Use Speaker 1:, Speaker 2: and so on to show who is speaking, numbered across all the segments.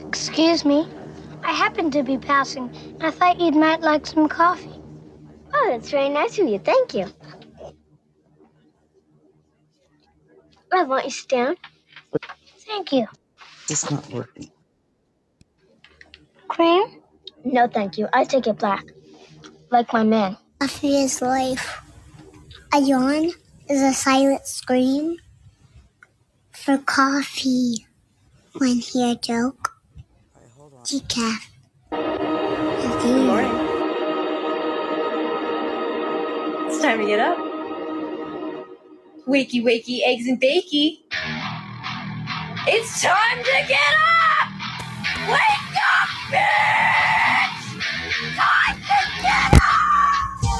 Speaker 1: Excuse me. I happened to be passing, and I thought you might like some coffee.
Speaker 2: Oh, that's very nice of you. Thank you. Well, won't you sit down?
Speaker 1: Thank you.
Speaker 3: It's not working.
Speaker 1: Cream?
Speaker 2: No, thank you. I take it black. Like my man.
Speaker 4: Coffee is life. A yawn is a silent scream for coffee. When he a joke,
Speaker 3: All right, hold on.
Speaker 4: decaf.
Speaker 5: Good
Speaker 4: Indeed.
Speaker 5: morning. It's time to get up. Wakey, wakey, eggs and bakey. It's time to get up! Wake up, bitch! Time to get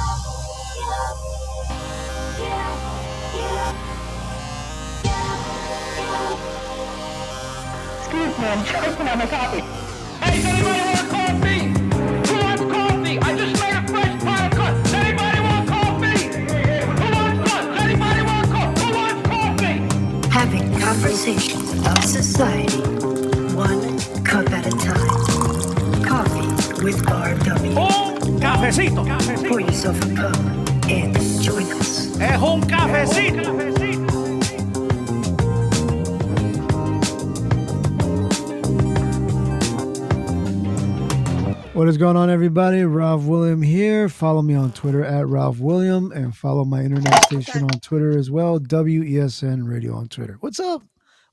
Speaker 6: Hey, does anybody want coffee? Who wants coffee? I just made a fresh pot of coffee. Does anybody want coffee? Who wants one? Does anybody want coffee? Who wants coffee?
Speaker 7: having conversations about society, one cup at a time. Coffee with Barb W.
Speaker 6: Un cafecito.
Speaker 7: Pour yourself a cup and join us.
Speaker 6: Es un cafecito.
Speaker 8: What is going on, everybody? Ralph William here. Follow me on Twitter at Ralph William and follow my internet station on Twitter as well, WESN Radio on Twitter. What's up?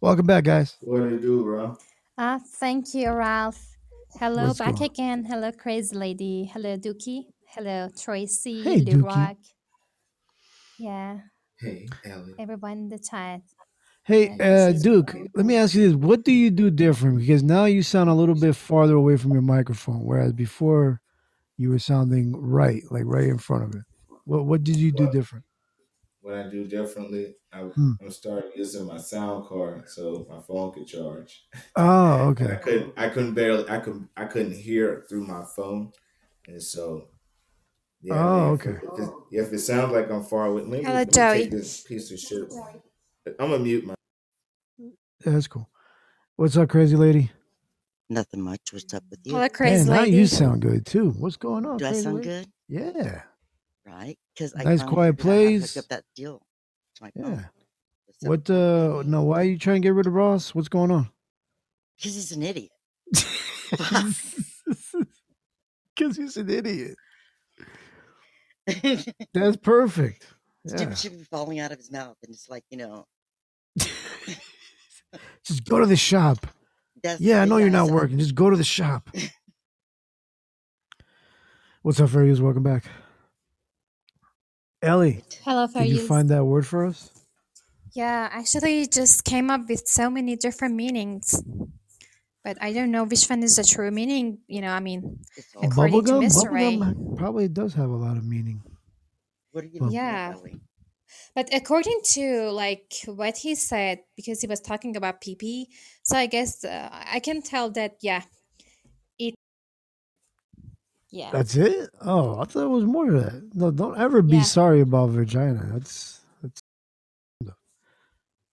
Speaker 8: Welcome back, guys.
Speaker 9: What do you do, bro?
Speaker 10: Ah, thank you, Ralph. Hello,
Speaker 8: What's going
Speaker 10: back
Speaker 8: on?
Speaker 10: again. Hello, Crazy Lady. Hello, Dookie. Hello, Tracy,
Speaker 8: Hey, Dookie.
Speaker 10: Lirak. Yeah,
Speaker 9: Hey, Ellie.
Speaker 10: everyone in the chat.
Speaker 8: Hey, uh, Duke, let me ask you this. What do you do different? Because now you sound a little bit farther away from your microphone, whereas before you were sounding right, like right in front of it. What, what did you do
Speaker 9: What
Speaker 8: different?
Speaker 9: what I do differently? I,
Speaker 8: Hmm.
Speaker 9: I'm starting using my sound card so my phone could charge.
Speaker 8: Oh,
Speaker 9: And I
Speaker 8: okay.
Speaker 9: couldn't. I couldn't barely. I could. I couldn't hear through my phone, and so yeah. I
Speaker 8: Oh,
Speaker 9: mean, if
Speaker 8: okay.
Speaker 9: it, if it, if it sounds like I'm far away, let me
Speaker 5: Hello,
Speaker 9: let me
Speaker 5: Joey.
Speaker 9: take this piece of shit. I'm gonna mute my.
Speaker 8: That's cool. What's up, crazy lady?
Speaker 3: Nothing much. What's up with you?
Speaker 5: Hello, crazy
Speaker 8: Man, now you
Speaker 5: lady.
Speaker 8: sound good too. What's going on,
Speaker 3: Do I
Speaker 8: crazy
Speaker 3: sound
Speaker 8: lady?
Speaker 3: good?
Speaker 8: Yeah.
Speaker 3: Right? Because I
Speaker 8: Nice
Speaker 3: finally
Speaker 8: quiet
Speaker 3: figured out how to hook up
Speaker 8: plays.
Speaker 3: that deal oh, to my phone.
Speaker 8: Yeah.
Speaker 3: What's up
Speaker 8: What
Speaker 3: with you,
Speaker 8: uh
Speaker 3: man?
Speaker 8: no, why are you trying to get rid of Ross? What's going on?
Speaker 3: Because he's an idiot.
Speaker 8: Cause he's an idiot. That's perfect.
Speaker 3: Stupid
Speaker 8: Yeah.
Speaker 3: shit be falling out of his mouth, and it's like you know.
Speaker 8: Just go to the shop.
Speaker 3: That's
Speaker 8: Yeah, I know you're
Speaker 3: yeah.
Speaker 8: not
Speaker 3: So
Speaker 8: working. Just go to the shop. What's up, Fergus? Welcome back. Ellie,
Speaker 10: Hello,
Speaker 8: did you
Speaker 10: Faryuz.
Speaker 8: find that word for us?
Speaker 10: Yeah, actually, you just came up with so many different meanings, but I don't know which one is the true meaning. You know, I mean,
Speaker 3: it's all good.
Speaker 10: according to
Speaker 8: Bubblegum?
Speaker 10: Mr. Ray.
Speaker 8: Bubblegum probably does have a lot of meaning.
Speaker 3: What are you
Speaker 8: Well,
Speaker 3: looking at,
Speaker 10: Yeah,
Speaker 3: Ellie?
Speaker 10: But according to like what he said, because he was talking about PP, so I guess uh, I can tell that yeah, it yeah
Speaker 8: That's it? Oh, I thought it was more to that. No, don't ever be
Speaker 10: yeah
Speaker 8: sorry about vagina. That's that's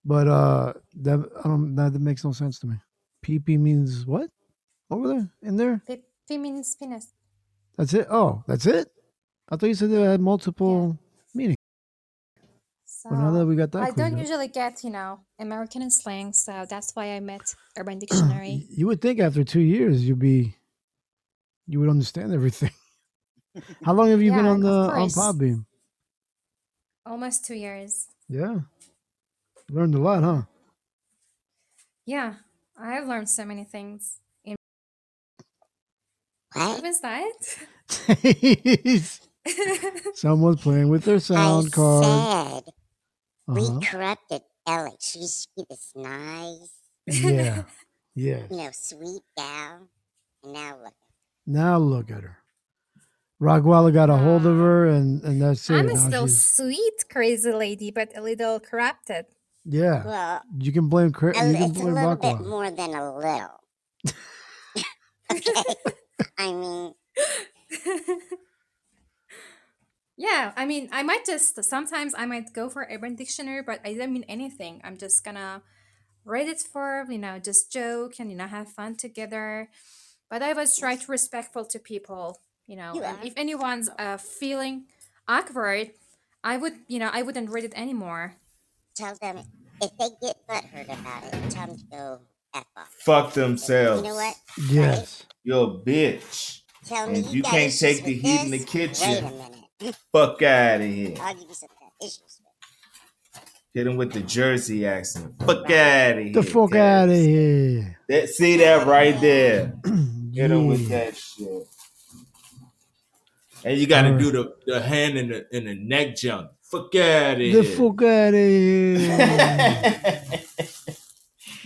Speaker 8: but uh that I don't that, that makes no sense to me. PP means what? Over there? In there?
Speaker 10: Pe- feminine penis
Speaker 8: That's it? Oh, that's it? I thought you said they had
Speaker 10: yeah.
Speaker 8: multiple meanings. Well now that
Speaker 10: So
Speaker 8: we got that
Speaker 10: I
Speaker 8: cleared
Speaker 10: don't
Speaker 8: up.
Speaker 10: usually get you know American slang, so that's why I met Urban
Speaker 8: y-
Speaker 10: Dictionary.
Speaker 8: you would think after two years you'd be you would understand everything. How long have you been
Speaker 10: Yeah,
Speaker 8: on the
Speaker 10: of
Speaker 8: on
Speaker 10: course,
Speaker 8: Podbeam?
Speaker 10: almost two years.
Speaker 8: Yeah. Learned a lot, huh?
Speaker 10: Yeah, I have learned so many things. In- what
Speaker 4: What?
Speaker 10: was that?
Speaker 8: Someone's playing with their
Speaker 4: I
Speaker 8: sound card.
Speaker 4: said
Speaker 8: Uh
Speaker 4: we
Speaker 8: huh.
Speaker 4: corrupted Ellie. She used to be this nice,
Speaker 8: Yeah. Yes.
Speaker 4: you know, sweet gal. And now look.
Speaker 8: Now look at her. Rockwalla got a hold of
Speaker 10: Ah.
Speaker 8: her, and and that's
Speaker 10: I'm
Speaker 8: it.
Speaker 10: a
Speaker 8: Now
Speaker 10: still
Speaker 8: she's
Speaker 10: sweet, crazy lady, but a little corrupted.
Speaker 8: yeah.
Speaker 4: Well,
Speaker 8: You can blame Cra-
Speaker 4: a
Speaker 8: you
Speaker 4: li-
Speaker 8: can
Speaker 4: it's a
Speaker 8: blame
Speaker 4: little bit
Speaker 8: Rockwalla.
Speaker 4: more than a little. Okay? I mean,
Speaker 10: yeah, I mean, I might just sometimes I might go for Urban Dictionary, but I don't mean anything. I'm just gonna Reddit for, you know, just joke and, you know, have fun together. But I was try to respectful to people, you know.
Speaker 4: You
Speaker 10: and
Speaker 4: are.
Speaker 10: if anyone's uh, feeling awkward, I would, you know, I wouldn't read it anymore.
Speaker 4: Tell them if they get butthurt about it, tell them uh, to go F off.
Speaker 9: Fuck
Speaker 4: You
Speaker 9: themselves.
Speaker 4: know what?
Speaker 8: Yes.
Speaker 9: You're a bitch.
Speaker 4: Tell
Speaker 9: And
Speaker 4: me
Speaker 9: if you
Speaker 4: got
Speaker 9: can't
Speaker 4: issues
Speaker 9: take the
Speaker 4: with
Speaker 9: heat in the
Speaker 4: this, Wait
Speaker 9: kitchen.
Speaker 4: a minute.
Speaker 9: Fuck out of here.
Speaker 4: I'll give you some issues.
Speaker 9: Hit him with the Jersey accent. Fuck out of here.
Speaker 8: Get the fuck out of here.
Speaker 9: That, see that right there. Hit him with
Speaker 8: Yeah.
Speaker 9: that shit. And you gotta
Speaker 8: Alright.
Speaker 9: do the, the hand in the in the neck jump. Fuck out of
Speaker 8: Get the
Speaker 9: here.
Speaker 8: fuck out of here.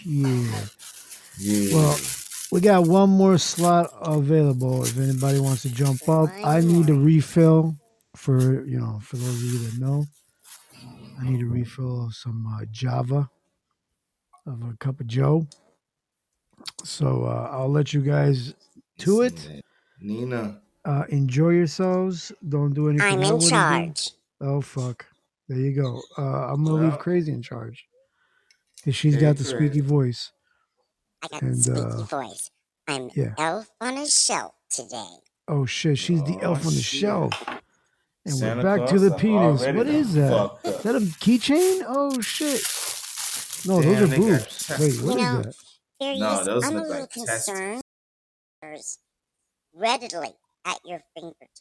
Speaker 8: yeah.
Speaker 9: Yeah.
Speaker 8: Well, we got one more slot available if anybody wants to jump up. I need a refill for, you know, for those of you that know. I need a refill of some uh, Java of a cup of Joe. So uh, I'll let you guys do it.
Speaker 9: Nina.
Speaker 8: Uh, enjoy yourselves. Don't do anything.
Speaker 4: I'm in
Speaker 8: I wouldn't do.
Speaker 4: charge.
Speaker 8: Oh fuck! There you go. Uh, I'm gonna
Speaker 9: Well.
Speaker 8: leave Crazy in charge because she's
Speaker 9: Hey,
Speaker 8: got the
Speaker 9: Crazy.
Speaker 8: squeaky voice.
Speaker 4: I got
Speaker 8: And,
Speaker 4: the squeaky
Speaker 8: uh,
Speaker 4: voice. I'm
Speaker 8: yeah.
Speaker 4: elf on a shelf today.
Speaker 8: Oh shit! She's the
Speaker 9: Oh,
Speaker 8: elf on the
Speaker 9: shit.
Speaker 8: shelf. And
Speaker 9: Santa
Speaker 8: we're back to
Speaker 9: Claus
Speaker 8: the
Speaker 9: are
Speaker 8: penis.
Speaker 9: already
Speaker 8: What
Speaker 9: done
Speaker 8: is that?
Speaker 9: fucked up.
Speaker 8: Is that a keychain? Oh shit! No,
Speaker 9: Damn,
Speaker 8: those are
Speaker 9: they got
Speaker 8: boobs.
Speaker 9: tech-
Speaker 8: Wait, what is
Speaker 4: No.
Speaker 8: that?
Speaker 4: Serious,
Speaker 9: No, those
Speaker 4: I'm a
Speaker 9: look
Speaker 4: little
Speaker 9: like testes.
Speaker 4: concerned. There's Readily at your fingertips.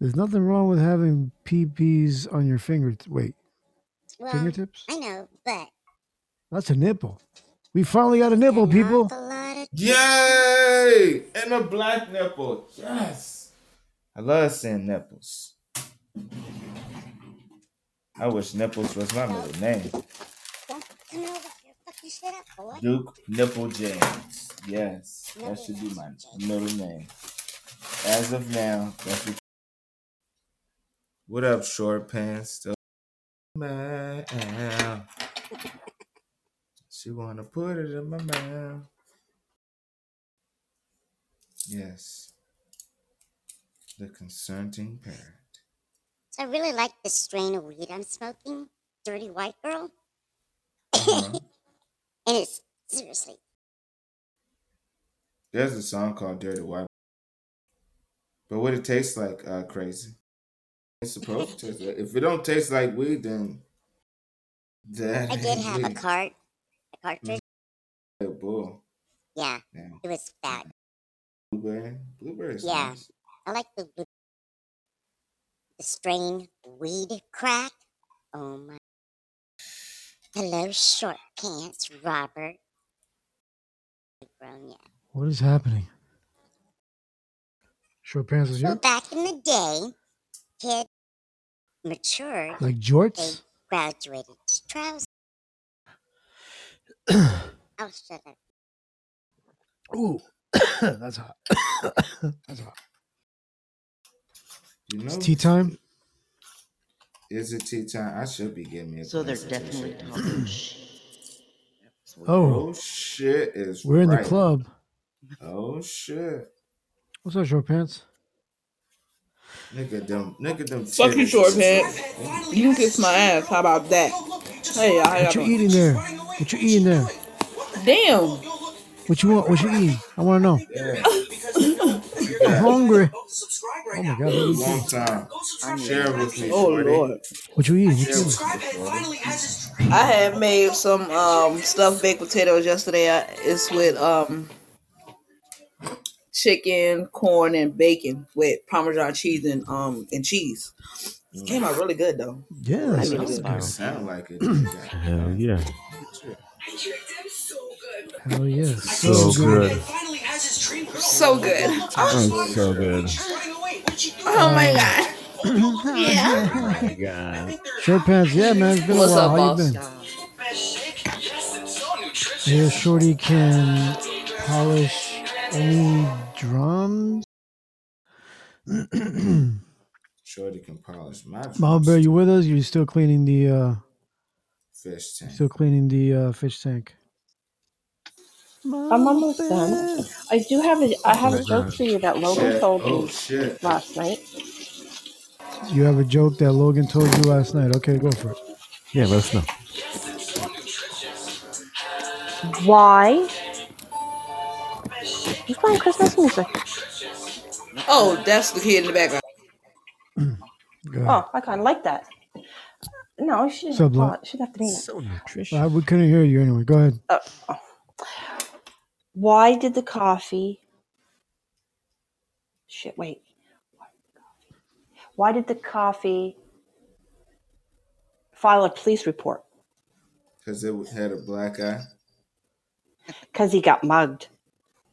Speaker 8: There's nothing wrong with having PPs on your finger. Wait,
Speaker 4: Well,
Speaker 8: fingertips?
Speaker 4: I know, but
Speaker 8: That's a nipple. We finally got a nipple,
Speaker 4: an
Speaker 8: people.
Speaker 4: awful lot of
Speaker 9: Yay! And a black nipple. Yes. I love seeing nipples. I wish nipples was my middle name.
Speaker 4: Don't come over here, fuck your shit up, boy.
Speaker 9: Duke Nipple James. Yes. That should be my middle name. As of now, that's what What up, short pants? Still my mouth. She wanna put it in my mouth. Yes. The consenting parent.
Speaker 4: So I really like this strain of weed I'm smoking, Dirty White Girl,
Speaker 9: Uh-huh.
Speaker 4: and it's seriously
Speaker 9: There's a song called Dirty White. But what it tastes like, uh, crazy. It's supposed to taste like. If it don't taste like weed, then that
Speaker 4: I did
Speaker 9: ain't
Speaker 4: have a
Speaker 9: weed.
Speaker 4: cart, a cartridge.
Speaker 9: Yeah, bull.
Speaker 4: Yeah,
Speaker 9: Mm-hmm. Yeah.
Speaker 4: it was fat.
Speaker 9: Blueberry. Blueberry. is
Speaker 4: Yeah.
Speaker 9: nice.
Speaker 4: I like the blue- the strain weed crack. Oh my! Hello, short pants, Robert. Grown yet?
Speaker 8: What is happening? Short pants is
Speaker 4: Well,
Speaker 8: your
Speaker 4: back in the day, kids matured.
Speaker 8: like
Speaker 4: They
Speaker 8: jorts.
Speaker 4: graduated to trousers. I'll shut up.
Speaker 8: Ooh, that's hot. that's hot.
Speaker 9: You know,
Speaker 8: It's tea time.
Speaker 9: Is it tea time? I should be getting me a
Speaker 6: So they're
Speaker 9: glass of this
Speaker 6: definitely
Speaker 9: shit.
Speaker 6: talking shit.
Speaker 8: Oh,
Speaker 9: Oh shit is
Speaker 8: we're in the
Speaker 9: right.
Speaker 8: club.
Speaker 9: Oh shit.
Speaker 8: What's up, short pants?
Speaker 9: Look at them look at them
Speaker 11: Fuck you,
Speaker 9: titties.
Speaker 11: short pants. You can kiss my ass. How about that? Hey, how y'all
Speaker 8: What you
Speaker 11: doing?
Speaker 8: eating there? What you eating there?
Speaker 11: Damn.
Speaker 8: What you want? What you eating? I want to know.
Speaker 9: Yeah.
Speaker 8: I'm hungry. Oh my god. What you, eating?
Speaker 9: Long time.
Speaker 6: I'm
Speaker 9: Share with me.
Speaker 11: Oh
Speaker 9: shorty.
Speaker 11: lord.
Speaker 8: what you eating? What you eating?
Speaker 11: I had made some um stuffed baked potatoes yesterday. I, it's with um chicken, corn, and bacon with Parmesan cheese and um and cheese. It came out really good though.
Speaker 8: Yeah, that
Speaker 11: I mean,
Speaker 8: sounds
Speaker 9: It
Speaker 8: nice.
Speaker 9: sound like it. Hell yeah.
Speaker 8: Hell yeah. So good.
Speaker 11: So good. Oh,
Speaker 9: So good.
Speaker 11: oh my god.
Speaker 6: Oh
Speaker 11: Yeah.
Speaker 8: Short pants. Yeah, man. It's been a
Speaker 11: What's
Speaker 8: while.
Speaker 11: up,
Speaker 8: How
Speaker 11: boss?
Speaker 8: you been? Here, Shorty can polish any drums.
Speaker 9: Shorty can polish my
Speaker 8: Mom Bear, you with us? You're still cleaning the uh
Speaker 9: fish tank.
Speaker 8: still cleaning the uh fish tank.
Speaker 12: I'm almost done. I do have a I have a joke for you that Logan
Speaker 9: Shit.
Speaker 12: told
Speaker 9: Oh
Speaker 12: me
Speaker 9: shit.
Speaker 12: last night.
Speaker 8: You have a joke that Logan told you last night. Okay, go for it.
Speaker 13: Yeah, let us know.
Speaker 12: Why? He's playing Christmas music.
Speaker 11: Oh, that's the kid in the background.
Speaker 12: Oh, I kind of like that. No, it shouldn't,
Speaker 8: So
Speaker 12: have,
Speaker 8: blunt.
Speaker 12: pause. it shouldn't have to be
Speaker 11: So
Speaker 8: I, we couldn't hear you anyway. Go ahead.
Speaker 12: Why did the coffee? Shit, wait. Why did the coffee file a police report?
Speaker 9: because it had a black eye.
Speaker 12: Because he got mugged.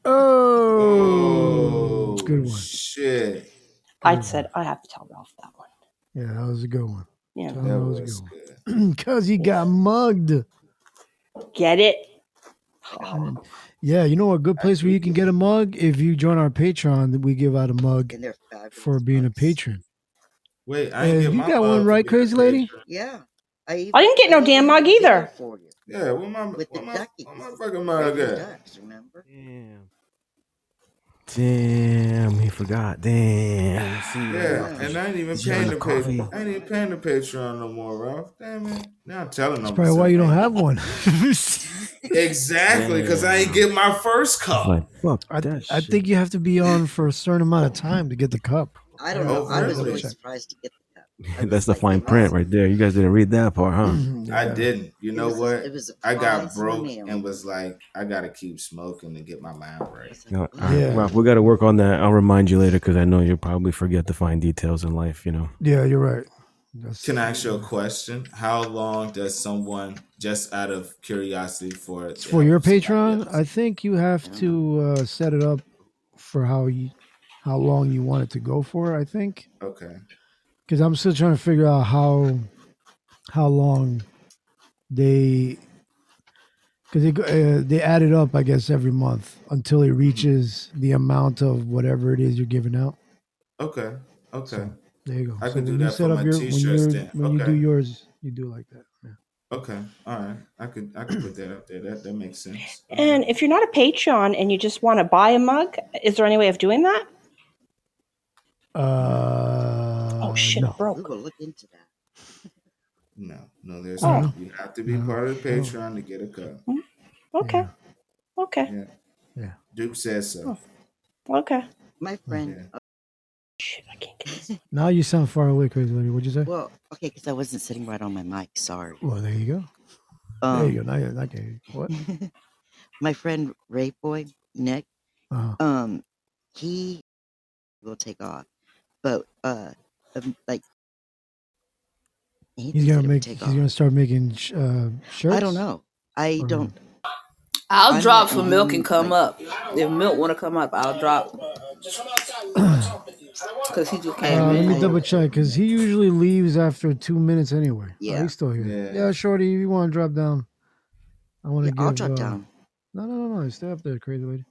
Speaker 9: Oh, good one. Shit.
Speaker 12: I said, I have to tell Ralph that one.
Speaker 8: Yeah, that was a good one.
Speaker 12: Yeah.
Speaker 8: Tell him that was a good one. Because he got mugged.
Speaker 12: Get it?
Speaker 3: Um,
Speaker 8: Oh. Yeah, you know a good place where you can get a mug if you join our Patreon. that We give out a mug for being a patron.
Speaker 9: Wait,
Speaker 8: Uh,
Speaker 9: I didn't get
Speaker 8: you
Speaker 9: my
Speaker 8: got
Speaker 9: mug.
Speaker 8: one right, crazy lady.
Speaker 3: Yeah. I, even,
Speaker 12: I didn't get no damn mug either.
Speaker 9: Yeah, what my
Speaker 3: with the duckies.
Speaker 9: my fucking mug
Speaker 3: Rubber
Speaker 9: at?
Speaker 3: ducks, remember?
Speaker 14: Damn, he forgot. Damn. See,
Speaker 9: Yeah,
Speaker 14: uh,
Speaker 9: and I ain't even
Speaker 14: he's on
Speaker 9: paying
Speaker 14: the
Speaker 9: the
Speaker 14: coffee.
Speaker 9: Patreon. I ain't even paying the Patreon no more, Ralph. Damn it. Now I'm telling
Speaker 8: That's
Speaker 9: them.
Speaker 8: probably why you don't have one.
Speaker 9: Exactly, because I ain't get my first cup.
Speaker 8: I, I think you have to be on for a certain amount of time to get the cup.
Speaker 3: I don't know. I was really
Speaker 8: Check.
Speaker 3: surprised to get
Speaker 14: That's the fine print right there. You guys didn't read that part,
Speaker 8: Mm-hmm.
Speaker 14: huh?
Speaker 9: I didn't. You know
Speaker 3: was a-
Speaker 9: what?
Speaker 3: it was a
Speaker 9: I got
Speaker 3: prize in the
Speaker 9: broke
Speaker 3: mail.
Speaker 9: and was like, I gotta keep smoking to get my mind right.
Speaker 14: You know, all right, Ralph, we got to work on that. I'll remind you later because I know you'll probably forget the fine details in life, you know.
Speaker 8: Yeah, you're right.
Speaker 9: Can I ask you a question? How long does someone, just out of curiosity, for
Speaker 8: It's for your Patreon. I think you have to uh, set it up for how you, how long you want it to go for. I think
Speaker 9: Okay.
Speaker 8: because I'm still trying to figure out how how long they because they go- uh, they add it up, I guess, every month until it reaches the amount of whatever it is you're giving out.
Speaker 9: Okay. Okay.
Speaker 8: There you go.
Speaker 9: I
Speaker 8: So
Speaker 9: could do
Speaker 8: when you
Speaker 9: that
Speaker 8: set
Speaker 9: for
Speaker 8: up
Speaker 9: my
Speaker 8: your- when
Speaker 9: t-shirt
Speaker 8: you're-
Speaker 9: stand.
Speaker 8: when you
Speaker 9: okay.
Speaker 8: do yours, you do like that.
Speaker 9: okay. All right. I could. I could put that up there. That that makes sense.
Speaker 12: And if you're not a Patreon and you just want to buy a mug, is there any way of doing that?
Speaker 8: Uh,
Speaker 12: oh shit,
Speaker 8: no.
Speaker 12: broke.
Speaker 3: We will look into that.
Speaker 9: No, no, there's
Speaker 12: Oh.
Speaker 9: not. You have to be part of the Patreon to get a cup.
Speaker 12: Okay. Okay.
Speaker 9: Yeah.
Speaker 8: Yeah.
Speaker 9: Duke says so.
Speaker 12: Okay.
Speaker 3: Oh, My friend. uh,
Speaker 8: Now you sound far away, crazy lady. What'd you say?
Speaker 3: Well, okay, because I wasn't sitting right on my mic. Sorry.
Speaker 8: Well, there you go. there
Speaker 3: Um,
Speaker 8: you go. Now you're, I can hear you. What?
Speaker 3: my friend Ray Boy Nick,
Speaker 8: Uh-huh.
Speaker 3: um, he will take off, but uh, um, like he
Speaker 8: He's
Speaker 3: thinks
Speaker 8: gonna
Speaker 3: it'll
Speaker 8: make.
Speaker 3: take
Speaker 8: He's
Speaker 3: off.
Speaker 8: gonna oh, start making sh- uh, shirts.
Speaker 3: I don't know. I
Speaker 8: Or-
Speaker 3: don't.
Speaker 11: I'll
Speaker 3: I'm
Speaker 11: drop
Speaker 3: not
Speaker 11: for milk
Speaker 3: even,
Speaker 11: and come up. If milk want to come up, I'll drop. Cause he just came
Speaker 8: Uh, let
Speaker 11: in.
Speaker 8: me double check because he usually leaves after two minutes anyway. Yeah,
Speaker 11: Yeah.
Speaker 8: he's still here.
Speaker 11: Yeah.
Speaker 8: Yeah, shorty, you want to drop down? I want to
Speaker 3: Yeah,
Speaker 8: give.
Speaker 3: I'll drop
Speaker 8: uh,
Speaker 3: down.
Speaker 8: No, no, no, no. Stay up there, crazy lady.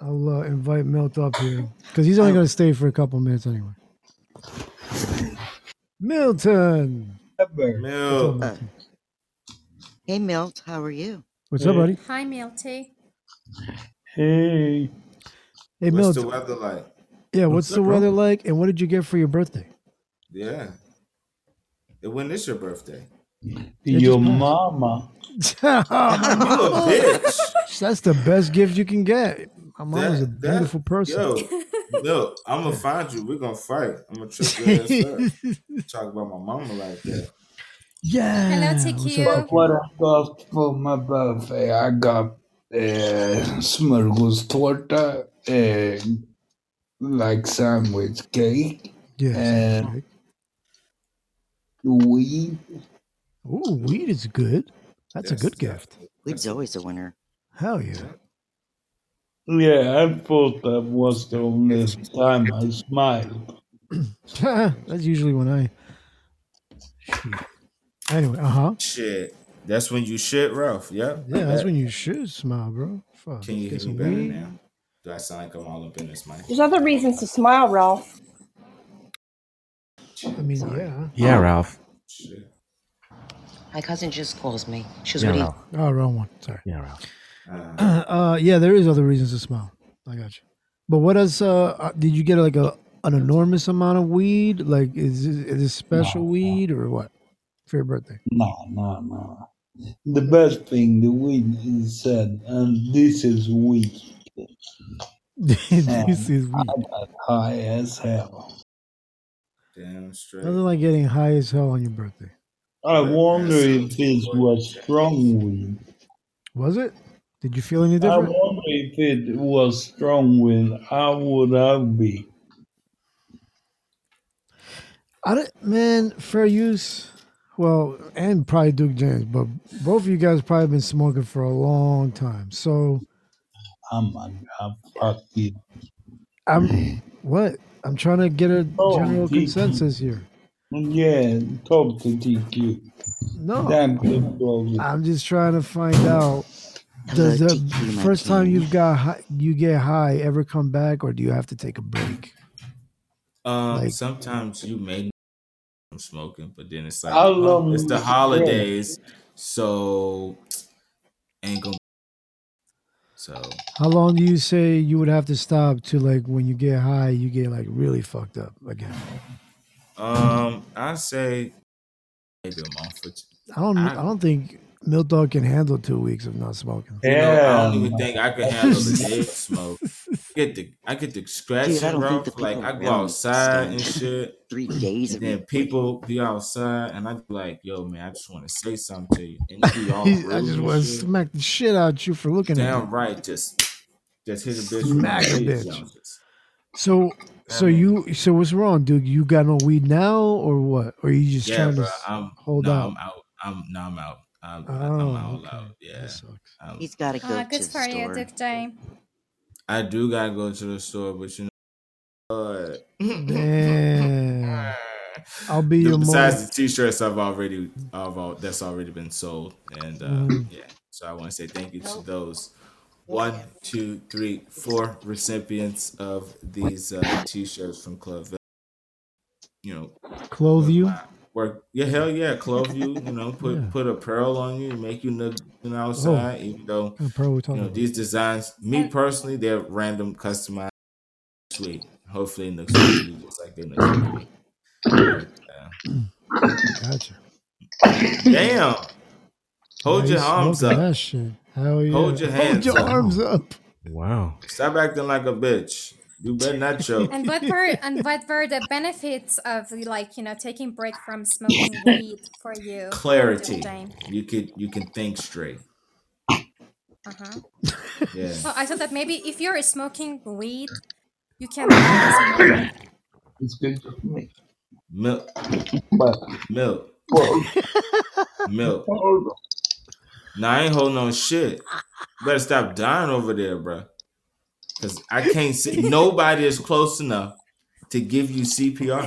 Speaker 8: I'll uh, invite Milt up here because he's only gonna stay for a couple minutes anyway. Milton,
Speaker 9: Milk.
Speaker 3: Uh, hey, Milt, how are you?
Speaker 8: what's up, buddy?
Speaker 5: Hi, Milty.
Speaker 8: Hey. Hey,
Speaker 9: What's the
Speaker 8: Milt.
Speaker 9: weather like?
Speaker 8: Yeah, what's the weather like, and what did you get for your birthday?
Speaker 9: Yeah. And When is your birthday?
Speaker 15: Your mama.
Speaker 8: That's the best gift you can get. My mom was a
Speaker 9: That- that-
Speaker 8: beautiful person.
Speaker 9: Yo, look, I'm gonna find you. We're gonna fight. I'm gonna trip your ass up. Talk about my mama like that.
Speaker 8: Yeah.
Speaker 5: Hello,
Speaker 15: But
Speaker 5: TQ.
Speaker 15: what I got for my birthday, I got uh, smörgåstårta, uh, like sandwich cake,
Speaker 8: Yes.
Speaker 15: and weed.
Speaker 8: Ooh, weed is good. That's a good gift.
Speaker 3: Weed's always a winner.
Speaker 8: Hell yeah.
Speaker 15: Yeah, I thought that was the only time I smiled.
Speaker 8: That's usually when I. Shoot. Anyway, uh huh.
Speaker 9: Shit. That's when you shit, Ralph. Yep.
Speaker 8: Yeah, that's when you should smile, bro. Fuck.
Speaker 9: Can you
Speaker 8: get
Speaker 9: hear
Speaker 8: some
Speaker 9: me better
Speaker 8: weed.
Speaker 9: now? Do I sound like I'm all up in this mic?
Speaker 12: There's other reasons to smile, Ralph.
Speaker 8: I mean, yeah.
Speaker 14: Yeah, Ralph.
Speaker 16: My cousin just calls me. She was
Speaker 14: Yeah,
Speaker 16: ready.
Speaker 14: Ralph.
Speaker 8: Oh, wrong one. Sorry.
Speaker 14: Yeah, Ralph.
Speaker 8: Uh, yeah, there is other reasons to smile. I got you. But what else? Uh, uh, did you get like a an enormous amount of weed? Like, is this, is this special weed or what for your birthday?
Speaker 15: No, no, no. The best thing the wind is said, and this is weak.
Speaker 8: this is weak.
Speaker 15: I got high as hell.
Speaker 9: Damn straight.
Speaker 8: Nothing like getting high as hell on your birthday.
Speaker 15: I wonder if this was strong wind.
Speaker 8: Was it? Did you feel any
Speaker 15: I
Speaker 8: different?
Speaker 15: wonder if it was strong wind. How would I be?
Speaker 8: I don't, man, fair use. Well, and probably Duke James, but both of you guys probably been smoking for a long time. So
Speaker 15: Oh my god, fuck you.
Speaker 8: I'm what? I'm trying to get a
Speaker 15: Oh,
Speaker 8: general
Speaker 15: DQ.
Speaker 8: consensus here.
Speaker 15: Yeah, talk to DQ.
Speaker 8: No.
Speaker 15: Damn good brother.
Speaker 8: I'm just trying to find out. Does
Speaker 15: Hello,
Speaker 8: the
Speaker 15: DQ, my
Speaker 8: first time
Speaker 15: king.
Speaker 8: you've got high, you get high ever come back, or do you have to take a break?
Speaker 9: Um,
Speaker 8: Like-
Speaker 9: sometimes you may know I'm smoking, but then it's like
Speaker 15: How
Speaker 9: well,
Speaker 15: long
Speaker 9: it's the
Speaker 15: is it?
Speaker 9: holidays, so ain't gonna. So
Speaker 8: How long do you say you would have to stop to like when you get high, you get like really fucked up again?
Speaker 9: um, I say maybe a month or two.
Speaker 8: I don't. I, don't think Milk Dog can handle two weeks of not smoking.
Speaker 9: You know, I don't
Speaker 15: Yeah.
Speaker 9: even think I could handle the day of smoke. Get the I get the scratching,
Speaker 3: don't
Speaker 9: bro.
Speaker 3: think the
Speaker 9: Like
Speaker 3: people
Speaker 9: I go
Speaker 3: around
Speaker 9: outside
Speaker 3: stand
Speaker 9: and shit.
Speaker 3: three days
Speaker 9: And
Speaker 3: of
Speaker 9: then
Speaker 3: it.
Speaker 9: people be outside, and I be like, "Yo, man, I just want to say something to you," and they be all
Speaker 8: He's-
Speaker 9: rude
Speaker 8: I just
Speaker 9: and
Speaker 8: want to
Speaker 9: shit.
Speaker 8: smack the shit out you for looking at
Speaker 9: Damn
Speaker 8: me.
Speaker 9: right, just just hit a bitch
Speaker 8: Smack a
Speaker 9: with my
Speaker 8: bitch.
Speaker 9: bitch.
Speaker 8: So, so you, so what's wrong, dude? You got no weed now, or what? Or you just
Speaker 9: Yeah,
Speaker 8: trying
Speaker 9: bro.
Speaker 8: to s-
Speaker 9: I'm
Speaker 8: hold
Speaker 9: no,
Speaker 8: out?
Speaker 9: I'm out. I'm no, I'm out. I'm,
Speaker 8: Oh,
Speaker 9: I'm out loud. Yeah, Um,
Speaker 3: He's got to go
Speaker 10: Uh,
Speaker 5: Ah,
Speaker 3: to
Speaker 5: good
Speaker 3: the
Speaker 5: for you,
Speaker 3: store.
Speaker 5: Duke James.
Speaker 9: I do gotta go to the store, but you know, uh,
Speaker 8: man, I'll be your
Speaker 9: besides
Speaker 8: mom.
Speaker 9: the t-shirts, I've already, I've all, that's already been sold, and uh,
Speaker 8: Mhm.
Speaker 9: yeah. So I want to say thank you to those one, two, three, four recipients of these uh, t-shirts from Club. Vet. You know,
Speaker 8: Clothe you.
Speaker 9: work yeah hell yeah clothe you you know put
Speaker 8: Yeah. Oh.
Speaker 9: put a pearl on you make you look you know, outside even though
Speaker 8: What pearl we
Speaker 9: you
Speaker 8: talking
Speaker 9: know
Speaker 8: about?
Speaker 9: these designs me personally they're random customized sweet hopefully it looks really just like they look to me.
Speaker 8: Gotcha.
Speaker 9: damn hold
Speaker 8: Nah,
Speaker 9: your
Speaker 8: he's
Speaker 9: arms
Speaker 8: smoking
Speaker 9: up
Speaker 8: That shit. Hell yeah.
Speaker 9: Hold your hands
Speaker 8: Hold your
Speaker 9: up.
Speaker 8: arms up.
Speaker 14: Wow.
Speaker 9: stop acting like a bitch you better not choke
Speaker 5: And what were and what were the benefits of like you know taking break from smoking weed for you? Duke
Speaker 9: clarity
Speaker 5: James?
Speaker 9: you could you can think straight
Speaker 5: Uh-huh.
Speaker 9: yeah
Speaker 5: Oh, I thought that maybe if you're smoking weed, you can smoke.
Speaker 15: It's good for me.
Speaker 9: milk
Speaker 15: But
Speaker 9: milk
Speaker 15: well,
Speaker 9: milk Nah, I ain't holding on shit. Better stop dying over there, bruh. Cause I can't see. Nobody is close enough to give you CPR.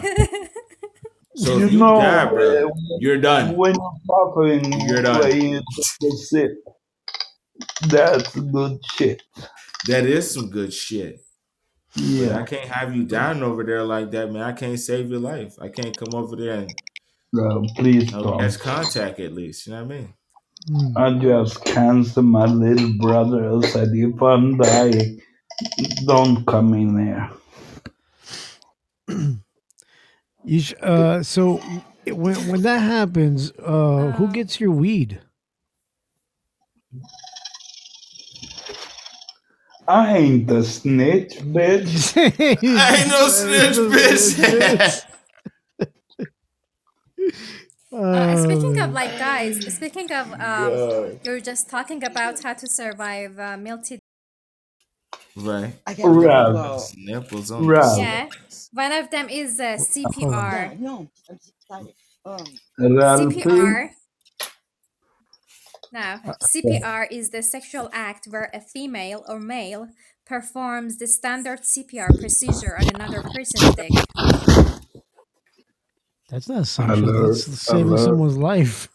Speaker 9: So if
Speaker 15: you
Speaker 9: you
Speaker 15: know,
Speaker 9: die, bruh,
Speaker 15: uh,
Speaker 9: you're done.
Speaker 15: when you're popping,
Speaker 9: You're done.
Speaker 15: playing the sip, that's good shit.
Speaker 9: That is some good shit. But I
Speaker 15: Yeah.
Speaker 9: can't have you dying over there like that, man. I can't save your life. I can't come over there and
Speaker 15: No, please
Speaker 9: you know,
Speaker 15: don't.
Speaker 9: catch contact at least. You know what I mean?
Speaker 15: I just cancel my little brother said if I'm dying, don't come in there.
Speaker 8: You sh- uh, so it- when when that happens, uh, who gets your weed?
Speaker 15: I ain't the snitch, bitch.
Speaker 8: I
Speaker 9: ain't no snitch, bitch.
Speaker 5: Uh, speaking
Speaker 8: Oh,
Speaker 5: of like guys, speaking of um,
Speaker 9: God.
Speaker 5: you're just talking about how to survive uh, melted.
Speaker 9: Right.
Speaker 3: I
Speaker 15: gotta go, Rob.
Speaker 9: That's Nipples on
Speaker 15: Rob.
Speaker 5: Yeah, one of them is uh, CPR.
Speaker 3: No, I'm just excited. Um,
Speaker 15: Ralphie,
Speaker 5: CPR. Now, CPR is the sexual act where a female or male performs the standard CPR procedure on another person's dick.
Speaker 8: that's not sexual.
Speaker 15: Hello,
Speaker 8: That's saving
Speaker 15: hello.
Speaker 8: someone's life.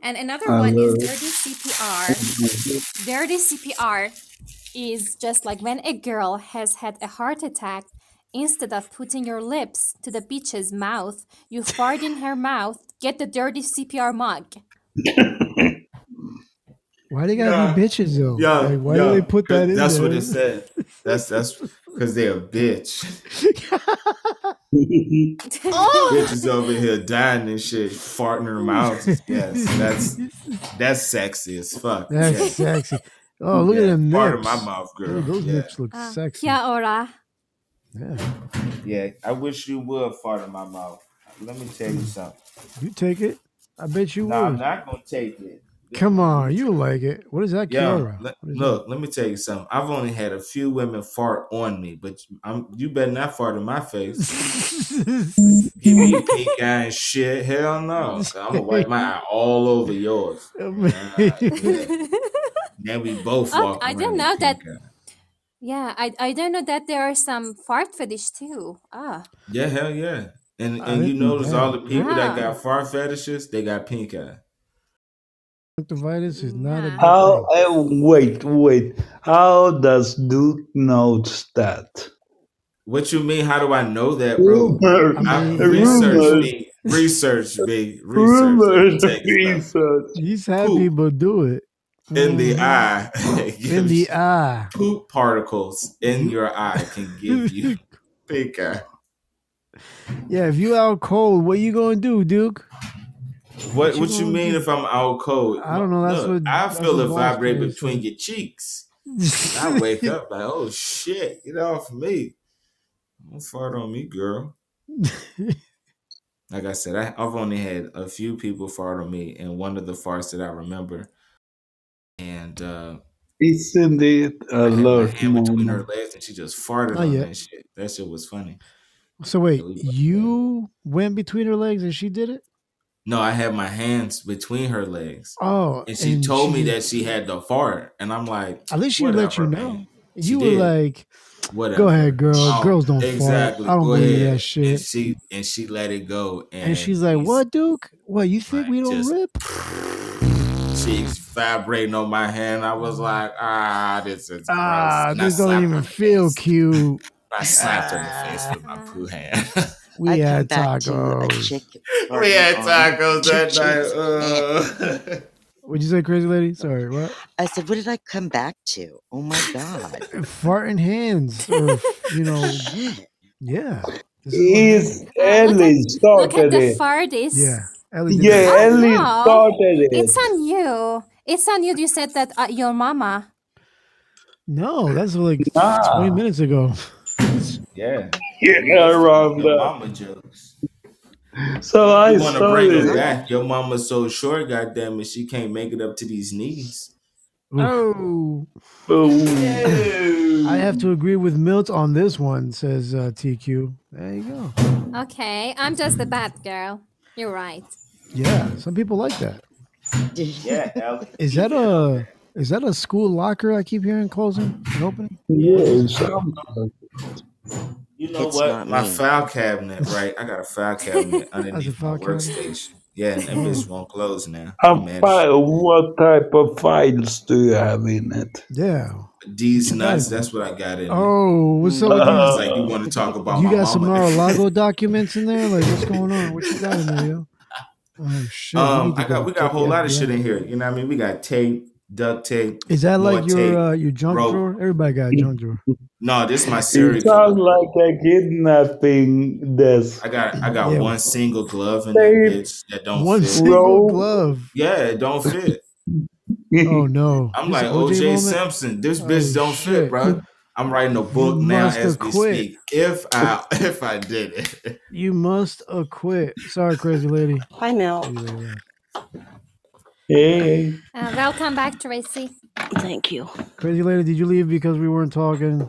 Speaker 5: And another one is
Speaker 8: Hello.
Speaker 5: dirty CPR. Dirty CPR is just like when a girl has had a heart attack, instead of putting your lips to the bitch's mouth, you fart in her mouth, get the dirty CPR mug.
Speaker 8: Why they gotta be bitches though?
Speaker 9: Yeah,
Speaker 8: like, why
Speaker 9: yeah.
Speaker 8: do they put that in
Speaker 9: That's
Speaker 8: there?
Speaker 9: what it said. That's that's because they're a bitch. Bitches over here dying and shit, farting her mouth. Yes, that's that's sexy as fuck.
Speaker 8: That's
Speaker 9: Yeah.
Speaker 8: sexy. Oh, look at
Speaker 9: Yeah,
Speaker 8: them nips.
Speaker 9: part of my mouth, girl.
Speaker 8: Ooh, those
Speaker 9: Yeah.
Speaker 8: nips look
Speaker 10: Ah.
Speaker 5: Uh,
Speaker 8: sexy.
Speaker 5: Kia ora.
Speaker 9: Yeah, I wish you would fart in my mouth. Let me tell you something.
Speaker 8: You take it. I bet you
Speaker 9: No, I'm
Speaker 8: would.
Speaker 9: not gonna take it.
Speaker 8: Come on, you like it. What is that,
Speaker 9: Yeah,
Speaker 8: Kiara?
Speaker 9: le-
Speaker 8: What is
Speaker 9: look, let me tell you something. I've only had a few women fart on me, but I'm you better not fart in my face. Give me a pink eye and shit. Hell no. I'm gonna wipe my eye all over yours. Now we both
Speaker 5: Oh,
Speaker 9: walk.
Speaker 5: I
Speaker 9: around
Speaker 5: didn't
Speaker 9: with
Speaker 5: know that.
Speaker 9: pink eye.
Speaker 5: Yeah, I, I don't know that there are some fart fetish too. Ah,
Speaker 9: Yeah, hell yeah. And
Speaker 8: I
Speaker 9: and you
Speaker 8: didn't
Speaker 9: notice
Speaker 8: know.
Speaker 9: all the people
Speaker 5: Wow.
Speaker 9: that got fart fetishes, they got pink eye.
Speaker 8: Conjunctivitis is not a good
Speaker 15: How? Uh, wait, wait. How does Duke knows that?
Speaker 9: What you mean? How do I know that, bro?
Speaker 15: Rumor.
Speaker 9: I
Speaker 15: I mean-
Speaker 9: research
Speaker 15: Rumors.
Speaker 9: me, research me, research. Let me
Speaker 15: Rumors.
Speaker 9: take it back.
Speaker 8: He's had people do it.
Speaker 9: in the
Speaker 8: Mhm.
Speaker 9: eye.
Speaker 8: In the eye. Mm-hmm.
Speaker 9: Poop particles in your eye can give you pink eye.
Speaker 8: Yeah, if you out cold, what you gonna do, Duke?
Speaker 9: What
Speaker 8: you
Speaker 9: what you
Speaker 8: gonna
Speaker 9: mean
Speaker 8: do?
Speaker 9: if I'm out cold?
Speaker 8: I don't know, that's
Speaker 9: Look,
Speaker 8: what-
Speaker 9: I
Speaker 8: that's
Speaker 9: feel
Speaker 8: what
Speaker 9: it
Speaker 8: Bob's
Speaker 9: vibrate
Speaker 8: parents
Speaker 9: between your cheeks. I wake up like, oh shit, get off me. Don't fart on me, girl. Like I said, I, I've only had a few people fart on me, and one of the farts that I remember, and uh,
Speaker 15: Isn't it a large
Speaker 9: between her
Speaker 15: moment?
Speaker 9: legs, and she just farted
Speaker 8: Not
Speaker 9: on
Speaker 8: yet.
Speaker 9: that shit. That shit was funny.
Speaker 8: So wait, you went between her legs and she did it?
Speaker 9: No, I had my hands between her legs.
Speaker 8: Oh,
Speaker 9: And she
Speaker 8: and
Speaker 9: told me
Speaker 8: she-
Speaker 9: that she had the fart. And I'm like,
Speaker 8: At least she
Speaker 9: whatever,
Speaker 8: let you know.
Speaker 9: man. She
Speaker 8: You were
Speaker 9: did.
Speaker 8: like,
Speaker 9: Whatever.
Speaker 8: "Go ahead, girl.
Speaker 9: Oh,
Speaker 8: Girls don't
Speaker 9: exactly.
Speaker 8: fart. I don't
Speaker 9: Go
Speaker 8: believe
Speaker 9: ahead.
Speaker 8: that
Speaker 9: And
Speaker 8: shit."
Speaker 9: she and she let it go. And,
Speaker 8: And, she's like, "What, Duke? What you think we don't
Speaker 9: just-
Speaker 8: rip?"
Speaker 9: she's vibrating on my hand. I was like, ah, this is gross.
Speaker 8: Ah,
Speaker 9: And I
Speaker 8: this don't
Speaker 9: slapped
Speaker 8: even feel cute.
Speaker 9: I slapped her in the face with my poo hand.
Speaker 8: We
Speaker 3: I come
Speaker 8: had
Speaker 3: back to a
Speaker 8: tacos.
Speaker 3: chick.
Speaker 9: we had
Speaker 15: um,
Speaker 3: farting on
Speaker 9: tacos that
Speaker 3: choo-choos
Speaker 9: night. Uh,
Speaker 8: What'd you say, crazy lady? Sorry, what?
Speaker 3: I said, what did I come back to? Oh my god.
Speaker 8: Farting hands, or you know, yeah. This is what
Speaker 15: Is
Speaker 8: happened.
Speaker 15: Ellie
Speaker 5: look at
Speaker 15: started
Speaker 5: the
Speaker 15: it?
Speaker 5: farties.
Speaker 8: Yeah, Ellie did
Speaker 15: Yeah,
Speaker 8: that.
Speaker 15: Ellie started it.
Speaker 5: It's on you. It's on you. You said that uh, your mama.
Speaker 8: No, that's like twenty minutes ago.
Speaker 9: yeah.
Speaker 15: Yeah, around that.
Speaker 9: Your mama jokes.
Speaker 15: So I
Speaker 9: You want to
Speaker 15: saw
Speaker 9: bring her
Speaker 15: it.
Speaker 9: back? Your mama's so short, goddamn it, she can't make it up to these knees.
Speaker 8: Oh.
Speaker 15: Boom.
Speaker 8: I have to agree with Milt on this one, says uh, TQ. There you go.
Speaker 5: Okay, I'm just a bad girl. You're right.
Speaker 8: Yeah, some people like that.
Speaker 9: Yeah, Ellie.
Speaker 8: Is that a is that a school locker I keep hearing closing and opening?
Speaker 15: Yeah, it sounds like
Speaker 9: You know
Speaker 3: It's
Speaker 9: what?
Speaker 3: not
Speaker 9: My
Speaker 3: me.
Speaker 9: file cabinet, right? I got a file cabinet
Speaker 8: That's a
Speaker 9: underneath my
Speaker 8: file cabinet.
Speaker 9: workstation. Yeah, and that bitch won't close now. I'm
Speaker 15: How
Speaker 9: mad as shit.
Speaker 15: fi- what type of files do you have in it?
Speaker 8: Yeah.
Speaker 9: These
Speaker 8: you got
Speaker 9: nuts,
Speaker 8: in
Speaker 9: that's what I got in there.
Speaker 8: Oh, what's up with
Speaker 9: It's
Speaker 8: these?
Speaker 9: like you want to talk about
Speaker 8: You
Speaker 9: my
Speaker 8: got some
Speaker 9: mama.
Speaker 8: Mar-a-Lago documents in there? Like, what's going on? What you got in there, yo? Oh shit! We
Speaker 9: um,
Speaker 8: need to
Speaker 9: I
Speaker 8: go
Speaker 9: got we got
Speaker 8: get
Speaker 9: a
Speaker 8: the
Speaker 9: whole lot of
Speaker 8: FBI.
Speaker 9: shit in here. You know what I mean? We got tape, duct tape,
Speaker 8: Is that
Speaker 9: more
Speaker 8: like your
Speaker 9: tape,
Speaker 8: uh, your junk
Speaker 9: rope.
Speaker 8: drawer? Everybody got a junk drawer.
Speaker 9: No, this is my
Speaker 15: It
Speaker 9: serial killer.
Speaker 15: sounds like a kidnapping desk.
Speaker 9: I got I got
Speaker 8: Yeah,
Speaker 9: one single glove in that
Speaker 15: Tape,
Speaker 9: bitch that don't
Speaker 8: one
Speaker 9: fit.
Speaker 8: single
Speaker 15: rope.
Speaker 8: glove.
Speaker 9: Yeah, it don't fit.
Speaker 8: Oh no!
Speaker 9: I'm
Speaker 8: This
Speaker 9: like
Speaker 8: an OJ
Speaker 9: OJ
Speaker 8: moment.
Speaker 9: Simpson. This
Speaker 8: Oh,
Speaker 9: bitch don't
Speaker 8: shit.
Speaker 9: fit, bro. I'm writing a
Speaker 8: You
Speaker 9: book now
Speaker 8: must
Speaker 9: as we
Speaker 8: acquit.
Speaker 9: speak. If I if I did it,
Speaker 8: You must acquit. Sorry, crazy lady.
Speaker 12: Hi, Mel.
Speaker 8: You later on.
Speaker 15: Hey.
Speaker 5: Uh, welcome back, Tracy.
Speaker 12: Thank you.
Speaker 8: Crazy lady, did you leave because we weren't talking?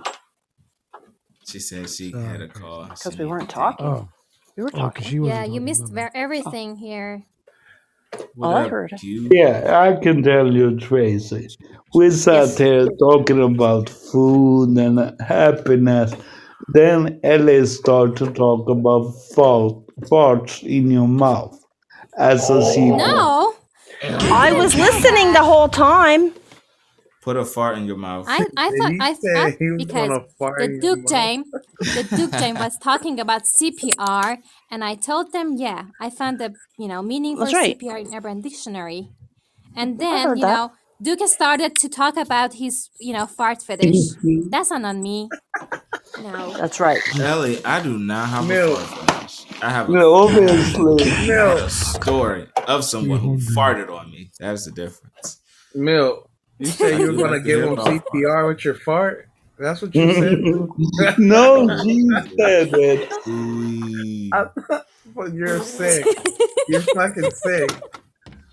Speaker 9: she said she
Speaker 16: Oh,
Speaker 9: had a call. She
Speaker 12: Because we weren't
Speaker 9: needed to
Speaker 12: talking.
Speaker 8: Oh,
Speaker 12: We were
Speaker 8: oh, 'cause
Speaker 12: talking.
Speaker 8: she
Speaker 5: Yeah,
Speaker 8: wasn't
Speaker 5: you
Speaker 8: talking.
Speaker 5: missed ver- everything here.
Speaker 9: What
Speaker 12: All Oh, I
Speaker 9: up,
Speaker 12: heard.
Speaker 9: Q?
Speaker 15: Yeah, I can tell you, Tracy. We sat
Speaker 12: Yes.
Speaker 15: here talking about food and happiness. Then Ellie started to talk about fart, farts in your mouth as
Speaker 8: Oh.
Speaker 15: a sequel.
Speaker 5: No, I
Speaker 12: I
Speaker 5: didn't
Speaker 12: was
Speaker 5: hear
Speaker 12: listening the
Speaker 5: that.
Speaker 12: whole time.
Speaker 9: Put a fart in your mouth.
Speaker 5: I I thought
Speaker 16: He
Speaker 5: I
Speaker 16: said
Speaker 5: I
Speaker 16: he was
Speaker 5: because
Speaker 16: gonna fire
Speaker 5: the
Speaker 16: your
Speaker 5: Duke
Speaker 16: mouth.
Speaker 5: Dame the Duke Dame was talking about CPR, and I told them, yeah, I found the you know meaning for
Speaker 12: That's right.
Speaker 5: CPR in Urban Dictionary, and
Speaker 12: I
Speaker 5: then
Speaker 12: heard
Speaker 5: you
Speaker 12: that.
Speaker 5: know Duke started to talk about his you know fart fetish. That's not on me. No.
Speaker 9: That's right. Ellie, I do not have
Speaker 5: Milk.
Speaker 9: a fart fetish. I have a
Speaker 15: No, obviously.
Speaker 9: I have a story of someone who farted on me. That's the difference.
Speaker 16: Milk, you said you were gonna give him CPR with your fart. That's what you said.
Speaker 15: no, she said it.
Speaker 16: I- but you're sick. You're fucking sick.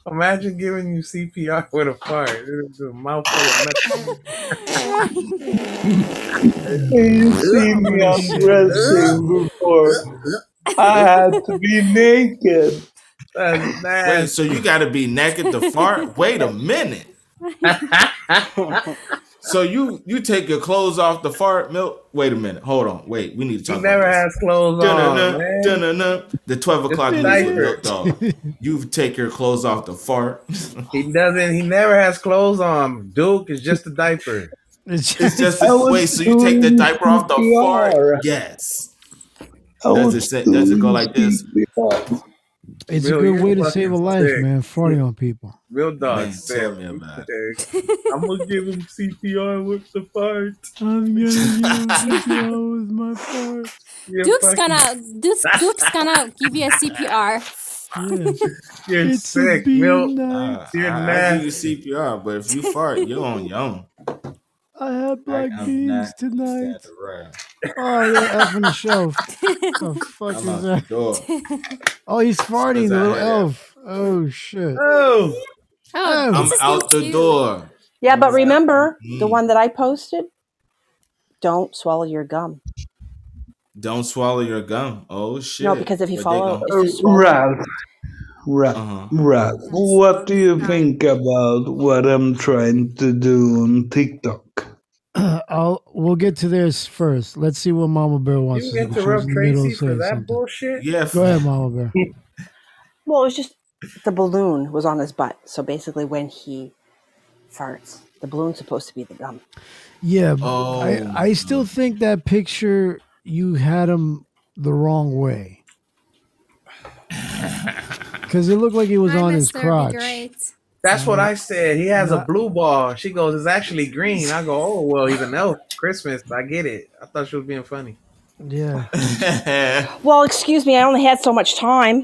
Speaker 16: Imagine giving you CPR with a fart. It's a mouthful of metal.
Speaker 15: You see me undressing before. I had to be naked.
Speaker 9: Wait, so you got to be naked to fart? Wait a minute. so you you take your clothes off the fart milk? Wait a minute. Hold on. Wait, we need to talk.
Speaker 16: He
Speaker 9: about
Speaker 16: never has clothes
Speaker 9: Dun-dun-dun,
Speaker 16: on. man.
Speaker 9: dun-dun-dun. The twelve o'clock
Speaker 16: It's
Speaker 9: news
Speaker 16: like-
Speaker 9: with milk dog. You take your clothes off the fart.
Speaker 16: He doesn't. He never has clothes on. Duke is just a diaper.
Speaker 8: It's
Speaker 9: It's just a, wait. So you take the diaper off the fart? Yes. Does it say, does it go like this?
Speaker 8: It's
Speaker 16: Real,
Speaker 8: a good
Speaker 16: you're
Speaker 8: way to
Speaker 16: fucking
Speaker 8: save a life,
Speaker 16: sick.
Speaker 8: man. Farting on people.
Speaker 16: Real dog.
Speaker 9: Man,
Speaker 16: sick.
Speaker 9: tell me about it.
Speaker 16: Sick. I'm gonna give him CPR with the fart.
Speaker 8: I'm gonna
Speaker 5: CPR
Speaker 8: with my fart.
Speaker 5: Duke's gonna Duke's, Duke's gonna give you a CPR.
Speaker 16: You're
Speaker 5: It's a
Speaker 16: sick,
Speaker 5: bee
Speaker 16: Milk.
Speaker 9: Uh,
Speaker 16: You're
Speaker 9: I, I
Speaker 16: nasty.
Speaker 9: give you CPR, but if you fart, you're on your own.
Speaker 8: I had black
Speaker 9: I'm
Speaker 8: beans
Speaker 9: not
Speaker 8: tonight.
Speaker 9: Right.
Speaker 8: Oh, they're effing the shelf. the fuck is
Speaker 9: I'm out the
Speaker 8: that?
Speaker 9: door.
Speaker 8: Oh, he's farting,
Speaker 9: Because
Speaker 8: the
Speaker 9: I
Speaker 8: little
Speaker 9: had it.
Speaker 8: elf. Oh shit.
Speaker 16: Oh.
Speaker 5: Oh,
Speaker 9: I'm out the door.
Speaker 12: Yeah, but remember the
Speaker 9: Mm.
Speaker 12: one that I posted? Don't swallow your gum.
Speaker 9: Don't swallow your gum. Oh shit.
Speaker 12: because if you
Speaker 9: But they
Speaker 12: follow-
Speaker 9: gonna-
Speaker 8: Oh,
Speaker 12: if you
Speaker 15: Ralph, Ralph, Ralph, what do you think about what I'm trying to do on TikTok?
Speaker 8: I'll we'll get to this first. Let's see what Mama Bear wants.
Speaker 16: You
Speaker 8: to say. She was
Speaker 16: interrupt
Speaker 8: in the middle of
Speaker 16: Tracy for
Speaker 8: saying
Speaker 16: that
Speaker 8: something.
Speaker 16: bullshit?
Speaker 9: Yeah.
Speaker 8: Go ahead, Mama Bear.
Speaker 12: Well, it was just the balloon was on his butt. So basically, when he farts, the balloon's supposed to be the gum.
Speaker 8: Yeah, b-
Speaker 12: Oh.
Speaker 8: I I still think that picture you had him the wrong way because it looked like it was on his crotch.
Speaker 16: That's what I said. He has a blue ball. She goes, "It's actually green." I go, "Oh well, he's an elf. Christmas. I get it." I thought she was being funny.
Speaker 8: Yeah,
Speaker 12: Well, excuse me, I only had so much time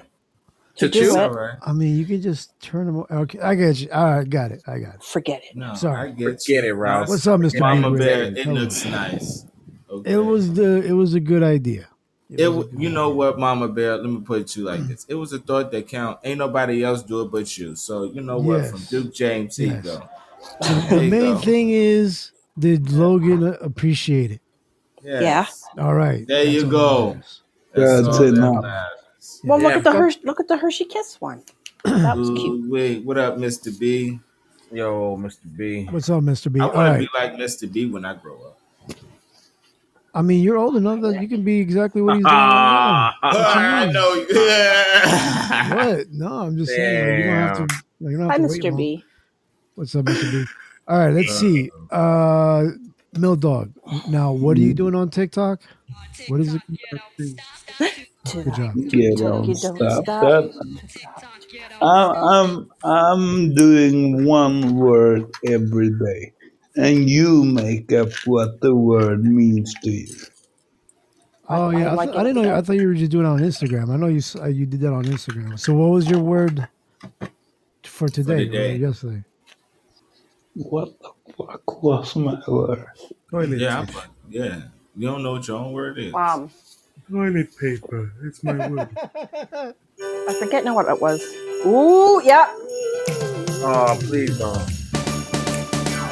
Speaker 12: to,
Speaker 16: To
Speaker 12: do
Speaker 16: chew?
Speaker 12: it.
Speaker 16: All right.
Speaker 8: I mean you could just turn him. Okay, I got you. All right, got it. I got it.
Speaker 12: Forget it.
Speaker 9: No,
Speaker 8: Sorry.
Speaker 9: I get
Speaker 16: Get it,
Speaker 9: Ralph.
Speaker 8: What's up, Mr.
Speaker 9: Mama
Speaker 8: Ingrid?
Speaker 9: Bear? It
Speaker 8: Hello.
Speaker 9: looks nice. Okay.
Speaker 8: It was the it was a good idea.
Speaker 9: It, w you know what, Mama Bear? Let me put it to you like this: It was a thought that count. Ain't nobody else do it but you. So you know what? From
Speaker 8: Yes.
Speaker 9: Duke James, here
Speaker 8: Yes.
Speaker 9: you go.
Speaker 8: The main thing is, did Logan uh, appreciate it?
Speaker 9: Yes.
Speaker 8: All right.
Speaker 9: There you
Speaker 8: all
Speaker 9: go.
Speaker 15: That's
Speaker 9: all that
Speaker 15: enough.
Speaker 9: matters.
Speaker 12: Well, look at the Hershey, look at the Hershey Kiss one. That was cute.
Speaker 9: Ooh, wait, what up, Mr. B?
Speaker 16: Yo, Mr. B.
Speaker 8: What's up, Mr. B?
Speaker 9: I
Speaker 8: All
Speaker 9: want to
Speaker 8: right.
Speaker 9: be like Mr. B when I grow up.
Speaker 8: I mean, you're old enough that you can be exactly what he's doing right
Speaker 9: Ah,
Speaker 8: now.
Speaker 9: I know you.
Speaker 8: What? No, I'm just saying like, you don't have to. like, you don't have
Speaker 12: Hi,
Speaker 8: to wait
Speaker 12: Mr.
Speaker 8: long.
Speaker 12: B.
Speaker 8: What's up, Mr. B? All right, let's see. Uh, Mill Dog. Now, what
Speaker 9: Mm.
Speaker 8: are you doing on TikTok? What is it? Good job.
Speaker 15: Get on, stop that. I'm, I'm, I'm doing one word every day, and you make up what the word means to you.
Speaker 8: Oh yeah, I, th- I didn't know. I thought you were just doing it on Instagram. I know you s- uh, you did that on Instagram. So, what was your word for today or
Speaker 9: day.
Speaker 8: yesterday?
Speaker 15: What the fuck was my word?
Speaker 9: Yeah, I'm like, yeah. You don't know what your own word is.
Speaker 12: Um,
Speaker 16: Toilet paper. It's my word.
Speaker 12: I forget now what it was. Ooh, yeah.
Speaker 16: Oh, please don't.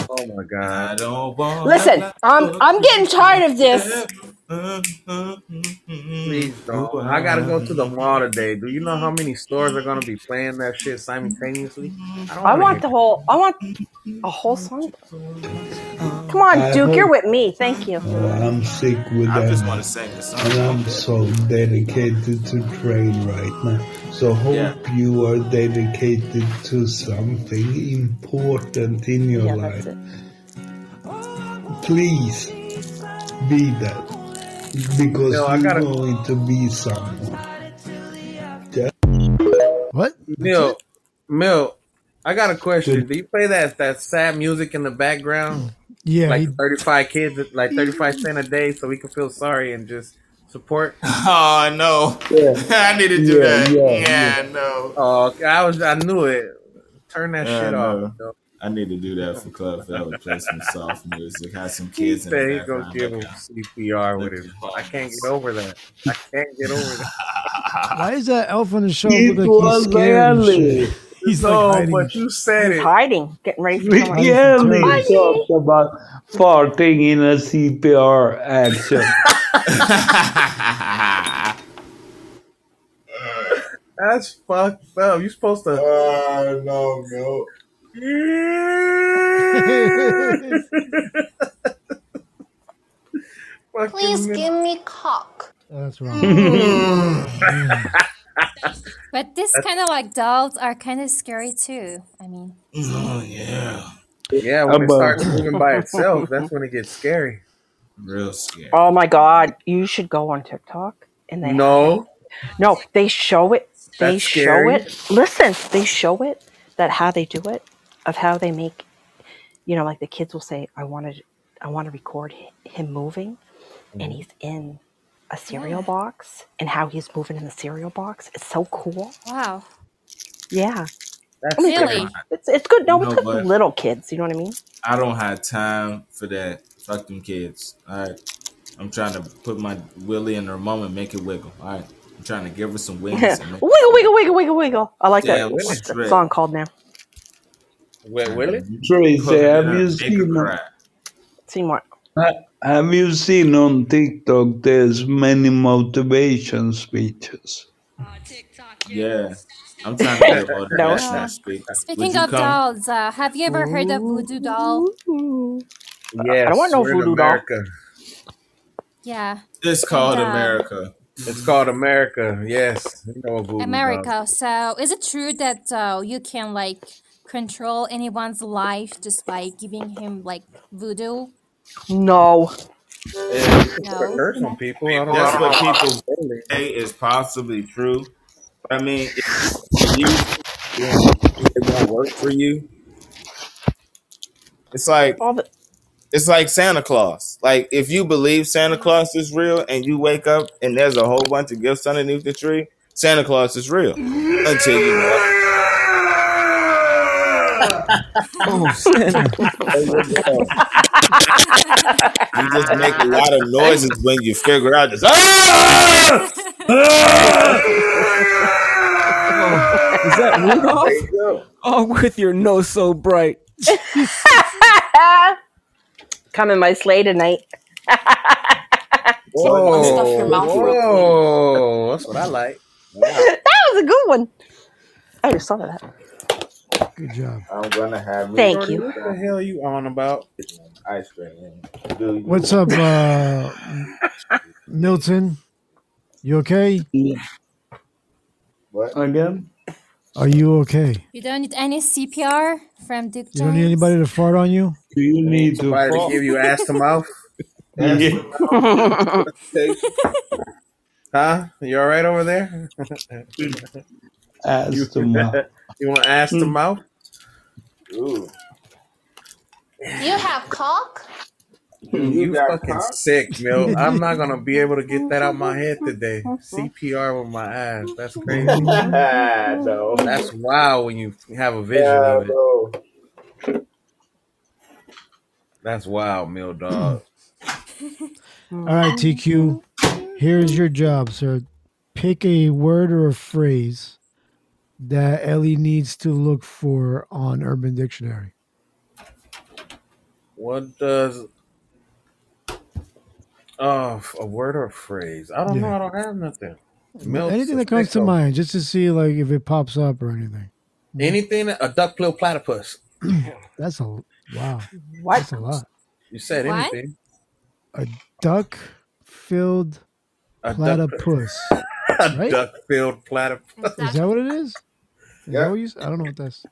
Speaker 16: Oh my god.
Speaker 9: I don't
Speaker 16: Oh,
Speaker 9: want.
Speaker 12: Listen, I'm I'm getting tired of this.
Speaker 16: Please don't. I gotta go to the mall today. Do you know how many stores are gonna be playing that shit simultaneously? I don't
Speaker 12: I
Speaker 16: wanna
Speaker 12: want
Speaker 16: hear
Speaker 12: the whole. I want a whole song. Come on,
Speaker 15: I
Speaker 12: Duke, you're
Speaker 15: hope-
Speaker 12: with me. Thank you.
Speaker 15: I'm sick with
Speaker 9: I just
Speaker 15: that.
Speaker 9: want to sing the song.
Speaker 15: and I'm so dedicated to train right now. So hope you are dedicated to something important in your life. Please be that because
Speaker 16: No, I
Speaker 15: you're
Speaker 16: gotta-
Speaker 15: going to be someone. Just-
Speaker 8: What?
Speaker 16: Mill, Mill, I got a question. Do you play that that sad music in the background?
Speaker 8: Yeah,
Speaker 16: like
Speaker 8: he-
Speaker 16: 35 kids, like 35 cent a day, so we can feel sorry and just support.
Speaker 9: Oh no! I need to do that. Yeah, no.
Speaker 16: Oh, I was, I knew it. Turn that
Speaker 9: Yeah, I
Speaker 16: shit
Speaker 9: know.
Speaker 16: off.
Speaker 9: I need to do that for Club Fella. Play some soft music. Have some
Speaker 16: He
Speaker 9: kids in
Speaker 16: said
Speaker 9: the
Speaker 16: he's gonna
Speaker 9: background.
Speaker 16: give him CPR with him. I can't get over that. I can't get over that.
Speaker 8: Why is that elf on the show
Speaker 16: It
Speaker 8: look like he's
Speaker 16: was
Speaker 8: scared? and
Speaker 16: Ellie.
Speaker 8: shit? He's
Speaker 16: No,
Speaker 8: like hiding.
Speaker 16: but you said
Speaker 12: He's hiding, getting ready for someone.
Speaker 15: Ricky Ellie talked about farting in a CPR action.
Speaker 16: That's fucked up. You supposed to.
Speaker 9: Oh no, no.
Speaker 16: Please
Speaker 5: give me cock.
Speaker 8: That's
Speaker 5: But this kind of like dolls are kind of scary too. I mean,
Speaker 9: Oh yeah.
Speaker 16: Yeah, when it
Speaker 12: About-
Speaker 16: starts moving by itself, Oh, that's when it gets scary.
Speaker 9: Real scary.
Speaker 12: Oh my god, you should go on TikTok and they
Speaker 16: No,
Speaker 12: no, they show it. They
Speaker 16: That's
Speaker 12: show
Speaker 16: scary.
Speaker 12: it. Listen, they show it that how they do it, of how they make you know, like the kids will say, "I wanted, I want to record hi- him moving,"
Speaker 16: Mm-hmm.
Speaker 12: and he's in a cereal
Speaker 5: Yeah.
Speaker 12: box and how he's moving in the cereal box. It's so cool.
Speaker 5: wow.
Speaker 12: Yeah, I
Speaker 16: that's
Speaker 12: mean, it's
Speaker 9: scary.
Speaker 12: good. It's it's good. No, it's
Speaker 9: No,
Speaker 12: good for
Speaker 9: but-
Speaker 12: little kids. You know what I mean?
Speaker 9: I don't have time for that. Fuck them kids. All right. I'm trying to put my willy in her mom and make it wiggle. All right. I'm trying to give her some wings and make
Speaker 12: wiggle, wiggle, wiggle, wiggle, wiggle. I like
Speaker 9: Yeah,
Speaker 12: that.
Speaker 9: with
Speaker 12: What's that
Speaker 9: shred.
Speaker 12: song called now?
Speaker 16: Wait, will it?
Speaker 15: Tracy,
Speaker 9: Put it in
Speaker 15: have
Speaker 9: her,
Speaker 15: you
Speaker 9: make her
Speaker 15: seen
Speaker 9: cry.
Speaker 12: Seymour.
Speaker 15: Ha- Have you seen on TikTok there's many motivation speeches?
Speaker 9: Yeah. I'm trying to give motivational
Speaker 5: Wow.
Speaker 9: speak. Would
Speaker 5: Speaking
Speaker 9: you
Speaker 5: of
Speaker 9: come?
Speaker 5: dolls, uh, have you ever heard of voodoo doll?
Speaker 12: I don't want
Speaker 16: Yes,
Speaker 12: no
Speaker 16: we're in
Speaker 12: voodoo doll.
Speaker 16: America.
Speaker 5: Yeah.
Speaker 9: It's
Speaker 5: And
Speaker 9: called
Speaker 5: uh,
Speaker 9: America.
Speaker 16: It's called America. Yes, we know
Speaker 9: Oh,
Speaker 16: what voodoo doll.
Speaker 5: America. So, is it true that uh, you can like control anyone's life just by giving him like voodoo?
Speaker 12: No.
Speaker 9: If
Speaker 16: Put a
Speaker 5: No.
Speaker 16: curse on people. I
Speaker 9: if
Speaker 16: don't know.
Speaker 9: that's what people
Speaker 16: Really.
Speaker 9: say is possibly true, I mean, if if you doing something that won't work for you, it's like
Speaker 12: All the
Speaker 9: it's like Santa Claus. Like if you believe Santa Claus is real and you wake up and there's a whole bunch of gifts underneath the tree, Santa Claus is real. Until you know. Oh, Santa Claus. You just make a lot of noises when you figure out this. Ah!
Speaker 14: Is that
Speaker 9: There
Speaker 14: Rudolph?
Speaker 9: you go.
Speaker 14: Oh, with your nose so bright.
Speaker 12: come in my sleigh tonight.
Speaker 9: So
Speaker 11: Or stuff your
Speaker 16: Whoa,
Speaker 11: mouth real quick.
Speaker 16: whoa. That's what I like.
Speaker 9: Wow.
Speaker 12: that was a good one. I just thought of that.
Speaker 8: Good job.
Speaker 9: I'm gonna have me
Speaker 12: Thank
Speaker 16: Shorty,
Speaker 12: you.
Speaker 16: what the hell you on about?
Speaker 9: ice cream. and Do you
Speaker 8: What's up, uh, Milton? You okay?
Speaker 15: Yeah.
Speaker 9: what?
Speaker 15: Again?
Speaker 8: Are you okay?
Speaker 5: You don't need any CPR from Duke
Speaker 8: You don't need
Speaker 5: James.
Speaker 8: anybody to fart on you?
Speaker 15: Do you
Speaker 16: You need
Speaker 15: need to
Speaker 16: somebody to
Speaker 15: fart?
Speaker 16: give you ass to mouth?
Speaker 9: Ask
Speaker 15: Yeah.
Speaker 9: them how to take
Speaker 16: Huh? You all right over there? you
Speaker 15: Ask them. out.
Speaker 16: you want ass to mouth?
Speaker 9: Ooh.
Speaker 10: You have cock?
Speaker 9: You
Speaker 16: Hmm, You
Speaker 9: got
Speaker 16: fucking
Speaker 9: cock?
Speaker 16: sick, Mill. I'm not gonna be able to get that out my head today. CPR with my ass. That's crazy.
Speaker 9: no.
Speaker 16: That's wild when you have a vision
Speaker 9: Yeah,
Speaker 16: of it.
Speaker 9: no.
Speaker 16: That's wild, Mill dog.
Speaker 8: All right, TQ. Here's your job, sir. Pick a word or a phrase that Ellie needs to look for on Urban Dictionary.
Speaker 16: What does oh a word or a phrase? I don't know.
Speaker 8: Yeah.
Speaker 16: I don't have nothing.
Speaker 8: N-
Speaker 16: Milt's
Speaker 8: Anything
Speaker 16: a
Speaker 8: that comes to
Speaker 16: sicko.
Speaker 8: mind, just to see like if it pops up or anything. Mm.
Speaker 16: Anything that- a duck bill platypus.
Speaker 8: That's a wow.
Speaker 12: What?
Speaker 8: That's a lot.
Speaker 16: You said
Speaker 5: What?
Speaker 16: anything.
Speaker 8: A duck-filled
Speaker 16: A duck
Speaker 8: platypus,
Speaker 16: a
Speaker 8: right?
Speaker 16: duck filled platypus.
Speaker 8: Is that what it is? Is that
Speaker 9: Yep.
Speaker 8: what you? s- I don't know what that's.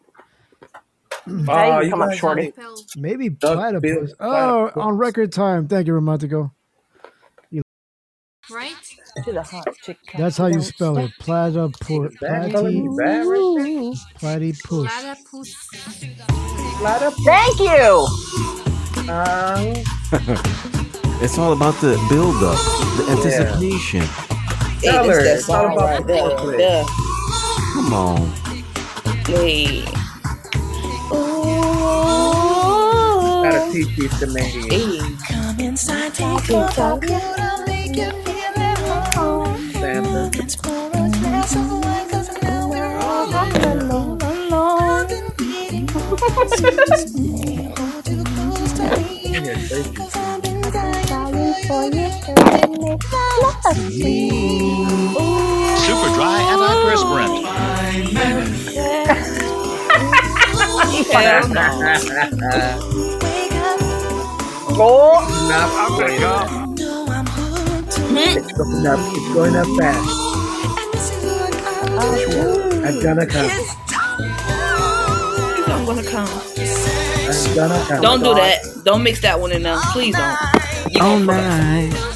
Speaker 12: How you
Speaker 6: Ah,
Speaker 16: Oh,
Speaker 12: gonna
Speaker 16: you
Speaker 12: come up
Speaker 16: guys
Speaker 12: shorty?
Speaker 16: think
Speaker 8: Maybe
Speaker 16: duck billed
Speaker 8: platypus. Oh, on
Speaker 16: platypus?
Speaker 8: record time. Thank you, Romantico. You-
Speaker 5: Right?
Speaker 12: To the hot chick cat
Speaker 8: That's how you spell
Speaker 12: downstairs.
Speaker 8: it. Platypus.
Speaker 16: Is that calling
Speaker 8: Platy.
Speaker 16: me bad right there?
Speaker 12: Ooh.
Speaker 8: Platypus.
Speaker 5: Platypus.
Speaker 16: Platypus.
Speaker 12: Thank you.
Speaker 14: it's all about the build up, the anticipation.
Speaker 11: Hey,
Speaker 16: Tell her.
Speaker 11: this that
Speaker 16: It's all
Speaker 11: song
Speaker 16: about
Speaker 11: right there.
Speaker 16: foreplay.
Speaker 11: Duh.
Speaker 14: Come on.
Speaker 11: Hey.
Speaker 16: Got a pee pee to me.
Speaker 6: Come inside, take a walk, and I'll make you feel at home.
Speaker 16: Sample.
Speaker 6: It's for a glass of wine, 'cause now we're all alone, alone. I've been waiting for this, so just hold you close to me, 'cause I've been dying for you to make love to me.
Speaker 17: Super dry antiperspirant.
Speaker 6: Hell
Speaker 16: It's not going up. It's going up. It's going up fast. I'm gonna come.
Speaker 11: I'm gonna come.
Speaker 16: I'm gonna come.
Speaker 11: Don't do that. Don't mix that one in now. Please don't. You
Speaker 14: Oh,
Speaker 11: gonna fuck up.
Speaker 14: nice.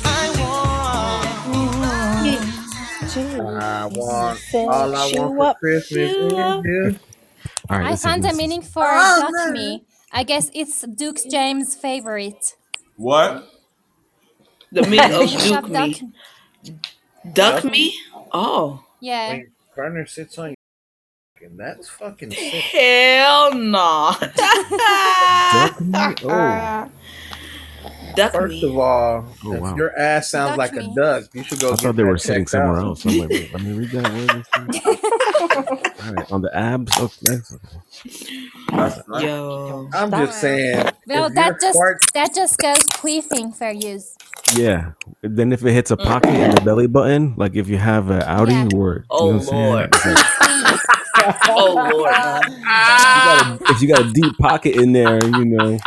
Speaker 16: I want all I want for Christmas is you.
Speaker 14: All right,
Speaker 5: I
Speaker 14: let's
Speaker 5: found
Speaker 14: see.
Speaker 5: the meaning for
Speaker 16: Oh,
Speaker 5: got
Speaker 16: man.
Speaker 5: me. I guess it's Duke James' favorite.
Speaker 9: What?
Speaker 11: The meat
Speaker 5: The
Speaker 11: of
Speaker 5: meaning
Speaker 11: Duke
Speaker 5: of duck.
Speaker 11: me. Duck me? Oh.
Speaker 5: Yeah.
Speaker 16: When Garner sits on you, and that's fucking sick.
Speaker 11: Hell no.
Speaker 14: Duck me? Oh.
Speaker 11: Duck
Speaker 16: First
Speaker 11: me.
Speaker 16: of all,
Speaker 14: Oh,
Speaker 16: if
Speaker 14: wow.
Speaker 16: your ass sounds
Speaker 11: Duck
Speaker 16: like a
Speaker 11: me.
Speaker 16: duck, you should go
Speaker 14: I
Speaker 16: get
Speaker 14: thought they
Speaker 16: that
Speaker 14: were sitting
Speaker 16: checked
Speaker 14: somewhere
Speaker 16: out.
Speaker 14: else. I'm like, wait, let me read that. What is this? All right, on the abs. Oh, Okay, that's okay.
Speaker 16: That's nice.
Speaker 11: Yo.
Speaker 16: I'm
Speaker 11: Duck.
Speaker 16: just saying,
Speaker 5: Well,
Speaker 16: if your
Speaker 5: that just
Speaker 16: fart,
Speaker 5: that just goes queefing for use.
Speaker 14: Yeah. Then if it hits a pocket in the belly button, like if you have an
Speaker 5: Yeah.
Speaker 14: outie or you know
Speaker 11: Oh
Speaker 14: what I'm saying,
Speaker 11: Lord.
Speaker 14: it's like
Speaker 11: Oh Lord. No.
Speaker 14: if you got a if you got a deep pocket in there, you know,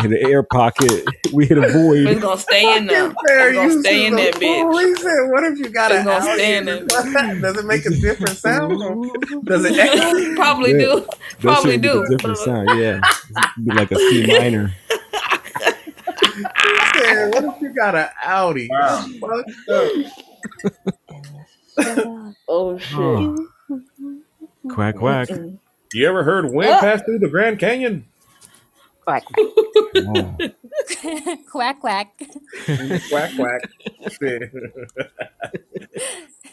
Speaker 14: hit an air pocket, we hit a void.
Speaker 11: It's gonna stay in there.
Speaker 16: fucking
Speaker 11: It's
Speaker 16: fair
Speaker 11: gonna
Speaker 16: use
Speaker 11: stay
Speaker 16: is
Speaker 11: in
Speaker 16: a
Speaker 11: that
Speaker 16: fool.
Speaker 11: bitch.
Speaker 16: He said, "What if you got
Speaker 11: It's
Speaker 16: an
Speaker 11: gonna stay in
Speaker 16: outie?
Speaker 11: that
Speaker 16: Does it make a different sound? Or does it echo?"
Speaker 11: bitch. Probably
Speaker 14: Yeah,
Speaker 11: do.
Speaker 14: that
Speaker 11: Probably
Speaker 14: should make a
Speaker 11: do.
Speaker 14: different sound. Yeah, It'd be like a C minor.
Speaker 16: He said, "What if you got an outie? That's
Speaker 9: Wow.
Speaker 16: fucked up."
Speaker 11: Oh
Speaker 14: Oh,
Speaker 11: shit.
Speaker 14: quack quack.
Speaker 16: You ever heard wind
Speaker 11: Ah.
Speaker 16: pass through the Grand Canyon?
Speaker 12: Quack,
Speaker 14: Oh.
Speaker 5: quack quack.
Speaker 16: Whack whack.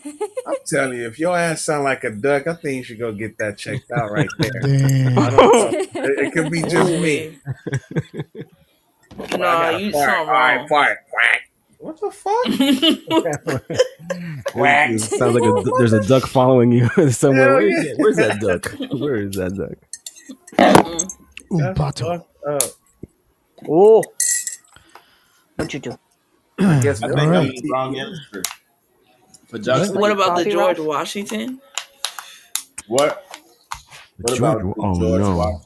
Speaker 16: I'm telling you, if your ass sound like a duck, I think you should go get that checked out right there. I
Speaker 8: Damn.
Speaker 16: don't know. It, it could be just
Speaker 11: Ooh-wee.
Speaker 16: me. Well, I
Speaker 11: Nah,
Speaker 16: got a
Speaker 11: you
Speaker 16: fart.
Speaker 11: something
Speaker 16: All right,
Speaker 11: wrong.
Speaker 16: fart. Quack. What the fuck?
Speaker 14: It,
Speaker 16: Quack.
Speaker 14: it sounds like a du- there's a duck following you somewhere.
Speaker 16: Hell
Speaker 14: Where is
Speaker 16: yeah.
Speaker 14: that? Where's that duck? Where is that duck?
Speaker 11: Mm-mm.
Speaker 8: Umpato.
Speaker 16: That's fucked up.
Speaker 12: Oh, what'd you do?
Speaker 16: I guess
Speaker 9: I
Speaker 16: Bill
Speaker 8: All
Speaker 9: think I'm
Speaker 8: right.
Speaker 9: the
Speaker 16: Cosby.
Speaker 9: wrong answer for
Speaker 8: What?
Speaker 9: Juxta.
Speaker 11: what
Speaker 12: Like a
Speaker 11: about the
Speaker 12: coffee,
Speaker 11: George
Speaker 12: Ralph?
Speaker 11: Washington?
Speaker 9: What? What
Speaker 14: George.
Speaker 9: about the
Speaker 14: Oh
Speaker 9: George
Speaker 14: no.
Speaker 9: Washington?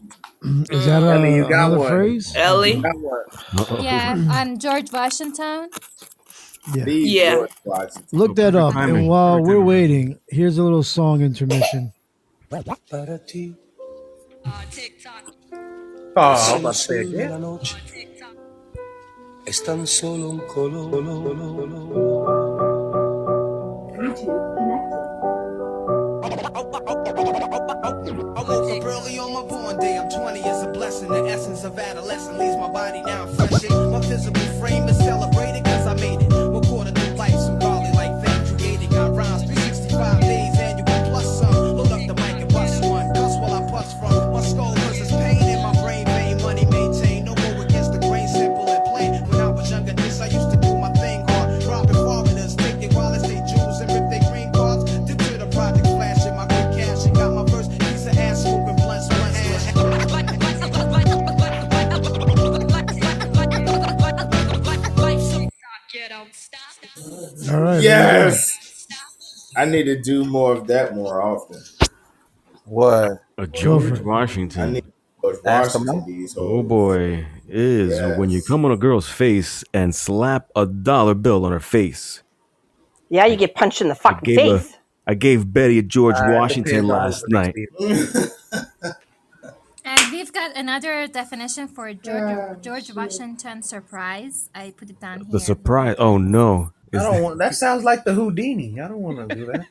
Speaker 8: Is that
Speaker 11: Mm.
Speaker 16: Ellie, you
Speaker 8: uh,
Speaker 16: got
Speaker 8: another
Speaker 16: one.
Speaker 8: phrase?
Speaker 11: Ellie?
Speaker 16: You got one.
Speaker 14: Uh oh.
Speaker 5: Yeah, um, George Washington.
Speaker 8: Yeah.
Speaker 9: The
Speaker 11: Yeah.
Speaker 9: George Washington.
Speaker 8: Look
Speaker 14: Oh,
Speaker 8: that
Speaker 14: perfect
Speaker 8: up. And
Speaker 14: timing.
Speaker 8: while
Speaker 14: Perfect
Speaker 8: we're
Speaker 14: timing, Bill.
Speaker 8: waiting, here's a little song intermission. Uh,
Speaker 16: Oh,
Speaker 6: Ah,
Speaker 16: I was about to say again.
Speaker 6: I woke up early on my born day. I'm 20 is a blessing. The essence of adolescence leaves my body now fresh. My physical frame is celebrated because I made it. One quarter to life, some barley like fame created. Got rhymes 365 days annual plus some. Load up the mic and bust one. Cuss while I puss from my skull versus pain in my brain. Made money maintained. No more against the grain, simple and plain. When I was younger, this I used to do my thing hard. Robbing foreigners, take their wallets, they jewels, and rip their green cards. Dip to the project flashing my quick cash and got my first piece of ass whooping blunts. blunts, blunts.
Speaker 8: All right, there you go.
Speaker 9: Yes. I need to do more of that more often.
Speaker 16: What?
Speaker 14: A
Speaker 8: Joffrey.
Speaker 14: George
Speaker 9: I need
Speaker 14: Washington.
Speaker 9: George
Speaker 16: Ask them
Speaker 9: Washington these
Speaker 14: Oh
Speaker 9: hoes.
Speaker 14: boy, is when you
Speaker 9: Yes.
Speaker 14: come on a girl's face and slap a dollar bill on her face.
Speaker 12: Yeah, you
Speaker 14: I,
Speaker 12: get punched in the
Speaker 14: I
Speaker 12: fucking
Speaker 14: gave a
Speaker 12: face.
Speaker 14: I gave Betty a George
Speaker 16: Uh, it
Speaker 14: Washington
Speaker 16: depends on who
Speaker 14: last night.
Speaker 16: it is.
Speaker 5: And we've got another definition for George George Washington surprise. I put it down
Speaker 14: The
Speaker 5: here.
Speaker 14: surprise. Oh no,
Speaker 16: I
Speaker 14: is
Speaker 16: don't
Speaker 14: that
Speaker 16: want. That sounds like the Houdini. I don't want to do that.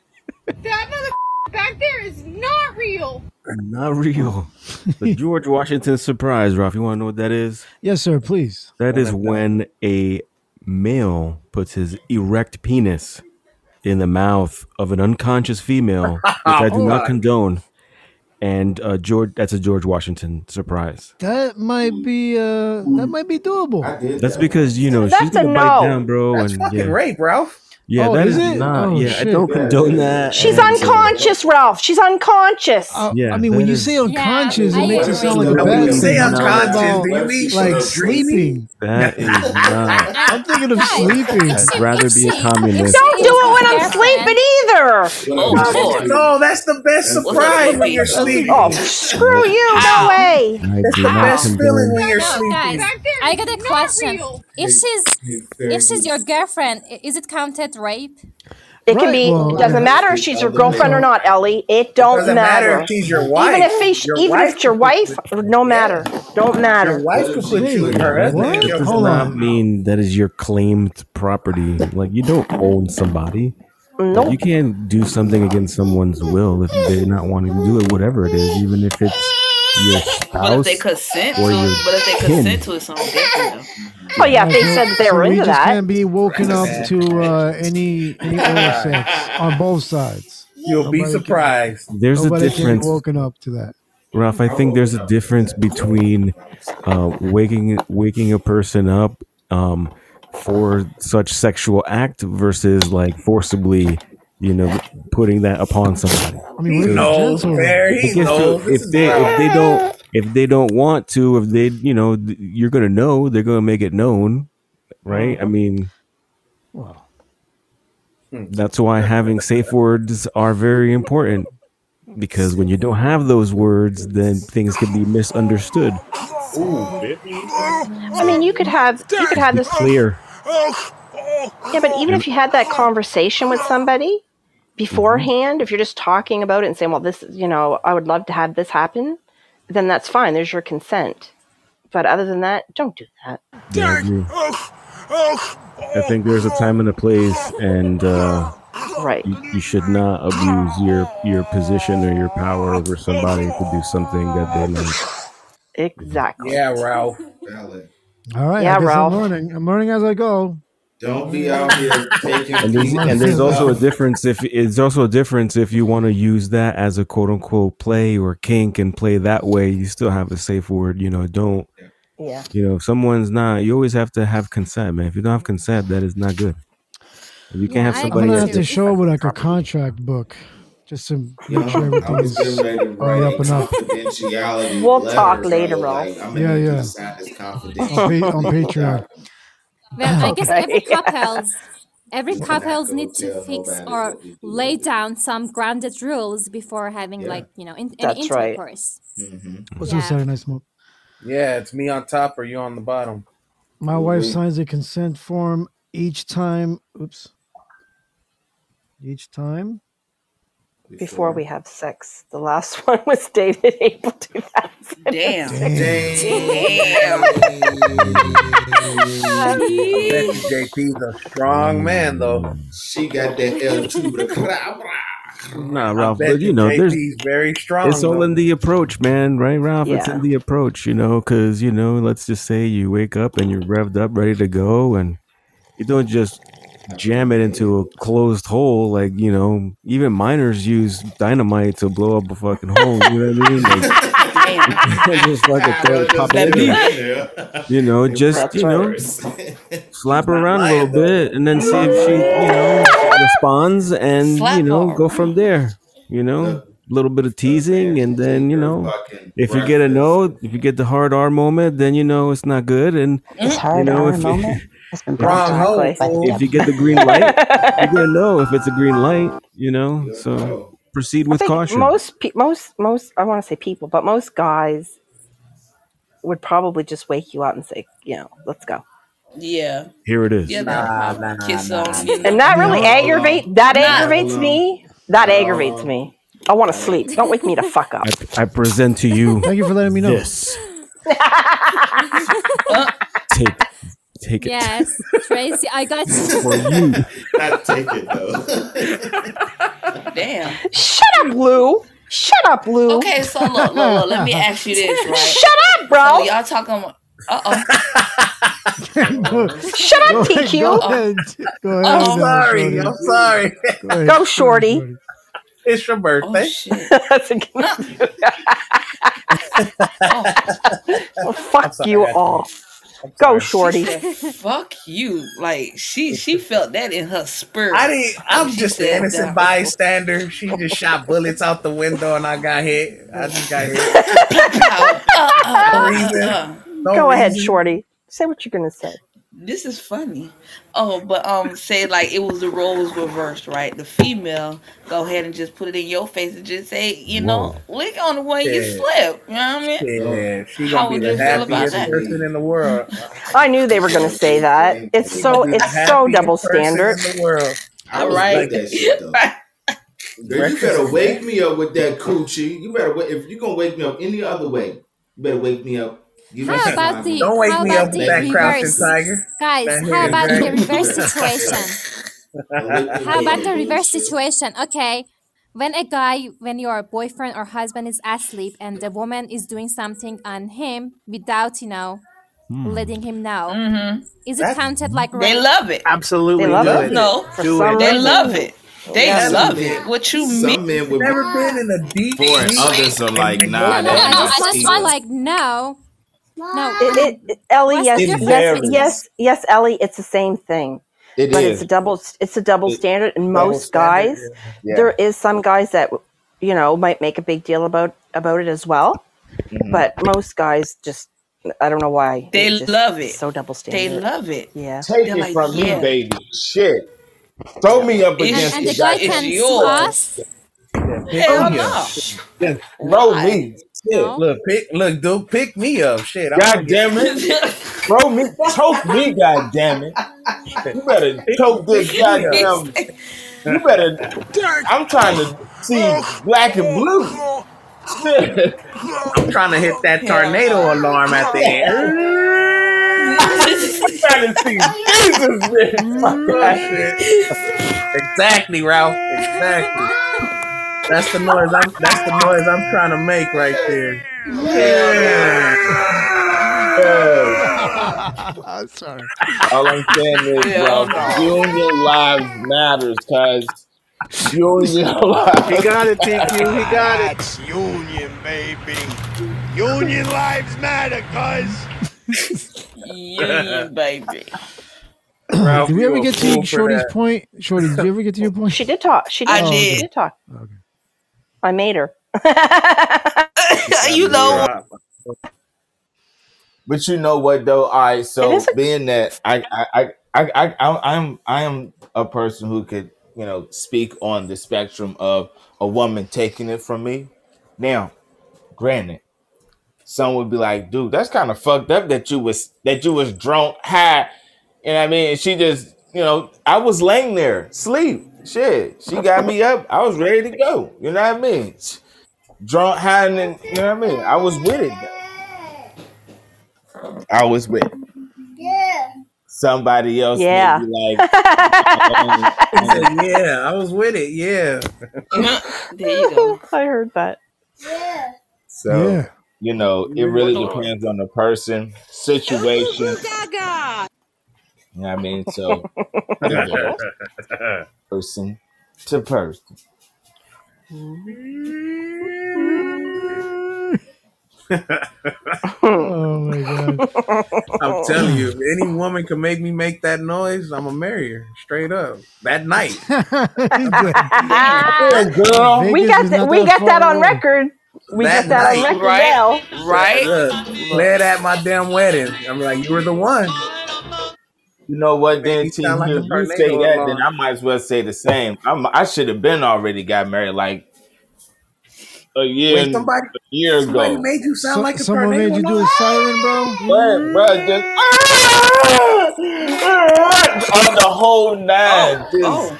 Speaker 10: That mother back there is not real.
Speaker 14: Not real.
Speaker 16: Oh.
Speaker 14: The George Washington surprise, Ralph. You want to know what that is?
Speaker 8: Yes, sir. Please.
Speaker 14: That is when a male puts his erect penis in the mouth of an unconscious female, which I do
Speaker 8: Oh
Speaker 14: not
Speaker 8: my.
Speaker 14: condone. And uh, George, that's a George Washington surprise.
Speaker 8: That might
Speaker 9: Hmm.
Speaker 8: be. Uh, that might be doable.
Speaker 14: That's because you know she's
Speaker 8: That's a
Speaker 14: gonna
Speaker 8: no.
Speaker 14: bite down, bro.
Speaker 16: That's
Speaker 14: and
Speaker 16: fucking
Speaker 14: yeah.
Speaker 16: rape, Ralph.
Speaker 14: Yeah,
Speaker 16: Oh,
Speaker 14: that
Speaker 16: is
Speaker 14: is,
Speaker 16: it?
Speaker 14: not.
Speaker 16: Oh,
Speaker 14: yeah, I
Speaker 16: shit.
Speaker 14: don't
Speaker 16: Yeah,
Speaker 14: condone
Speaker 16: yeah.
Speaker 14: that.
Speaker 12: She's
Speaker 14: And, uh,
Speaker 12: unconscious, Ralph. She's unconscious.
Speaker 16: Uh,
Speaker 14: Yeah,
Speaker 8: I mean, when
Speaker 14: that
Speaker 8: you
Speaker 14: is-
Speaker 8: say unconscious, it makes it sound like a
Speaker 14: No,
Speaker 8: bad
Speaker 14: you
Speaker 8: thing.
Speaker 14: say
Speaker 8: I'm talking
Speaker 14: unconscious,
Speaker 8: about,
Speaker 14: do you mean she's
Speaker 8: like
Speaker 14: dreaming?
Speaker 8: sleeping?
Speaker 14: That is not.
Speaker 8: I'm thinking of sleeping.
Speaker 14: I'd rather be a communist.
Speaker 12: Don't do it when I'm sleeping either.
Speaker 11: Oh,
Speaker 16: no, that's the best surprise when you're sleeping. Oh,
Speaker 12: screw you! No way.
Speaker 14: I
Speaker 16: That's
Speaker 14: do
Speaker 16: the
Speaker 14: not
Speaker 16: best feeling
Speaker 14: condone.
Speaker 16: when you're
Speaker 5: No,
Speaker 16: sleeping.
Speaker 5: guys, I got a question. If she's if she's your girlfriend, i- is it counted rape?
Speaker 12: It can
Speaker 5: Right,
Speaker 12: be.
Speaker 5: well,
Speaker 12: it doesn't
Speaker 5: yeah.
Speaker 12: matter if she's your girlfriend or not, Ellie. It don't
Speaker 16: Doesn't matter if she's your wife.
Speaker 12: Even if he's,
Speaker 16: Your
Speaker 12: even
Speaker 16: wife
Speaker 12: if it's your wife, no matter. Don't matter.
Speaker 16: Your wife could put you in her
Speaker 14: That
Speaker 16: husband.
Speaker 14: does not mean that is your claimed property. Like you don't own somebody. Like, you
Speaker 12: Nope.
Speaker 14: can't do something against someone's will if they're not wanting to do it, whatever it is, even if it's your
Speaker 11: But if they
Speaker 14: spouse.
Speaker 11: consent to
Speaker 14: or your
Speaker 11: it, but if they
Speaker 14: kin.
Speaker 11: consent to it, something different.
Speaker 12: Oh yeah, if they said that they
Speaker 8: So
Speaker 12: were
Speaker 8: we
Speaker 12: into
Speaker 8: just
Speaker 12: that.
Speaker 8: can't be woken up to uh, any any oral sex on both sides.
Speaker 16: You'll be
Speaker 8: Nobody can-
Speaker 16: surprised.
Speaker 14: There's a
Speaker 8: nobody can
Speaker 14: difference.
Speaker 8: be woken up to that.
Speaker 14: Ralph, I think there's a difference between uh, waking waking a person up um, for such sexual act versus like forcibly, you know, putting that upon somebody.
Speaker 8: I mean,
Speaker 16: He
Speaker 8: we're
Speaker 16: knows,
Speaker 8: gentle.
Speaker 16: Barry. He
Speaker 14: Because
Speaker 16: knows. This
Speaker 14: if
Speaker 16: is
Speaker 14: they if they
Speaker 16: wild.
Speaker 14: don't if they don't want to if they you know th- you're gonna know they're gonna make it known, right? I mean,
Speaker 8: Well,
Speaker 14: that's why having safe words are very important because when you don't have those words, then things can be misunderstood.
Speaker 12: I mean, you could have you could have
Speaker 14: Be
Speaker 12: this.
Speaker 14: clear.
Speaker 12: Yeah, but even if you had that conversation with somebody beforehand, if you're just talking about it and saying, "Well, this, is, you know, I would love to have this happen," then that's fine. There's your consent. But other than that, don't do that.
Speaker 14: Yeah, I agree.
Speaker 12: oh.
Speaker 14: I think there's a time and a place, and uh,
Speaker 12: right,
Speaker 14: you, you should not abuse your your position or your power over somebody to do something that they're not.
Speaker 12: Exactly.
Speaker 16: Yeah, Ralph.
Speaker 8: all right.
Speaker 12: Yeah,
Speaker 8: I guess
Speaker 12: Ralph.
Speaker 8: I'm learning. I'm learning as I go.
Speaker 9: Don't be out here taking
Speaker 14: And there's,
Speaker 9: people's
Speaker 14: and there's also a
Speaker 9: stuff.
Speaker 14: difference if it's also a difference if you want to use that as a quote unquote play or kink and play that way. You still have a safe word, you know. Don't
Speaker 12: Yeah.
Speaker 14: you know if someone's not. You always have to have consent, man. If you don't have consent, that is not good. If you can't have
Speaker 8: I'm
Speaker 14: somebody
Speaker 8: gonna
Speaker 14: that's
Speaker 8: have to show up with like a contract book, just to
Speaker 9: You
Speaker 8: make sure
Speaker 9: know, I
Speaker 8: everything
Speaker 9: was
Speaker 8: is
Speaker 9: getting ready to
Speaker 8: all
Speaker 9: write
Speaker 8: up
Speaker 9: a
Speaker 8: and up.
Speaker 9: confidentiality
Speaker 12: We'll
Speaker 9: letter,
Speaker 12: talk
Speaker 9: bro.
Speaker 12: later,
Speaker 9: Like
Speaker 12: Ralph.
Speaker 9: I'm gonna
Speaker 8: Yeah,
Speaker 9: need you to
Speaker 8: yeah.
Speaker 9: sign
Speaker 8: On,
Speaker 9: this
Speaker 8: pa- on
Speaker 9: confidential
Speaker 8: Patreon.
Speaker 9: document.
Speaker 5: Well, I guess every
Speaker 12: Okay.
Speaker 5: couples every
Speaker 9: Let's not
Speaker 5: couples
Speaker 9: go
Speaker 5: need to
Speaker 9: tell
Speaker 5: fix
Speaker 9: nobody
Speaker 5: or
Speaker 9: what we do.
Speaker 5: lay down some grounded rules before having
Speaker 9: Yeah.
Speaker 5: like you know in, any
Speaker 12: That's right.
Speaker 5: intercourse.
Speaker 9: Mm-hmm.
Speaker 8: What's up,
Speaker 5: Yeah.
Speaker 8: Saturday Night Smoke?
Speaker 16: Yeah, it's me on top or you on the bottom.
Speaker 8: My wife
Speaker 16: Mm-hmm.
Speaker 8: signs a consent form each time. Oops. Each time.
Speaker 12: Before we have sex, the last one was dated April 2000.
Speaker 11: Damn.
Speaker 8: Damn.
Speaker 16: I bet you JP's a strong man, though.
Speaker 9: She got that L2 with a crap.
Speaker 14: Nah,
Speaker 16: I
Speaker 14: Ralph,
Speaker 16: bet
Speaker 14: but you
Speaker 16: you
Speaker 14: know, there's
Speaker 16: JP's very
Speaker 14: it's
Speaker 16: strong,
Speaker 14: all
Speaker 16: though.
Speaker 14: in the approach, man. Right, Ralph? It's
Speaker 12: Yeah.
Speaker 14: in the approach, you know, because you know, let's just say you wake up and you're revved up, ready to go, and you don't just jam it into a closed hole. Like you know, even miners use dynamite to blow up a fucking hole. You know what I mean? Like,
Speaker 11: Damn.
Speaker 14: just fucking throw the pop
Speaker 11: Let
Speaker 14: it
Speaker 11: it
Speaker 14: in.
Speaker 11: rip.
Speaker 14: You know, just
Speaker 11: That's
Speaker 14: you know,
Speaker 11: right.
Speaker 14: slap her
Speaker 16: Not
Speaker 14: around a
Speaker 16: lying,
Speaker 14: little bit, and then see if she you know responds, and you
Speaker 11: Slap
Speaker 14: know,
Speaker 11: her.
Speaker 14: go from there. You know, a little bit of teasing, and then you know,
Speaker 9: Fucking
Speaker 14: if you get a
Speaker 9: breakfast.
Speaker 14: no, if you get the hard R moment, then you know it's not good, and
Speaker 11: Mm-hmm.
Speaker 12: This
Speaker 14: you
Speaker 12: hard
Speaker 14: know
Speaker 12: hour
Speaker 14: if
Speaker 12: moment has been
Speaker 14: if
Speaker 12: brought
Speaker 16: Wrong
Speaker 12: to a
Speaker 16: hole,
Speaker 12: close.
Speaker 16: fool.
Speaker 14: if you get the green light, you're gonna know if it's a green light. You know, so proceed
Speaker 12: I
Speaker 14: with
Speaker 12: think
Speaker 14: caution.
Speaker 12: most pe- most most I want to say people, but most guys would probably just wake you up and say, you know, let's go.
Speaker 11: Yeah.
Speaker 14: Here it is.
Speaker 11: Yeah, they'll
Speaker 16: Nah,
Speaker 11: probably
Speaker 16: nah,
Speaker 11: kiss
Speaker 16: nah,
Speaker 11: on you.
Speaker 12: And
Speaker 11: know.
Speaker 12: that
Speaker 8: Yeah,
Speaker 12: really
Speaker 8: I'm,
Speaker 9: Hold on.
Speaker 12: aggravate that
Speaker 11: Nah.
Speaker 12: aggravates
Speaker 9: Hold on.
Speaker 12: me. That
Speaker 9: Hold
Speaker 12: aggravates
Speaker 9: on.
Speaker 12: me. I want to
Speaker 9: Hold
Speaker 12: sleep. Don't wake me to fuck up.
Speaker 14: I, I present to you
Speaker 8: Thank you for letting me know.
Speaker 14: this. Take take it
Speaker 5: Yes, Tracy, I got you.
Speaker 14: for you.
Speaker 9: I take it though.
Speaker 11: Damn.
Speaker 12: Shut up, Lou. Shut up, Lou.
Speaker 11: Okay, so look, look, look, let me ask you this, right?
Speaker 12: Shut up, bro.
Speaker 11: So y'all talking about. Uh oh.
Speaker 12: Shut up,
Speaker 11: Go ahead,
Speaker 12: TQ.
Speaker 11: go ahead.
Speaker 16: Go ahead,
Speaker 12: I'm
Speaker 16: I'm sorry. I'm sorry.
Speaker 12: Go, shorty.
Speaker 16: It's
Speaker 11: Oh,
Speaker 16: your birthday.
Speaker 12: Well, fuck you all. Go, shorty.
Speaker 11: She said, Fuck you. Like she she felt that in her spirit.
Speaker 16: I didn't. I'm
Speaker 11: She
Speaker 16: just an
Speaker 11: said
Speaker 16: innocent
Speaker 11: that.
Speaker 16: bystander. She just shot bullets out the window, and I got hit. I just got hit.
Speaker 11: uh-uh. Ah.
Speaker 16: No reason. No
Speaker 12: Go ahead,
Speaker 16: reason.
Speaker 12: shorty. Say what you're gonna say.
Speaker 11: This is funny. Oh, but um say like it was the roles reversed, right? The female go ahead and just put it in your face and just say, you know, lick on the one you
Speaker 16: Yeah.
Speaker 11: slip. You know what I mean?
Speaker 16: Yeah, she
Speaker 11: How
Speaker 16: gonna
Speaker 11: would
Speaker 16: be the
Speaker 11: you feel about
Speaker 16: happiest
Speaker 11: that?
Speaker 16: person in the world.
Speaker 12: I knew they were gonna say that. It's so
Speaker 16: You're the
Speaker 12: it's so
Speaker 16: happiest
Speaker 12: double
Speaker 16: person
Speaker 12: standard.
Speaker 16: In the world.
Speaker 9: I was like that shit though. Girl, you better wake me up with that coochie. You better wait. if you're gonna wake me up any other way, you better wake me up. Give me
Speaker 5: How
Speaker 9: some
Speaker 5: about
Speaker 9: time.
Speaker 5: the- Don't wake how me up about with the that crouching reverse? tiger. Guys,
Speaker 9: That
Speaker 5: how
Speaker 9: hair
Speaker 5: about the
Speaker 9: dragon.
Speaker 5: reverse situation? How about the reverse situation? Okay. When a guy, when your boyfriend or husband is asleep and the woman is doing something on him without, you know,
Speaker 14: Hmm.
Speaker 5: letting him know, is it
Speaker 11: That's-
Speaker 5: counted like
Speaker 11: Mm-hmm. They love it.
Speaker 9: Absolutely,
Speaker 5: They love
Speaker 9: do
Speaker 5: it.
Speaker 9: it.
Speaker 11: No,
Speaker 9: Do it.
Speaker 11: they love it. They
Speaker 9: Yeah.
Speaker 11: love
Speaker 9: Some
Speaker 11: it.
Speaker 9: men-
Speaker 11: What you
Speaker 9: some
Speaker 11: mean?
Speaker 9: men would-
Speaker 16: Never been in a deep
Speaker 9: For it, others are like, nah,
Speaker 5: No, no, I
Speaker 9: that
Speaker 5: just want
Speaker 9: ain't
Speaker 5: to like no, no.
Speaker 12: It, it, Ellie,
Speaker 5: What's
Speaker 12: yes,
Speaker 5: the
Speaker 12: yes,
Speaker 5: difference
Speaker 12: yes,
Speaker 5: between-
Speaker 12: yes, Ellie. It's the same thing.
Speaker 9: It
Speaker 12: but it's
Speaker 9: is.
Speaker 12: a double. It's a double standard, and
Speaker 9: double
Speaker 12: most
Speaker 9: standard,
Speaker 12: guys,
Speaker 9: yeah.
Speaker 12: there is some guys that you know might make a big deal about about it as well.
Speaker 9: Mm-hmm.
Speaker 12: But most guys just, I don't know why
Speaker 11: They
Speaker 12: just
Speaker 11: love it.
Speaker 12: So double
Speaker 11: They
Speaker 12: standard.
Speaker 11: love it.
Speaker 12: Yeah,
Speaker 9: Take
Speaker 11: They're
Speaker 9: it
Speaker 11: like,
Speaker 9: from me,
Speaker 11: yeah.
Speaker 9: baby. Shit. Throw me up
Speaker 11: It's-
Speaker 9: against
Speaker 5: and
Speaker 9: the
Speaker 5: the guy
Speaker 9: goddamn
Speaker 5: can sue
Speaker 9: wall.
Speaker 5: us.
Speaker 11: Hell
Speaker 9: yeah.
Speaker 11: no.
Speaker 9: Just throw me. Shit.
Speaker 16: Look, pick, look, dude, pick me up. Shit, I'm
Speaker 9: God
Speaker 16: gonna get-
Speaker 9: damn it. Throw me. Choke me, god damn it. You better choke this
Speaker 16: pick me up.
Speaker 9: goddamn. You better. I'm trying to see black and blue. Shit.
Speaker 16: I'm trying to hit that tornado alarm at the end.
Speaker 9: I'm trying to see Jesus in my
Speaker 16: gosh. Exactly, Ralph. Exactly. That's the noise I'm. That's the noise I'm trying to make right there.
Speaker 8: I'm sorry.
Speaker 9: All I'm saying is,
Speaker 8: Hell
Speaker 9: bro,
Speaker 8: no.
Speaker 9: you and your lives matters, cause you and your lives.
Speaker 6: He got it, TQ. He got it. That's union, baby. Union lives matter, cuz.
Speaker 11: Union, baby.
Speaker 16: Ralph,
Speaker 8: did we ever
Speaker 16: you a
Speaker 8: get
Speaker 16: fool
Speaker 8: to
Speaker 16: for
Speaker 8: Shorty's
Speaker 16: that.
Speaker 8: point? Shorty, did you ever get to your point?
Speaker 12: she did talk. She did.
Speaker 8: I
Speaker 12: She
Speaker 8: did.
Speaker 12: did talk. I made her.
Speaker 11: you know.
Speaker 9: But you know what though? All right,
Speaker 12: It
Speaker 9: so
Speaker 12: is a
Speaker 9: being that I I I I, I I'm I am a person who could you know speak on the spectrum of a woman taking it from me. Now, granted, some would be like, dude, that's kind of fucked up that you was that you was drunk high. You know what I mean? And she just, you know, I was laying there, sleep. Shit. She got me up. I was ready to go. You know what I mean? Drunk high and then, you know what I mean? I was with it though. I was with it. Somebody else may
Speaker 12: yeah.
Speaker 9: be like, um,
Speaker 16: He said,
Speaker 9: um,
Speaker 16: "Yeah, I was with it. Yeah,
Speaker 11: there you go.
Speaker 12: I heard that.
Speaker 9: so
Speaker 8: Yeah.
Speaker 9: you know, it really depends on the person, situation. You know what I mean? So it varies person to person.
Speaker 8: Oh my god.
Speaker 16: I'm telling you, if any woman can make me make that noise, I'm gonna marry her straight up that night.
Speaker 9: Yeah, girl.
Speaker 12: we
Speaker 8: Vegas
Speaker 12: got
Speaker 8: is
Speaker 12: that.
Speaker 8: not
Speaker 12: We
Speaker 8: that
Speaker 12: got
Speaker 8: far
Speaker 12: that on
Speaker 8: away.
Speaker 12: record. We
Speaker 16: That
Speaker 12: got that on
Speaker 16: night.
Speaker 12: record
Speaker 11: Right?
Speaker 12: now.
Speaker 11: Right?
Speaker 16: Look, play it at my damn wedding. I'm like, you were the one.
Speaker 9: You know what,
Speaker 16: Make
Speaker 9: then
Speaker 16: me
Speaker 9: T,
Speaker 16: sound like a
Speaker 9: you, you say
Speaker 16: tornado
Speaker 9: that, then
Speaker 16: alarm.
Speaker 9: I might as well say the same. I'm, I should have been already got married like a year
Speaker 16: Wait,
Speaker 9: and
Speaker 16: somebody,
Speaker 9: a year
Speaker 16: somebody
Speaker 9: ago.
Speaker 16: made you sound
Speaker 8: So,
Speaker 16: like a
Speaker 8: someone
Speaker 16: tornado
Speaker 8: made you do
Speaker 16: alarm.
Speaker 8: a siren, bro.
Speaker 9: What, bro? Just on the whole nine,
Speaker 11: Oh,
Speaker 9: just
Speaker 11: oh, hold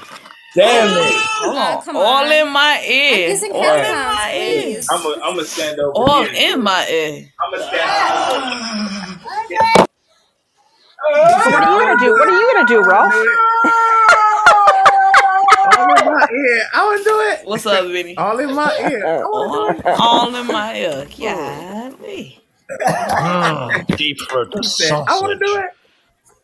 Speaker 9: damn
Speaker 11: on.
Speaker 9: it,
Speaker 11: Hold
Speaker 5: Oh,
Speaker 11: on.
Speaker 5: come
Speaker 11: All
Speaker 5: on.
Speaker 11: in my
Speaker 5: I'm
Speaker 11: ear.
Speaker 5: using
Speaker 11: All in
Speaker 5: headphones,
Speaker 11: my ear.
Speaker 5: please.
Speaker 9: I'm gonna I'm gonna stand over
Speaker 11: All
Speaker 9: here.
Speaker 11: in my ear.
Speaker 9: I'm gonna stand
Speaker 12: What
Speaker 16: Did
Speaker 12: are
Speaker 16: y'all
Speaker 12: you
Speaker 16: all
Speaker 12: gonna do?
Speaker 16: do
Speaker 12: What are
Speaker 16: it?
Speaker 12: you gonna do,
Speaker 16: Y'all
Speaker 12: Ralph?
Speaker 16: do it? All in my ear. I would do it.
Speaker 11: What's up, Vinny?
Speaker 16: All in my ear. I wanna do it.
Speaker 11: All in my ear. Golly.
Speaker 9: Oh,
Speaker 6: Mm, deep fried
Speaker 11: I want
Speaker 6: sausage.
Speaker 11: to do it.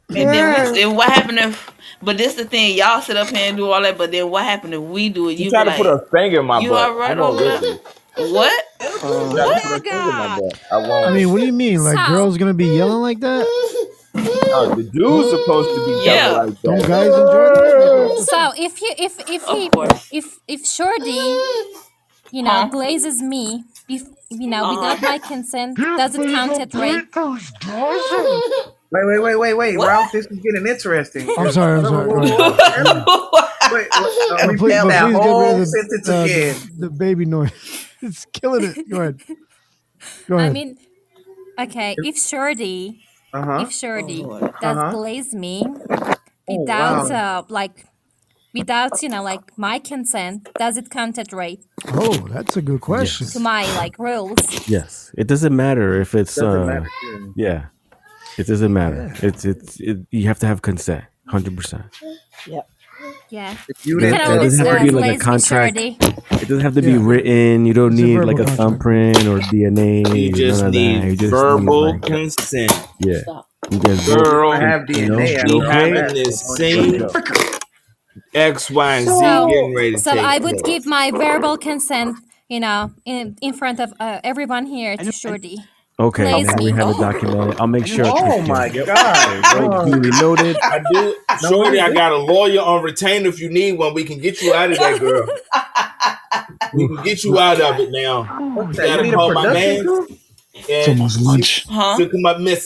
Speaker 11: And then we, and what happened if? But this the thing, y'all sit up here and do all that. But then what happened if we do it?
Speaker 9: You
Speaker 11: You
Speaker 9: tried
Speaker 11: be
Speaker 9: to
Speaker 11: like,
Speaker 9: put a finger in my
Speaker 11: you
Speaker 9: butt.
Speaker 11: all right
Speaker 9: I'm gonna
Speaker 11: over
Speaker 9: get
Speaker 11: there?
Speaker 9: you.
Speaker 11: What?
Speaker 9: You tried to put a finger in my butt. I won't.
Speaker 8: I mean, what do you mean? Like, girls gonna be yelling like that?
Speaker 16: Mm-hmm.
Speaker 9: No, Uh, the dude's supposed to be
Speaker 8: Yeah.
Speaker 9: yelling like that.
Speaker 8: Don't guys enjoy that?
Speaker 5: So if he, if if he, if if Shorty, you know,
Speaker 8: Huh?
Speaker 5: glazes me, bef- you know,
Speaker 16: Uh-huh.
Speaker 5: without my consent, does it count at rape?
Speaker 16: Wait, wait, wait, wait, wait. Ralph, this is getting interesting.
Speaker 8: I'm sorry. I'm sorry. Go ahead.
Speaker 16: Wait,
Speaker 8: But
Speaker 16: we
Speaker 8: please, but
Speaker 16: found that
Speaker 8: please get
Speaker 16: whole
Speaker 8: rid of
Speaker 16: sentence
Speaker 8: the, uh,
Speaker 16: again.
Speaker 8: the baby noise. it's killing it. Go ahead. Go ahead.
Speaker 5: I mean, okay, if Shorty,
Speaker 8: Uh-huh.
Speaker 5: if Shorty does
Speaker 8: Uh-huh.
Speaker 5: glaze me
Speaker 8: Oh,
Speaker 5: without,
Speaker 8: wow.
Speaker 5: uh, like, without, you know, like my consent, does it count at rape?
Speaker 8: Oh, that's a good question.
Speaker 5: To my like rules.
Speaker 14: Yes, it doesn't matter if it's
Speaker 5: Doesn't
Speaker 14: uh,
Speaker 5: matter,
Speaker 14: yeah, it doesn't matter. It's it's it, you have to have consent, hundred percent.
Speaker 5: Yep. Yeah.
Speaker 14: It doesn't it doesn't have to be like a contract.
Speaker 5: Shorty.
Speaker 14: It doesn't have to be written. You don't
Speaker 8: It's a
Speaker 14: need
Speaker 8: verbal
Speaker 14: like a
Speaker 8: contract.
Speaker 14: thumbprint or DNA.
Speaker 9: You
Speaker 14: or
Speaker 9: just
Speaker 14: none of that.
Speaker 9: need
Speaker 14: You just
Speaker 9: verbal
Speaker 14: need, like,
Speaker 9: consent.
Speaker 14: yeah. You just
Speaker 9: Girl,
Speaker 14: you know,
Speaker 9: we
Speaker 14: okay?
Speaker 9: having this scene. X, Y, and Z getting ready to
Speaker 5: so
Speaker 9: take
Speaker 5: I would
Speaker 9: place.
Speaker 5: give my verbal consent, you know, in in front of uh, everyone here to Shorty.
Speaker 14: Okay,
Speaker 5: Glaze
Speaker 14: now
Speaker 5: me.
Speaker 14: we have it documented. I'll make sure. it's
Speaker 16: Oh
Speaker 14: just-
Speaker 16: my
Speaker 14: Yep.
Speaker 16: god.
Speaker 14: Right, duly noted.
Speaker 9: I do. Shorty, I got a lawyer on retainer if you need one. We can get you out of that, girl. We can get you out of it now. You
Speaker 16: that? You
Speaker 9: gotta
Speaker 16: need a
Speaker 9: call my
Speaker 16: production
Speaker 9: man. It's almost lunch.
Speaker 11: Huh?
Speaker 9: Took him up, miss.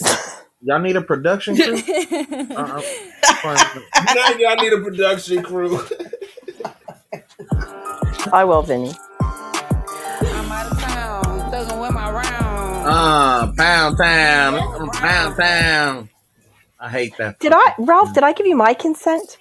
Speaker 16: Y'all need a production crew? Uh-uh. Fine.
Speaker 9: now y'all need a production crew.
Speaker 12: I will, Vinny.
Speaker 16: Ah, pound town. Pound town. I hate that.
Speaker 12: Did I, Ralph? Did I give you my consent?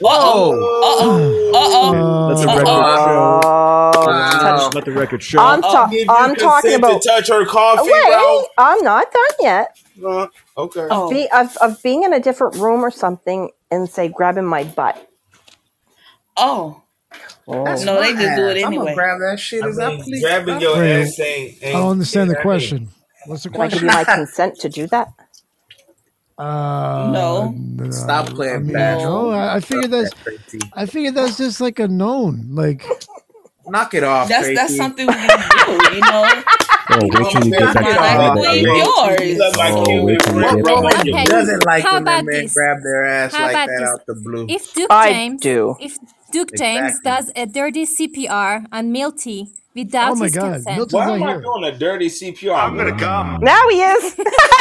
Speaker 16: Whoa.
Speaker 12: Uh-oh.
Speaker 14: Let the record
Speaker 16: Uh-oh.
Speaker 14: show.
Speaker 16: Wow.
Speaker 14: Let the record show.
Speaker 12: I'm, ta-
Speaker 9: give you
Speaker 12: I'm talking
Speaker 9: consent to
Speaker 12: about.
Speaker 9: touch her coffee,
Speaker 12: Wait,
Speaker 9: bro?
Speaker 12: I'm not done yet.
Speaker 9: No. Okay.
Speaker 12: Of, be- of, of being in a different room or something and say grabbing my butt.
Speaker 11: Oh.
Speaker 16: That's
Speaker 11: No, they just do it
Speaker 16: I'm gonna
Speaker 11: anyway.
Speaker 16: grab that shit as I, please.
Speaker 9: grabbing your
Speaker 8: Wait,
Speaker 9: ass saying,
Speaker 8: I don't understand the question. What's the
Speaker 12: Did I give
Speaker 8: question?
Speaker 12: you my consent to do that?
Speaker 8: Uh,
Speaker 12: No.
Speaker 8: n-
Speaker 16: Stop
Speaker 8: uh,
Speaker 16: playing
Speaker 8: I mean,
Speaker 16: fast.
Speaker 8: no, I, I figured that's. I figured that's just like a known. Like,
Speaker 16: Knock it off,
Speaker 11: That's that's
Speaker 16: Tracy.
Speaker 11: something we do, you know.
Speaker 14: Oh, wait till you get that
Speaker 11: Mine
Speaker 14: comment.
Speaker 11: include
Speaker 14: yo.
Speaker 11: yours.
Speaker 14: Oh, wait till you
Speaker 16: What
Speaker 14: get
Speaker 16: woman
Speaker 14: that.
Speaker 5: Okay,
Speaker 16: doesn't like
Speaker 5: how
Speaker 16: when their
Speaker 5: about
Speaker 16: man
Speaker 5: this?
Speaker 16: grab their ass
Speaker 5: How
Speaker 16: like
Speaker 5: about
Speaker 16: that
Speaker 5: this?
Speaker 16: out the blue?
Speaker 5: If Duke
Speaker 12: I
Speaker 5: James,
Speaker 12: do.
Speaker 5: if Duke James does a dirty CPR on Milty
Speaker 8: Oh
Speaker 9: Oh
Speaker 5: without his consent,
Speaker 9: Why am I doing a dirty CPR? I'm gonna come.
Speaker 12: Now he is.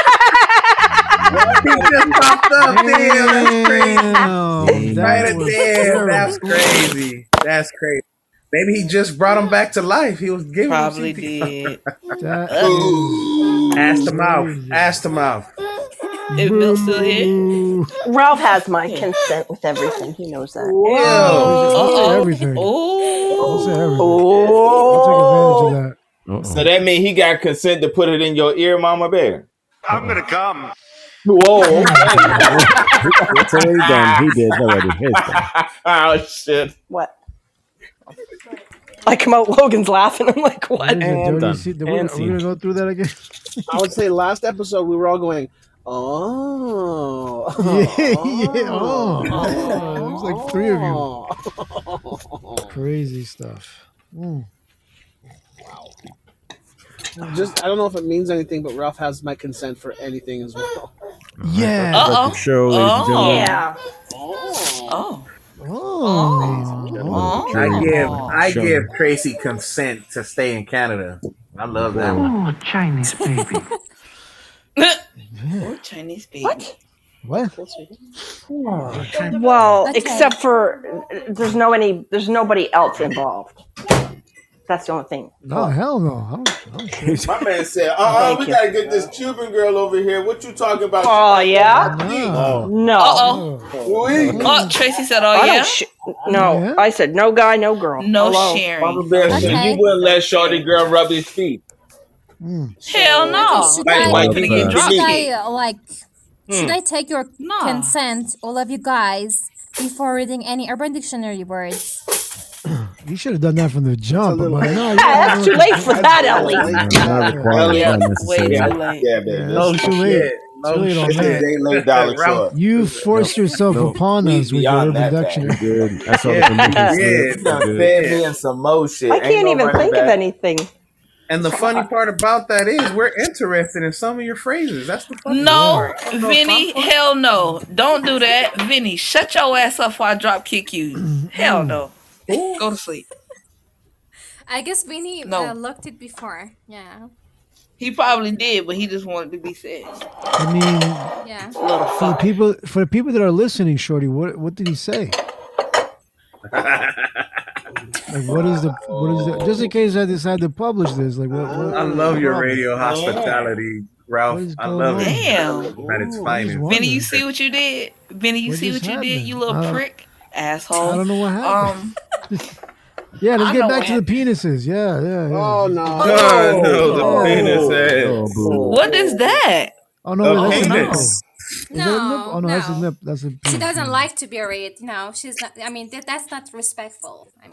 Speaker 16: He just popped up. Damn, that's
Speaker 14: Oh,
Speaker 8: crazy.
Speaker 16: Right
Speaker 8: was
Speaker 16: there. That's
Speaker 8: terrible.
Speaker 16: crazy. That's crazy. Maybe he just brought him back to life. He was giving
Speaker 11: Probably
Speaker 16: him CPR.
Speaker 8: That
Speaker 16: Ass to mouth. Ass to mouth.
Speaker 11: If Milt's still here.
Speaker 12: Ralph has my consent with everything. He knows that.
Speaker 8: I'll say
Speaker 11: Whoa.
Speaker 8: everything. I'll say everything.
Speaker 12: Oh.
Speaker 8: I'll take advantage of that.
Speaker 9: So that means he got consent to put it in your ear, Mama Bear.
Speaker 18: I'm gonna come.
Speaker 9: Whoa.
Speaker 14: It's already done. He did already. It's done.
Speaker 9: oh shit.
Speaker 12: What? I come out, Logan's laughing. I'm like, what?
Speaker 8: There's a dirty
Speaker 9: done.
Speaker 8: seat. We're,
Speaker 9: And
Speaker 8: gonna- we're gonna go through that again.
Speaker 19: I would say last episode we were all going, oh,
Speaker 8: yeah, yeah. Oh, yeah. there's like three of you. Crazy stuff. Mm.
Speaker 19: Just I don't know if it means anything, but Ralph has my consent for anything as well.
Speaker 8: Yeah.
Speaker 14: That's the show, ladies and gentlemen.
Speaker 11: Oh.
Speaker 8: Oh.
Speaker 16: I give I
Speaker 14: Show.
Speaker 16: give Tracy consent to stay in Canada. I love that one.
Speaker 11: Oh, Chinese baby. Or Chinese baby. What?
Speaker 8: What?
Speaker 12: Well,
Speaker 11: Okay.
Speaker 12: except for there's no any, there's nobody else involved. That's the only thing.
Speaker 8: No, hell no. I don't, I don't care.
Speaker 9: My man said, uh uh we
Speaker 12: Thank you.
Speaker 9: gotta get this Cuban girl over here. What you talking about?
Speaker 12: Oh, yeah?
Speaker 9: Oh.
Speaker 12: No.
Speaker 11: Uh
Speaker 9: oh.
Speaker 11: Oh, Tracy said, oh,
Speaker 12: I
Speaker 11: yeah?
Speaker 12: don't sh- no, I said no guy, no girl.
Speaker 11: No
Speaker 12: Hello.
Speaker 11: sharing.
Speaker 9: Mama Bear said,
Speaker 11: Okay.
Speaker 9: you wouldn't let Shorty girl rub his feet.
Speaker 5: hell
Speaker 11: no.
Speaker 5: Should
Speaker 9: Like,
Speaker 5: I,
Speaker 9: like you can get
Speaker 5: should
Speaker 9: me.
Speaker 5: I uh, like? Should
Speaker 16: Hmm.
Speaker 5: I take your consent, all of you guys, before reading any Urban Dictionary words?
Speaker 8: You should have done that from the jump.
Speaker 20: little
Speaker 8: but
Speaker 20: late.
Speaker 8: no, you
Speaker 20: That's too late for that,
Speaker 8: Ellie.
Speaker 20: not required,
Speaker 8: Yeah,
Speaker 20: not necessary.
Speaker 8: yeah,
Speaker 20: late.
Speaker 21: Yeah, man.
Speaker 8: No It's too shit. late.
Speaker 21: No
Speaker 8: Too late on
Speaker 21: shit.
Speaker 8: that.
Speaker 21: They laid dollar short.
Speaker 8: You forced yourself upon us with your introduction.
Speaker 14: Good. That's all
Speaker 8: Yeah.
Speaker 14: the comedians
Speaker 8: Yeah.
Speaker 14: do.
Speaker 21: Now
Speaker 14: Good.
Speaker 21: Fed me in some mo shit.
Speaker 12: I can't even think of
Speaker 21: any.
Speaker 12: anything.
Speaker 16: And the funny part about that is we're interested in some of your phrases. That's the funny
Speaker 11: No,
Speaker 16: part.
Speaker 11: Vinny, hell no. Don't do that. Vinny, shut your ass up before I drop kick you. Hell no. Go to sleep.
Speaker 5: I guess Vinny
Speaker 11: No.
Speaker 5: uh, looked it before. Yeah.
Speaker 11: He probably did, but he just wanted to be said.
Speaker 8: I mean,
Speaker 5: Yeah.
Speaker 8: for the people for the people that are listening, Shorty, what what did he say? Like, what is the what is the just in case I decide to publish this? Like, what? what
Speaker 16: I love your
Speaker 8: what-
Speaker 16: radio hospitality, Ralph. I love it.
Speaker 11: Damn.
Speaker 16: At its finest.
Speaker 11: Vinny, you see what you did? Vinny, you
Speaker 16: What
Speaker 11: see what
Speaker 16: just
Speaker 11: you did?
Speaker 16: happened?
Speaker 11: You little
Speaker 8: Uh,
Speaker 11: prick. Asshole.
Speaker 8: I don't know what happened.
Speaker 11: Um,
Speaker 8: Yeah, let's
Speaker 11: I
Speaker 8: get
Speaker 11: know
Speaker 8: back
Speaker 11: what
Speaker 8: to the penises. Yeah, yeah. Oh
Speaker 20: no!
Speaker 16: God, no, the
Speaker 8: Oh.
Speaker 16: penis head.
Speaker 11: what is that?
Speaker 8: Oh no,
Speaker 16: The
Speaker 8: wait, that's a nipple.
Speaker 16: penis.
Speaker 8: Is that a nipple? Oh no, that's a
Speaker 5: no.
Speaker 8: nip. That's a.
Speaker 5: She doesn't like to be raped. No, she's not. I mean, that, that's not respectful. I mean,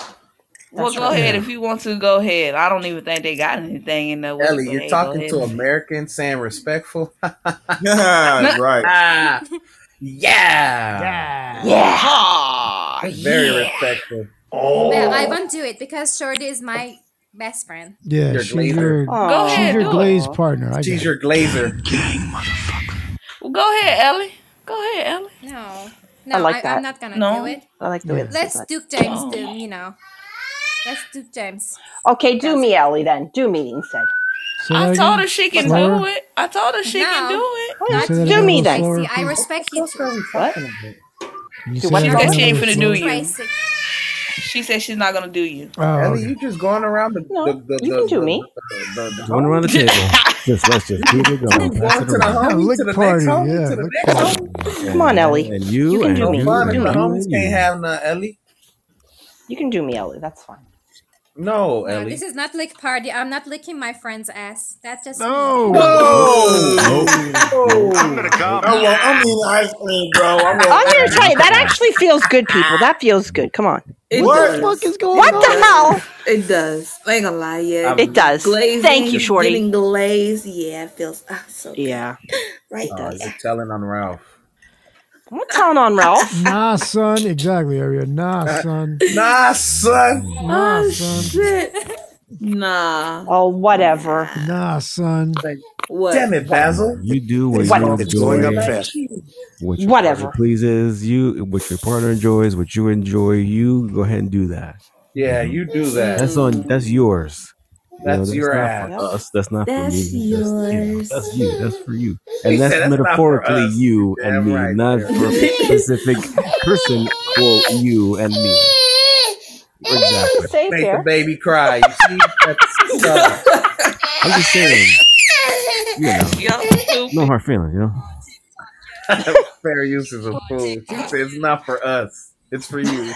Speaker 11: Well,
Speaker 5: That's
Speaker 11: go
Speaker 5: right.
Speaker 11: ahead
Speaker 5: Yeah.
Speaker 11: if you want to. Go ahead. I don't even think they got anything in there.
Speaker 16: Ellie, you're talking to Americans saying respectful.
Speaker 21: yeah,
Speaker 11: Ah.
Speaker 16: right. yeah.
Speaker 5: Yeah.
Speaker 11: Yeah.
Speaker 16: Very
Speaker 5: Yeah.
Speaker 16: respectful.
Speaker 5: Well, I won't do it because Shorty is my best friend.
Speaker 8: Yeah,
Speaker 16: Your
Speaker 8: she's
Speaker 16: glazer.
Speaker 8: your
Speaker 11: Go
Speaker 8: she's
Speaker 11: ahead,
Speaker 8: your
Speaker 11: do it.
Speaker 8: glaze partner. I
Speaker 16: She's
Speaker 8: got
Speaker 16: your glazer.
Speaker 11: Well, go ahead, Ellie. Go ahead, Ellie.
Speaker 5: No. No, I
Speaker 12: I like
Speaker 5: am
Speaker 12: that.
Speaker 5: not going to
Speaker 12: No.
Speaker 5: do it.
Speaker 12: I like the way this is
Speaker 5: Let's
Speaker 12: like-
Speaker 5: Duke James do, you know. Let's Duke James.
Speaker 12: Okay, do me, Ellie, then. Do me instead.
Speaker 8: Say
Speaker 11: I
Speaker 8: that
Speaker 11: told
Speaker 8: again?
Speaker 11: her she can
Speaker 8: Slower?
Speaker 11: do it. I told her she can do it.
Speaker 8: Can you say that
Speaker 12: do
Speaker 8: again
Speaker 12: me
Speaker 8: a little
Speaker 12: then.
Speaker 8: slower,
Speaker 5: See, I
Speaker 8: please?
Speaker 5: respect you too.
Speaker 12: What?
Speaker 8: Can you
Speaker 11: She
Speaker 8: say that again
Speaker 11: said
Speaker 8: a
Speaker 11: she ain't
Speaker 8: little
Speaker 11: finna
Speaker 8: slower?
Speaker 11: do you.
Speaker 5: Tracy.
Speaker 11: She said she's not gonna do you.
Speaker 8: Oh,
Speaker 16: Ellie,
Speaker 8: okay.
Speaker 16: you just going around the. the, the,
Speaker 11: you
Speaker 16: the-
Speaker 11: can do
Speaker 16: the-
Speaker 11: me.
Speaker 16: the- the- the-
Speaker 14: Going around the table. just let's just keep it going.
Speaker 16: Keep
Speaker 14: Pass
Speaker 16: going
Speaker 14: it
Speaker 16: to the
Speaker 14: around.
Speaker 16: homie, to the
Speaker 8: lick
Speaker 16: next
Speaker 8: party,
Speaker 16: homie,
Speaker 8: yeah,
Speaker 16: to the
Speaker 8: lick
Speaker 16: next homie.
Speaker 12: Come on, Ellie. Oh,
Speaker 14: And you,
Speaker 12: You can
Speaker 14: and
Speaker 12: do me.
Speaker 14: you,
Speaker 16: Fun
Speaker 14: and
Speaker 16: if the
Speaker 14: you,
Speaker 16: homies
Speaker 14: and
Speaker 16: can't
Speaker 14: you.
Speaker 16: have none, Ellie.
Speaker 12: You can do me, Ellie. That's fine.
Speaker 16: No,
Speaker 5: No,
Speaker 16: Ellie.
Speaker 5: this is not lick party. I'm not licking my friend's ass. That just
Speaker 16: No.
Speaker 21: No.
Speaker 12: I'm
Speaker 17: gonna come.
Speaker 21: I want, I'm eating ice cream, bro. I'm
Speaker 12: I'm gonna tell you that actually feels good, people. That feels good. Come on.
Speaker 11: what
Speaker 8: fuck is going
Speaker 12: What the hell?
Speaker 11: It does. I ain't gonna lie, yeah.
Speaker 12: It does.
Speaker 11: Glazing,
Speaker 12: Thank you, Shorty.
Speaker 11: Getting glazed, yeah, it feels ah, so good.
Speaker 12: Yeah.
Speaker 11: Right
Speaker 16: Oh,
Speaker 11: does.
Speaker 16: you're telling on Ralph.
Speaker 12: I'm not telling on Ralph.
Speaker 8: Nah, son. Exactly, Aria. Nah, son.
Speaker 16: Uh, Nah, son.
Speaker 8: Nah,
Speaker 22: Oh,
Speaker 6: Oh,
Speaker 8: son.
Speaker 11: Shit. Nah.
Speaker 12: Oh, whatever.
Speaker 8: Nah, son.
Speaker 11: What?
Speaker 16: Damn it, Basil.
Speaker 14: You do what
Speaker 12: What-
Speaker 14: you enjoy, what your
Speaker 12: Whatever.
Speaker 14: partner pleases you, what your partner enjoys, what you enjoy. You go ahead and do that.
Speaker 16: Yeah, you do that.
Speaker 14: That's on. That's yours. You know,
Speaker 16: That's your
Speaker 14: not
Speaker 16: ass.
Speaker 14: for us. That's not for me.
Speaker 11: That's yours.
Speaker 14: That's you. That's for you.
Speaker 16: He
Speaker 14: And that's
Speaker 16: said, "That's not for
Speaker 14: metaphorically
Speaker 16: us."
Speaker 14: you and me, not for a specific person, quote, you and me. Exactly.
Speaker 12: Same
Speaker 16: Make the
Speaker 12: here.
Speaker 16: baby cry. You see? That's so-
Speaker 14: I'm just saying, you know, no hard feelings, you know?
Speaker 16: fair uses of food. She said, it's not for us. It's for you.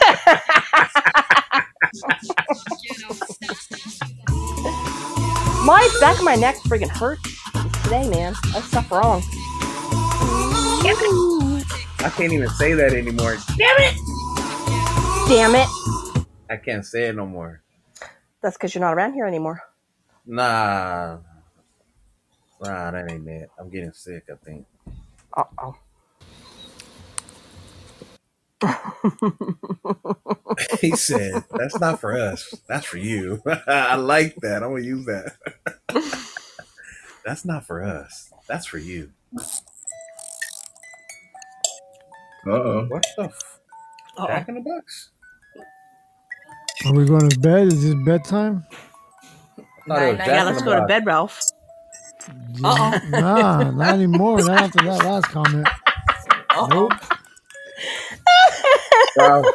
Speaker 12: My back of my neck friggin' hurt today, man. That's stuff wrong.
Speaker 16: I can't even say that anymore.
Speaker 12: Damn it.
Speaker 16: I can't say it no more.
Speaker 12: That's because you're not around here anymore.
Speaker 16: Nah. Nah, that ain't it. I'm getting sick, I think.
Speaker 12: Uh oh.
Speaker 16: He said, that's not for us. That's for you. I like that. I'm going to use that. that's not for us. That's for you.
Speaker 9: Uh-oh.
Speaker 16: What the f- Jack in the Box?
Speaker 8: Are we going to bed? Is this bedtime?
Speaker 16: I thought it was Jack
Speaker 12: yeah,
Speaker 16: in
Speaker 12: let's
Speaker 16: the
Speaker 12: go to
Speaker 16: Box.
Speaker 12: bed, Ralph.
Speaker 8: Uh-oh. Nah, not anymore. Not after that last comment. Nope.
Speaker 16: Ralph,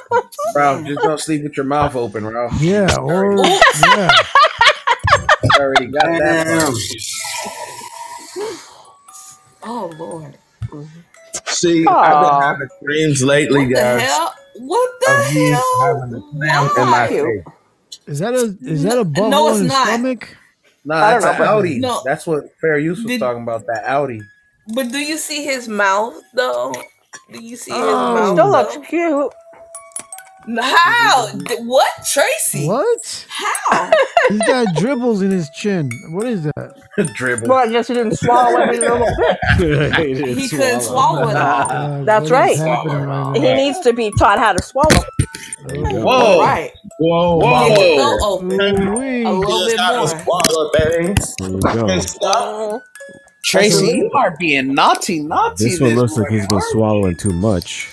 Speaker 16: Ralph, just don't sleep with your mouth open, Ralph.
Speaker 8: Yeah, or yeah.
Speaker 16: You already got that. part.
Speaker 11: Oh Lord.
Speaker 9: See, I've been
Speaker 12: Aw.
Speaker 9: having dreams lately,
Speaker 11: What the
Speaker 9: guys,
Speaker 11: hell? What the
Speaker 9: of me
Speaker 11: hell?
Speaker 9: having a clown in my
Speaker 11: Why?
Speaker 9: face.
Speaker 8: Is that a is that a bubble
Speaker 11: no, it's
Speaker 8: in the
Speaker 11: not.
Speaker 8: stomach?
Speaker 16: No,
Speaker 11: I don't
Speaker 16: that's an
Speaker 11: know, but-
Speaker 16: Audi.
Speaker 11: No.
Speaker 16: That's what fair use was
Speaker 11: Did-
Speaker 16: talking about. That Audi.
Speaker 11: But do you see his mouth though? Do you see his
Speaker 12: He
Speaker 8: Oh,
Speaker 11: mouth?
Speaker 12: still
Speaker 11: though?
Speaker 12: looks cute.
Speaker 11: How? D- What, Tracy?
Speaker 8: Mm-hmm. What?
Speaker 11: How?
Speaker 8: He's got dribbles in his chin. What is that?
Speaker 9: Dribble.
Speaker 22: Well, I guess he didn't swallow every little bit.
Speaker 11: He couldn't swallow it all.
Speaker 22: That's
Speaker 8: what
Speaker 22: right.
Speaker 8: is happening
Speaker 6: Oh,
Speaker 8: right
Speaker 22: He
Speaker 8: now?
Speaker 22: needs to be taught how to swallow.
Speaker 9: Whoa!
Speaker 22: Right.
Speaker 9: Whoa!
Speaker 22: Whoa.
Speaker 9: Whoa!
Speaker 11: Mm-hmm. A little bit more.
Speaker 20: Tracy, you are being naughty, naughty.
Speaker 14: This one looks like he's been swallowing too much.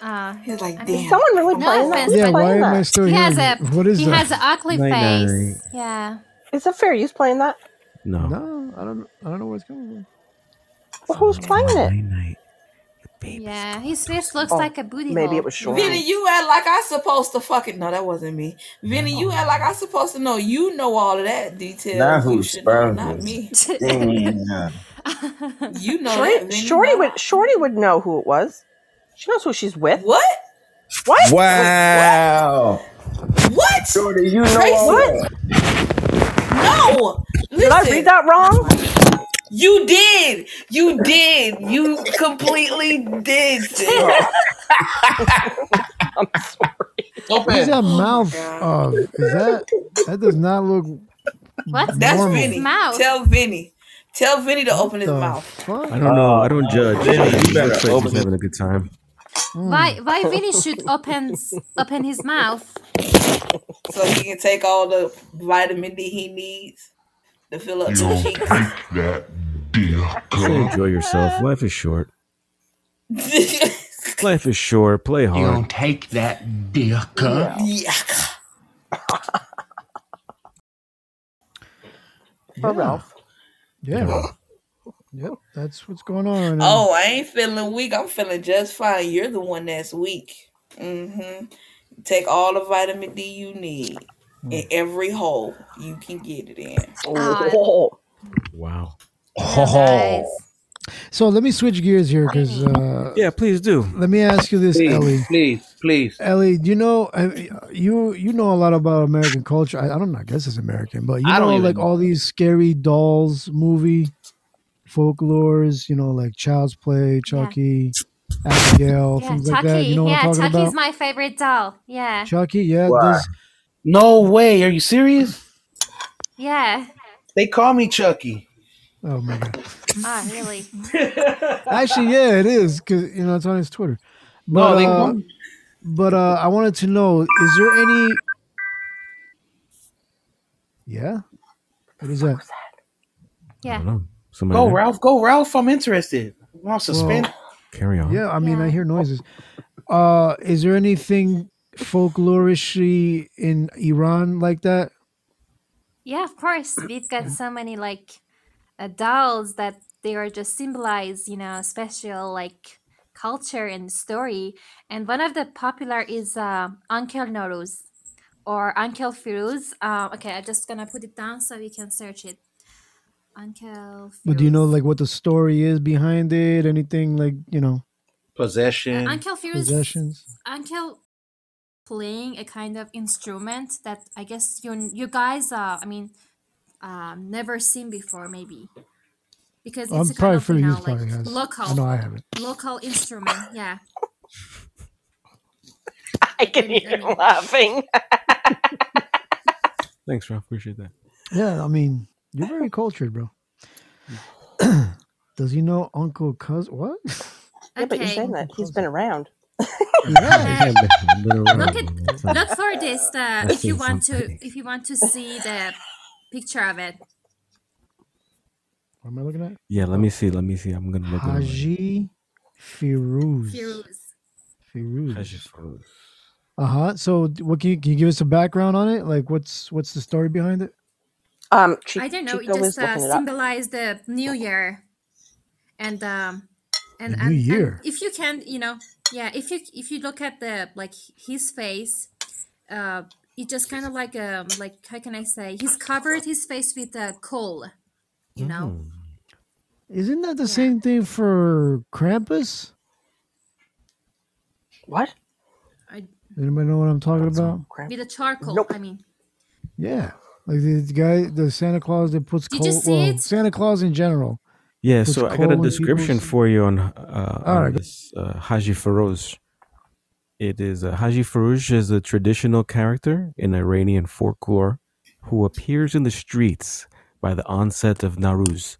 Speaker 5: Uh,
Speaker 11: He's like,
Speaker 5: mean-
Speaker 22: Is someone really playing that?
Speaker 8: Yeah,
Speaker 22: Who's
Speaker 8: why
Speaker 22: playing
Speaker 8: am I
Speaker 22: that?
Speaker 8: still
Speaker 5: he
Speaker 8: here?
Speaker 5: has a
Speaker 8: what is
Speaker 5: he
Speaker 8: that?
Speaker 5: has an ugly
Speaker 14: Night,
Speaker 5: face.
Speaker 14: night.
Speaker 5: Yeah.
Speaker 22: Is it fair use playing that?
Speaker 14: No.
Speaker 8: No, I don't. I don't know where it's coming
Speaker 22: Well, who's playing it?
Speaker 5: Yeah. His face looks
Speaker 22: Oh,
Speaker 5: like a booty
Speaker 22: maybe
Speaker 5: hole.
Speaker 22: it was short.
Speaker 11: Vinny, you act like I supposed to fucking no, that wasn't me. Vinny,
Speaker 22: Oh.
Speaker 11: you act like I supposed to know. You know all of that detail.
Speaker 9: Now
Speaker 11: you
Speaker 9: who's
Speaker 11: should know, not
Speaker 9: sperm
Speaker 11: me.
Speaker 9: is- Damn.
Speaker 11: You know
Speaker 22: Shorty,
Speaker 11: that, Vinny.
Speaker 22: Shorty would Shorty would know who it was. She knows who she's with.
Speaker 11: What?
Speaker 22: What?
Speaker 9: Wow.
Speaker 11: What?
Speaker 9: Shorty, you know
Speaker 22: Tracy,
Speaker 9: all
Speaker 22: what?
Speaker 9: that.
Speaker 11: No.
Speaker 22: Did I read that wrong?
Speaker 11: You did. You did. You completely did. sis.
Speaker 8: from? What is that mouth
Speaker 22: Oh,
Speaker 8: of? Is that that does not look
Speaker 5: What's
Speaker 11: That's
Speaker 8: normal.
Speaker 11: Vinny. Tell Vinny. Tell Vinny to open his mouth.
Speaker 14: I don't know. I don't judge.
Speaker 9: Vinny, Uh, you
Speaker 14: He
Speaker 9: better
Speaker 14: looks like he's
Speaker 9: open it.
Speaker 14: having a good time.
Speaker 5: Why why Vinny should open s- open his mouth?
Speaker 11: so he can take all the vitamin D he needs to fill up the cheeks.
Speaker 14: That Enjoy yourself. Life is short. Life is short. Play hard.
Speaker 23: You don't take that, dear cup.
Speaker 11: Yuck.
Speaker 22: Oh, Ralph.
Speaker 8: Yeah. Yep, that's what's going on. Right now.
Speaker 11: Oh, I ain't feeling weak. I'm feeling just fine. You're the one that's weak. hmm Take all the vitamin D you need
Speaker 8: Mm.
Speaker 11: in every hole you can get it in.
Speaker 6: Ah,
Speaker 12: Uh,
Speaker 22: Oh.
Speaker 14: Wow.
Speaker 8: So let me switch gears here because. Uh,
Speaker 14: Yeah, please do.
Speaker 8: Let me ask you this,
Speaker 20: Please,
Speaker 8: Ellie.
Speaker 20: please, please.
Speaker 8: Ellie, do you know I- you you know a lot about American culture. I, I don't know. I guess it's American, but you
Speaker 20: I
Speaker 8: know
Speaker 20: don't even
Speaker 8: like all these scary dolls movie folklores. You know, like Child's Play, Chucky, Abigail,
Speaker 5: Yeah,
Speaker 8: things
Speaker 5: Chucky.
Speaker 8: like that. You know what
Speaker 5: yeah,
Speaker 8: I'm talking
Speaker 5: Chucky's
Speaker 8: about?
Speaker 5: my favorite doll. Yeah.
Speaker 8: Chucky, yeah.
Speaker 20: Why?
Speaker 8: This,
Speaker 20: No way. Are you serious?
Speaker 5: Yeah.
Speaker 20: They call me Chucky.
Speaker 8: oh my god.
Speaker 5: Ah, really.
Speaker 8: Actually, yeah, it is because you know it's on his Twitter.
Speaker 20: No,
Speaker 8: But
Speaker 20: they-
Speaker 8: uh, but uh, I wanted to know: is there any? Yeah. What is that?
Speaker 5: Yeah.
Speaker 14: Somebody
Speaker 20: Go,
Speaker 14: there?
Speaker 20: Ralph. Go, Ralph. I'm interested. I'm on suspense.
Speaker 14: Carry on.
Speaker 8: Yeah, I mean, I hear noises. Uh, is there anything folklorishly in Iran like that?
Speaker 5: Yeah, of course. We've got so many like uh, dolls that they are just symbolize, you know, special like culture and story. And one of the popular is uh, Uncle Noruz or Uncle Firuz. Uh, okay, I'm just gonna put it down so we can search it. Uncle
Speaker 8: But do you know like what the story is behind it? Anything like you know
Speaker 20: Possession.
Speaker 23: Uh,
Speaker 5: Uncle Firuz
Speaker 8: possessions?
Speaker 5: Uncle playing a kind of instrument that I guess you you guys uh I mean um never seen before maybe because it's
Speaker 8: I'm
Speaker 5: a kind
Speaker 8: probably
Speaker 5: of you
Speaker 8: pretty
Speaker 5: know
Speaker 8: used
Speaker 5: like
Speaker 8: probably has.
Speaker 5: local
Speaker 8: I know I haven't.
Speaker 5: local instrument yeah
Speaker 22: I can hear him laughing.
Speaker 14: Thanks, Ralph. Appreciate that.
Speaker 8: Yeah, I mean, you're very cultured, bro. Does he know Uncle Cuz? What?
Speaker 22: Yeah, but you're saying that he's been around.
Speaker 8: Yeah.
Speaker 14: I've been
Speaker 5: look
Speaker 14: around a long
Speaker 5: at
Speaker 14: time.
Speaker 5: look for this uh,
Speaker 14: I've
Speaker 5: if you
Speaker 14: seen
Speaker 5: want
Speaker 14: something.
Speaker 5: to if you want to see the picture of it
Speaker 8: What am I looking at?
Speaker 14: Yeah, let me see. Let me see. I'm gonna look at it.
Speaker 8: Haji Firuz.
Speaker 5: Firuz
Speaker 8: Firuz. Uh huh. So, d- what can you, can you give us a background on it? Like, what's what's the story behind it?
Speaker 22: Um, Chi-
Speaker 5: I don't know
Speaker 22: Chico
Speaker 5: it
Speaker 22: was
Speaker 5: just uh,
Speaker 22: looking it up.
Speaker 5: symbolized the new year and um and,
Speaker 8: The new
Speaker 5: and, and
Speaker 8: year.
Speaker 5: if you can you know yeah if you if you look at the like his face uh it just kind of like um like how can i say he's covered his face with uh, coal you know
Speaker 8: Hmm. Isn't that the same thing for Krampus?
Speaker 22: What?
Speaker 5: I,
Speaker 8: Anybody know what I'm talking about?
Speaker 5: with a charcoal i mean
Speaker 8: Yeah, like the the guy, the Santa Claus that puts
Speaker 5: Did you
Speaker 8: coal.
Speaker 5: see
Speaker 8: Well,
Speaker 5: it?
Speaker 8: Santa Claus in general
Speaker 14: Yeah,
Speaker 8: It's
Speaker 14: so I got a
Speaker 8: cold when people
Speaker 14: description
Speaker 8: see-
Speaker 14: for you on uh,
Speaker 8: All
Speaker 14: on
Speaker 8: right.
Speaker 14: this uh, Haji Farouz. It is uh, Haji Farouz is a traditional character in Iranian folklore who appears in the streets by the onset of Nowruz,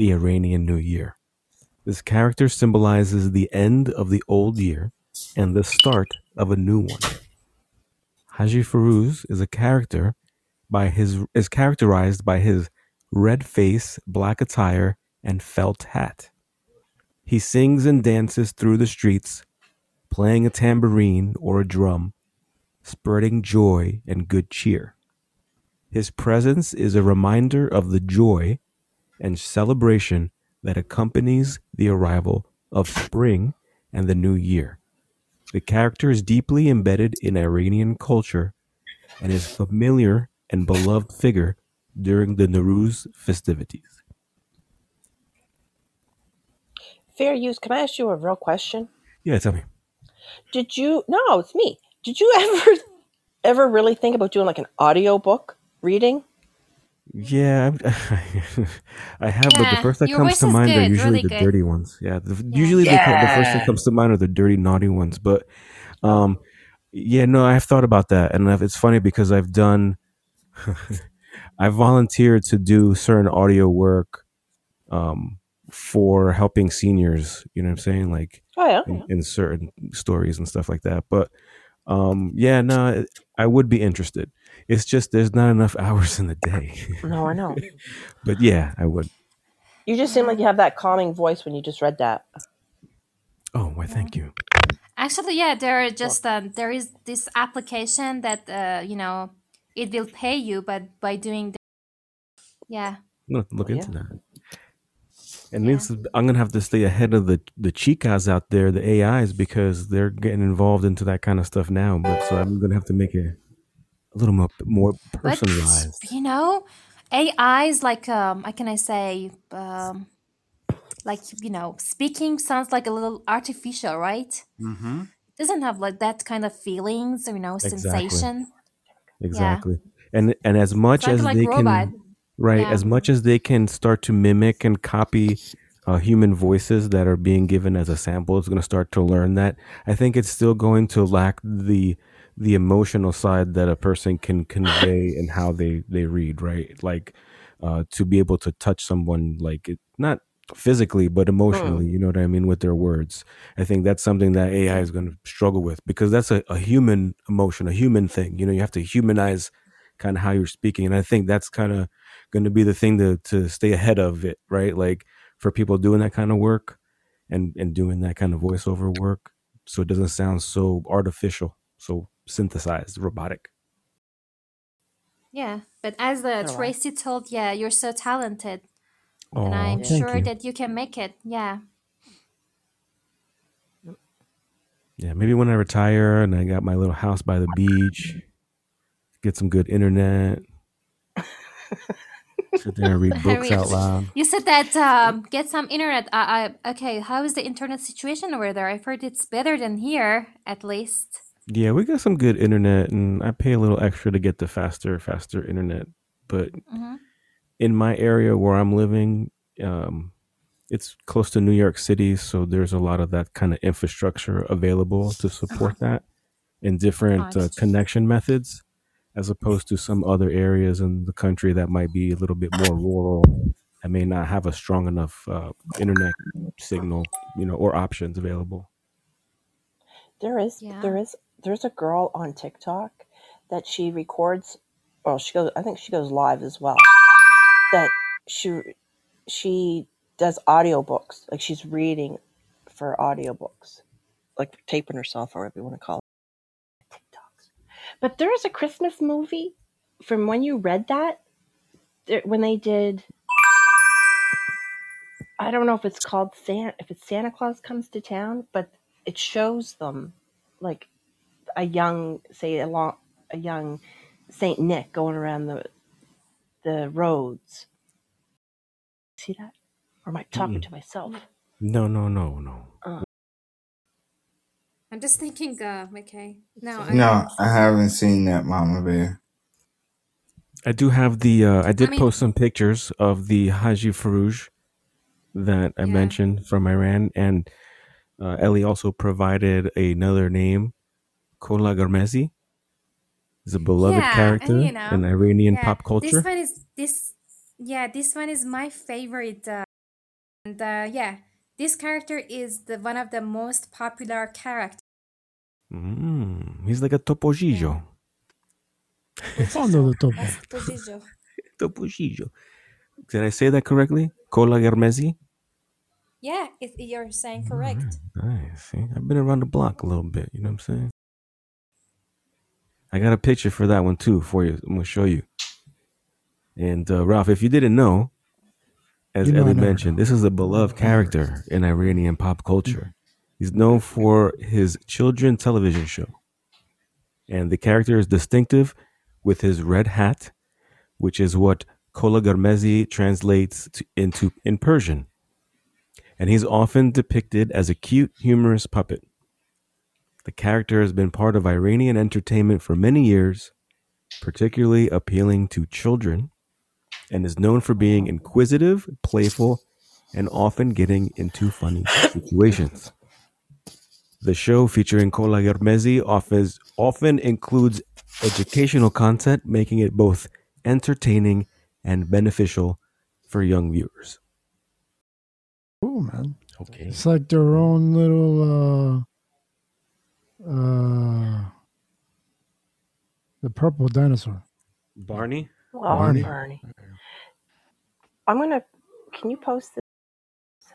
Speaker 14: the Iranian New Year. This character symbolizes the end of the old year and the start of a new one. Haji Farouz is a character by his is characterized by his red face, black attire, and felt hat. He sings and dances through the streets, playing a tambourine or a drum, spreading joy and good cheer. His presence is a reminder of the joy and celebration that accompanies the arrival of spring and the new year. The character is deeply embedded in Iranian culture and is familiar and beloved figure during the Nowruz festivities.
Speaker 22: Fair use. Can I ask you a real question?
Speaker 14: Yeah, tell me.
Speaker 22: Did you? No, it's me. Did you ever, ever really think about doing like an audiobook reading?
Speaker 14: Yeah, I'm, I have, but the
Speaker 22: Yeah,
Speaker 14: first that
Speaker 22: your
Speaker 14: comes
Speaker 22: voice
Speaker 14: to
Speaker 22: is
Speaker 14: mind are
Speaker 22: good,
Speaker 14: usually
Speaker 22: really
Speaker 14: the
Speaker 22: good.
Speaker 14: dirty ones. Yeah, the, usually the, co- the first that
Speaker 22: Yeah.
Speaker 14: comes to mind are the dirty, naughty ones. But, um, yeah, no, I've thought about that, and I've, it's funny because I've done, I volunteered to do certain audio work, um, for helping seniors. You know what I'm saying? Like,
Speaker 22: Oh yeah.
Speaker 14: in, in certain stories and stuff like that. But, um, yeah, no, it- I would be interested. It's just there's not enough hours in the day.
Speaker 22: No, I know.
Speaker 14: But yeah, I would.
Speaker 22: You just seem like you have that calming voice when you just read that.
Speaker 14: Oh, why? Thank you.
Speaker 5: Actually, yeah, there are just
Speaker 22: Oh.
Speaker 5: um, there is this application that uh, you know it will pay you, but by doing the yeah,
Speaker 14: I'm gonna have to look
Speaker 5: Oh, yeah.
Speaker 14: into that. And this is- I'm gonna have to stay ahead of the the chicas out there, the AIs, because they're getting involved into that kind of stuff now. But so I'm gonna have to make it a little more more
Speaker 5: but
Speaker 14: personalized.
Speaker 5: you know, AI is like um, how can I say um, like you know, speaking sounds like a little artificial, right?
Speaker 1: Mm-hmm.
Speaker 5: doesn't have like that kind of feelings, you know,
Speaker 14: Exactly.
Speaker 5: sensation. Yeah,
Speaker 14: Exactly. And and as
Speaker 5: it's
Speaker 14: much
Speaker 5: like
Speaker 14: as
Speaker 5: like
Speaker 14: they
Speaker 5: robot.
Speaker 14: can right,
Speaker 5: Yeah.
Speaker 14: as much as they can start to mimic and copy uh, human voices that are being given as a sample, it's going to start to learn that. I think it's still going to lack the the emotional side that a person can convey and how they they read, right? Like uh to be able to touch someone like it, not physically but emotionally, you know what I mean with their words. I think that's something that AI is going to struggle with because that's a, a human emotion, a human thing. You know, you have to humanize kind of how you're speaking. And I think that's kind of going to be the thing to, to stay ahead of it, right? Like for people doing that kind of work and, and doing that kind of voiceover work. So it doesn't sound so artificial, so synthesized, robotic.
Speaker 5: Yeah, but as
Speaker 22: I
Speaker 5: uh,
Speaker 22: don't know.
Speaker 5: Tracy told, yeah, you're so talented, and
Speaker 14: Oh,
Speaker 5: I'm
Speaker 14: thank
Speaker 5: sure
Speaker 14: you.
Speaker 5: that you can make it. Yeah,
Speaker 14: Yeah, maybe when I retire and I got my little house by the beach, get some good internet, sit there and read books
Speaker 5: Harry,
Speaker 14: out loud.
Speaker 5: you said that um, get some internet. I, I okay. How is the internet situation over there? I've heard it's better than here, at least.
Speaker 14: Yeah, we got some good internet, and I pay a little extra to get the faster, faster internet. But
Speaker 5: hmm
Speaker 14: in my area where I'm living, um, it's close to New York City, so there's a lot of that kind of infrastructure available to support that in different uh, connection methods, as opposed to some other areas in the country that might be a little bit more rural that may not have a strong enough uh, internet signal, you know, or options available.
Speaker 22: There is there is there's a girl on TikTok that she records well she goes I think she goes live as well. That she she does audiobooks. Like she's reading for audiobooks. Like taping herself or whatever you want to call it. But there is a Christmas movie from when you read that there, when they did I don't know if it's called Santa if it's Santa Claus comes to town, but it shows them like a young say a long a young Saint Nick going around the the roads. See that? Or am I talking
Speaker 14: Mm-mm.
Speaker 22: to myself?
Speaker 14: No, no, no, no.
Speaker 22: Uh,
Speaker 5: I'm just thinking. Uh, okay, no, I
Speaker 9: No,
Speaker 5: haven't.
Speaker 9: I haven't seen that, Mama Bear.
Speaker 14: I do have the. Uh, I
Speaker 5: I
Speaker 14: did
Speaker 5: mean,
Speaker 14: post some pictures of the Haji Farouj that I mentioned from Iran, and uh, Ellie also provided another name, Kola Garmezi. Is a beloved
Speaker 10: Yeah, and,
Speaker 14: character
Speaker 10: you know,
Speaker 14: in Iranian
Speaker 10: yeah,
Speaker 14: pop culture.
Speaker 10: This one is this. Yeah, this one is my favorite. Uh, and uh, yeah, this character is the one of the most popular characters.
Speaker 14: Mm, he's like a topojijo.
Speaker 8: I don't know the top.
Speaker 14: Topojijo. Did I say that correctly? Kola Garmezi?
Speaker 10: yeah, if you're saying correct.
Speaker 14: Nice. See, I've been around the block a little bit. You know what I'm saying? I got a picture for that one too for you. I'm gonna show you. And uh, Ralph, if you didn't know, as
Speaker 8: You know I
Speaker 14: Ellie
Speaker 8: never
Speaker 14: mentioned, this is a beloved character in Iranian pop culture. He's known for his children television show, and the character is distinctive with his red hat, which is what Kola Garmezi translates to, into in Persian and he's often depicted as a cute, humorous puppet. The character has been part of Iranian entertainment for many years, particularly appealing to children, and is known for being inquisitive, playful, and often getting into funny situations. The show featuring Kola Yermezi offers, often includes educational content, making it both entertaining and beneficial for young viewers.
Speaker 8: Cool, man.
Speaker 14: Okay.
Speaker 8: It's like their own little uh uh the purple dinosaur.
Speaker 14: Barney?
Speaker 8: Oh,
Speaker 12: Oh,
Speaker 8: Barney.
Speaker 12: Barney. I'm gonna. Can you post this?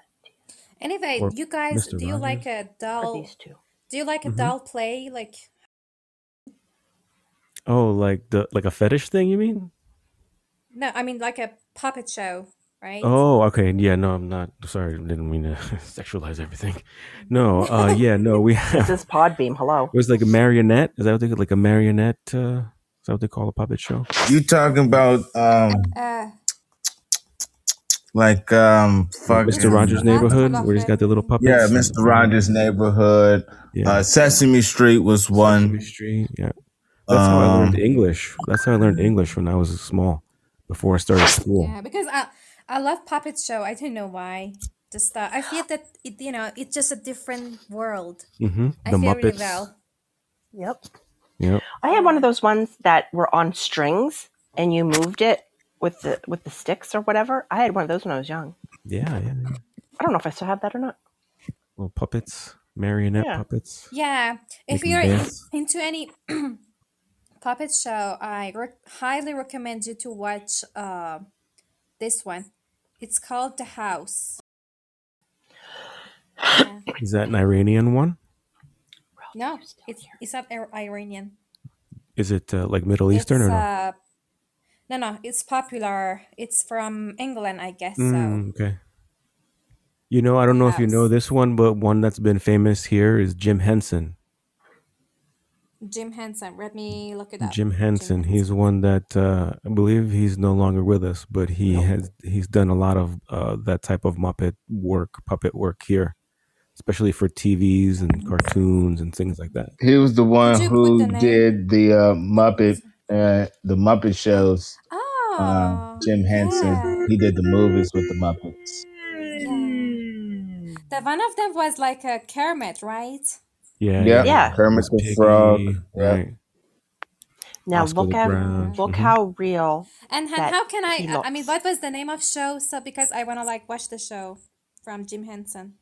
Speaker 10: Anyway,
Speaker 12: Or
Speaker 10: you guys,
Speaker 12: Mr.
Speaker 10: do you like a doll? Do you like a
Speaker 14: Mhm.
Speaker 10: doll play? Like
Speaker 14: Oh, like the like a fetish thing? You mean?
Speaker 10: no, I mean like a puppet show, right?
Speaker 14: Oh, okay. Yeah, no, I'm not. Sorry, didn't mean to sexualize everything. No, uh, yeah, no, we
Speaker 12: This
Speaker 14: have.
Speaker 12: is Podbeam. Hello.
Speaker 14: It was like a marionette. Is that what they like a marionette? Uh, is that what they call a puppet show?
Speaker 9: You talking about um
Speaker 10: Uh,
Speaker 9: like um
Speaker 14: Like
Speaker 9: fucking
Speaker 14: Mr. Rogers' Neighborhood, where he's got the little
Speaker 9: yeah,
Speaker 14: puppets.
Speaker 9: Mr. Rogers' neighborhood.
Speaker 14: Yeah.
Speaker 9: Uh, Sesame Street was one. Sesame
Speaker 14: Street, yeah. That's how I learned English. That's how I learned English when I was small, before I started school.
Speaker 10: yeah, because I I love puppet show. I don't know why. Just uh, I feel that it, you know, it's just a different world.
Speaker 14: Mm-hmm.
Speaker 10: I
Speaker 14: The
Speaker 10: feel really
Speaker 14: Muppets.
Speaker 10: well.
Speaker 12: Yep.
Speaker 14: Yep.
Speaker 12: I had one of those ones that were on strings and you moved it with the with the sticks or whatever. I had one of those when I was young.
Speaker 14: Yeah, yeah.
Speaker 12: I don't know if I still have that or not.
Speaker 14: Little puppets, marionette
Speaker 12: Yeah.
Speaker 14: puppets.
Speaker 10: Yeah,
Speaker 14: They
Speaker 10: if
Speaker 14: can
Speaker 10: you're in,
Speaker 14: dance.
Speaker 10: into any puppet show, I rec highly recommend you to watch uh, this one. It's called The House. Yeah.
Speaker 14: Is that an Iranian one?
Speaker 10: No, it's it's not Ir- Iranian.
Speaker 14: Is it uh, like Middle
Speaker 10: It's
Speaker 14: Eastern or no?
Speaker 10: uh, no, no, it's popular. It's from England, I guess. So
Speaker 14: Mm, okay. You know, I don't know if you know this one, but one that's been famous here is Jim Henson.
Speaker 10: Jim Henson. Let me look it up.
Speaker 14: Jim Henson. He's one that uh, I believe he's no longer with us, but he has he's done a lot of uh, that type of Muppet work, puppet work here, especially for TVs and cartoons and things like that.
Speaker 9: He was the one
Speaker 10: you put the
Speaker 9: who
Speaker 10: name?
Speaker 9: did the uh, Muppet uh, the Muppet shows. Um,
Speaker 10: Oh,
Speaker 9: Jim Henson.
Speaker 10: yeah.
Speaker 9: He did the movies with the Muppets.
Speaker 10: Yeah. The one of them was like a Kermit, right?
Speaker 14: Yeah, yeah.
Speaker 9: Yep.
Speaker 12: Yeah.
Speaker 9: Kermit
Speaker 14: Miss
Speaker 9: the Frog.
Speaker 14: Piggy,
Speaker 9: Yep.
Speaker 14: right?
Speaker 12: Now
Speaker 14: Oscar
Speaker 12: look
Speaker 14: the
Speaker 12: at
Speaker 14: Grouch.
Speaker 12: look
Speaker 14: mhm.
Speaker 12: how real
Speaker 10: And and
Speaker 12: that
Speaker 10: how can I?
Speaker 12: he
Speaker 10: I- I mean,
Speaker 12: looks.
Speaker 10: what was the name of show? So because I wanna like watch the show from Jim Henson,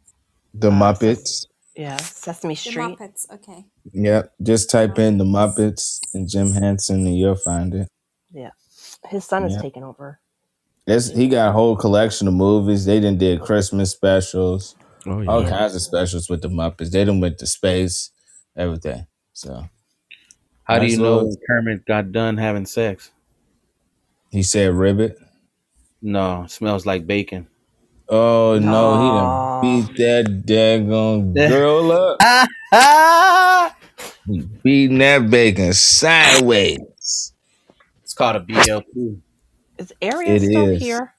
Speaker 9: The
Speaker 10: Oh,
Speaker 12: Uh, ses-
Speaker 9: Muppets.
Speaker 12: yeah, Sesame
Speaker 10: The
Speaker 12: Street.
Speaker 10: Muppets. Okay.
Speaker 9: Yep. Just type in the
Speaker 10: Muppets.
Speaker 9: Muppets and Jim Henson, and you'll find it.
Speaker 12: Yeah. His son has
Speaker 9: Yep.
Speaker 12: taken over.
Speaker 9: It's, he got a whole collection of movies. They done did Christmas specials,
Speaker 14: Oh
Speaker 9: all
Speaker 14: yeah.
Speaker 12: Yeah.
Speaker 9: kinds of specials with the Muppets. They done went to space, everything. So
Speaker 16: How
Speaker 9: might
Speaker 16: do you
Speaker 9: as
Speaker 16: know
Speaker 9: well.
Speaker 16: when Kermit got done having sex?
Speaker 9: He said ribbit.
Speaker 16: No, smells like bacon.
Speaker 9: Oh no, he done
Speaker 12: Oh.
Speaker 9: beat that daggone girl up.
Speaker 12: Ah,
Speaker 16: it's
Speaker 9: He beating that bacon sideways.
Speaker 16: called a BLT.
Speaker 12: Is Ariel
Speaker 9: It
Speaker 12: still
Speaker 9: is.
Speaker 12: here?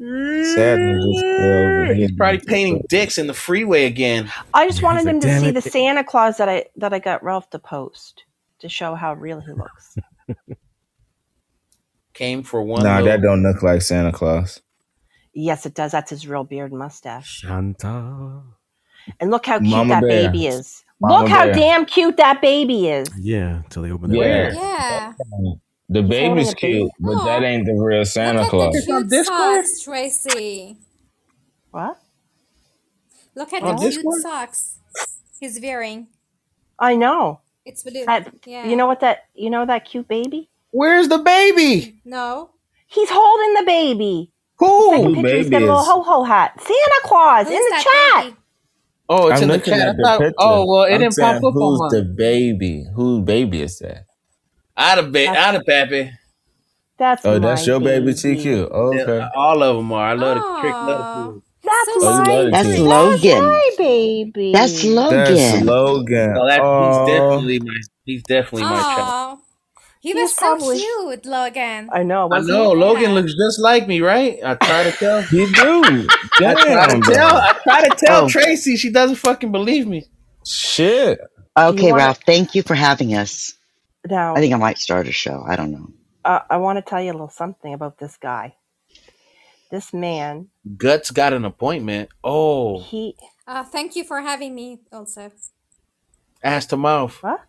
Speaker 9: Sadness just fell over
Speaker 16: He's
Speaker 9: him.
Speaker 16: probably painting dicks in the freeway again.
Speaker 12: I just
Speaker 16: He's
Speaker 12: wanted
Speaker 16: like,
Speaker 12: him to
Speaker 16: damn
Speaker 12: see
Speaker 16: it.
Speaker 12: the Santa Claus that I that I got Ralph to post to show how real he looks.
Speaker 16: Came for one
Speaker 9: Nah, that
Speaker 16: little.
Speaker 9: don't look like Santa Claus.
Speaker 12: Yes, it does. That's his real beard and mustache.
Speaker 14: Shanta.
Speaker 12: And look how cute
Speaker 14: Mama
Speaker 12: that
Speaker 14: bear.
Speaker 12: baby is.
Speaker 14: Mama
Speaker 12: look how
Speaker 14: bear.
Speaker 12: damn cute that baby is.
Speaker 14: Yeah, until they open
Speaker 9: Yeah.
Speaker 14: their mouth.
Speaker 10: Yeah.
Speaker 9: The baby's
Speaker 12: holding Oh. a
Speaker 9: cute, but that ain't the real Santa
Speaker 10: Look at
Speaker 9: Claus.
Speaker 10: the cute socks, Tracy.
Speaker 12: What?
Speaker 10: Look at
Speaker 12: On
Speaker 10: the
Speaker 12: this
Speaker 10: cute
Speaker 12: one?
Speaker 10: socks he's wearing.
Speaker 12: I know.
Speaker 10: It's blue.
Speaker 12: That
Speaker 10: yeah.
Speaker 12: you know what that you know that cute baby?
Speaker 6: Where's the baby?
Speaker 10: No.
Speaker 12: He's holding the baby.
Speaker 6: Who?
Speaker 12: Second
Speaker 6: Who
Speaker 12: picture, he's got a
Speaker 6: baby
Speaker 12: little
Speaker 6: is-
Speaker 12: ho ho hat. Santa Claus in the chat.
Speaker 6: Oh, it's
Speaker 9: I'm
Speaker 6: in the
Speaker 9: looking
Speaker 6: chat.
Speaker 9: at
Speaker 6: I
Speaker 9: the
Speaker 6: thought-
Speaker 9: picture.
Speaker 6: oh, well, it
Speaker 9: I'm
Speaker 6: didn't pop
Speaker 9: saying,
Speaker 6: up on
Speaker 9: who's
Speaker 6: mine.
Speaker 9: the baby? Whose baby is that?
Speaker 16: I'd have been, I'd have pappy.
Speaker 12: That's
Speaker 9: Oh, that's
Speaker 12: my
Speaker 9: your baby,
Speaker 12: baby.
Speaker 9: TQ. Oh, okay.
Speaker 16: All of them are. I love the trick. Love the food.
Speaker 12: That's
Speaker 9: Oh, you
Speaker 12: my
Speaker 9: love the
Speaker 3: That's
Speaker 9: kid.
Speaker 3: Logan.
Speaker 12: my baby.
Speaker 3: That's
Speaker 9: That's
Speaker 3: Logan.
Speaker 9: Logan.
Speaker 16: No, that he's
Speaker 9: Oh,
Speaker 16: definitely my he's definitely my child.
Speaker 10: Oh, he was so cute, Logan.
Speaker 12: I know,
Speaker 16: I know Logan looks just like me, right? I try to tell.
Speaker 9: he do.
Speaker 16: I try to
Speaker 9: Damn,
Speaker 16: tell.
Speaker 9: bro.
Speaker 16: I try to tell
Speaker 3: Oh.
Speaker 16: Tracy. She doesn't fucking believe me.
Speaker 9: Shit.
Speaker 12: Do you
Speaker 3: Okay,
Speaker 12: want
Speaker 3: Ralph, thank you for having us.
Speaker 12: to
Speaker 3: I
Speaker 12: now?
Speaker 3: think I might start a show. I don't know.
Speaker 12: Uh, I want to tell you a little something about this guy. This man,
Speaker 16: Guts got an appointment. Oh,
Speaker 12: he
Speaker 10: Uh, thank you for having me also.
Speaker 16: ass to mouth.
Speaker 12: What?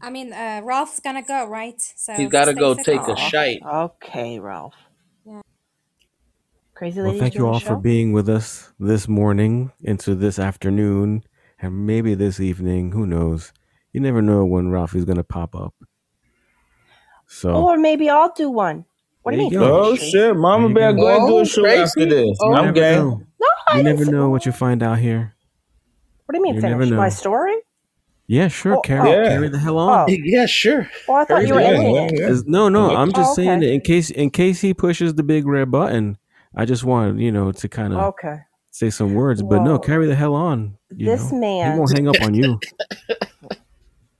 Speaker 10: I mean, uh, Ralph's gonna go, right?
Speaker 16: He's
Speaker 10: So
Speaker 16: got to
Speaker 10: stay
Speaker 16: go take a
Speaker 10: safe.
Speaker 12: Aw,
Speaker 16: shite.
Speaker 12: Okay, Ralph.
Speaker 10: Yeah.
Speaker 12: Crazy
Speaker 14: Well,
Speaker 12: lady's
Speaker 14: thank you
Speaker 12: doing a
Speaker 14: all for
Speaker 12: show.
Speaker 14: being with us this morning into this afternoon and maybe this evening. Who knows? You never know when Ralphie's going to pop up. So
Speaker 12: Or maybe I'll do one. What do
Speaker 14: there
Speaker 12: you
Speaker 14: you
Speaker 12: mean? Thanks,
Speaker 14: go.
Speaker 9: Oh
Speaker 12: Tracy.
Speaker 9: shit,
Speaker 14: There
Speaker 9: Mama
Speaker 14: you
Speaker 9: Bear,
Speaker 14: go.
Speaker 9: go ahead and do a
Speaker 6: Oh,
Speaker 9: show after
Speaker 6: Tracy.
Speaker 9: this.
Speaker 6: Oh,
Speaker 14: You
Speaker 9: I'm
Speaker 14: never
Speaker 9: game.
Speaker 14: know.
Speaker 12: No, I
Speaker 14: You
Speaker 12: didn't.
Speaker 14: never
Speaker 12: Fi-
Speaker 14: know what you find out here.
Speaker 12: what do you mean
Speaker 14: You never
Speaker 12: finish my
Speaker 14: know.
Speaker 12: story?
Speaker 14: Yeah, sure.
Speaker 12: Oh,
Speaker 14: Carry
Speaker 12: oh,
Speaker 14: carry
Speaker 9: Yeah.
Speaker 14: the hell on.
Speaker 12: oh,
Speaker 16: Yeah, sure.
Speaker 12: oh! I thought
Speaker 16: Hurry
Speaker 12: you
Speaker 16: it
Speaker 12: were
Speaker 16: up.
Speaker 9: Yeah,
Speaker 12: ending
Speaker 9: yeah,
Speaker 12: it.
Speaker 9: yeah.
Speaker 14: Is- no, no.
Speaker 9: Yep.
Speaker 14: I'm
Speaker 12: Oh,
Speaker 14: just saying
Speaker 12: okay,
Speaker 14: that in case in case he pushes the big red button, I just want you know to kind of
Speaker 12: okay.
Speaker 14: say some words. But no,
Speaker 12: Well,
Speaker 14: carry the hell on. You
Speaker 12: this
Speaker 14: know he won't
Speaker 12: man
Speaker 14: hang up on you.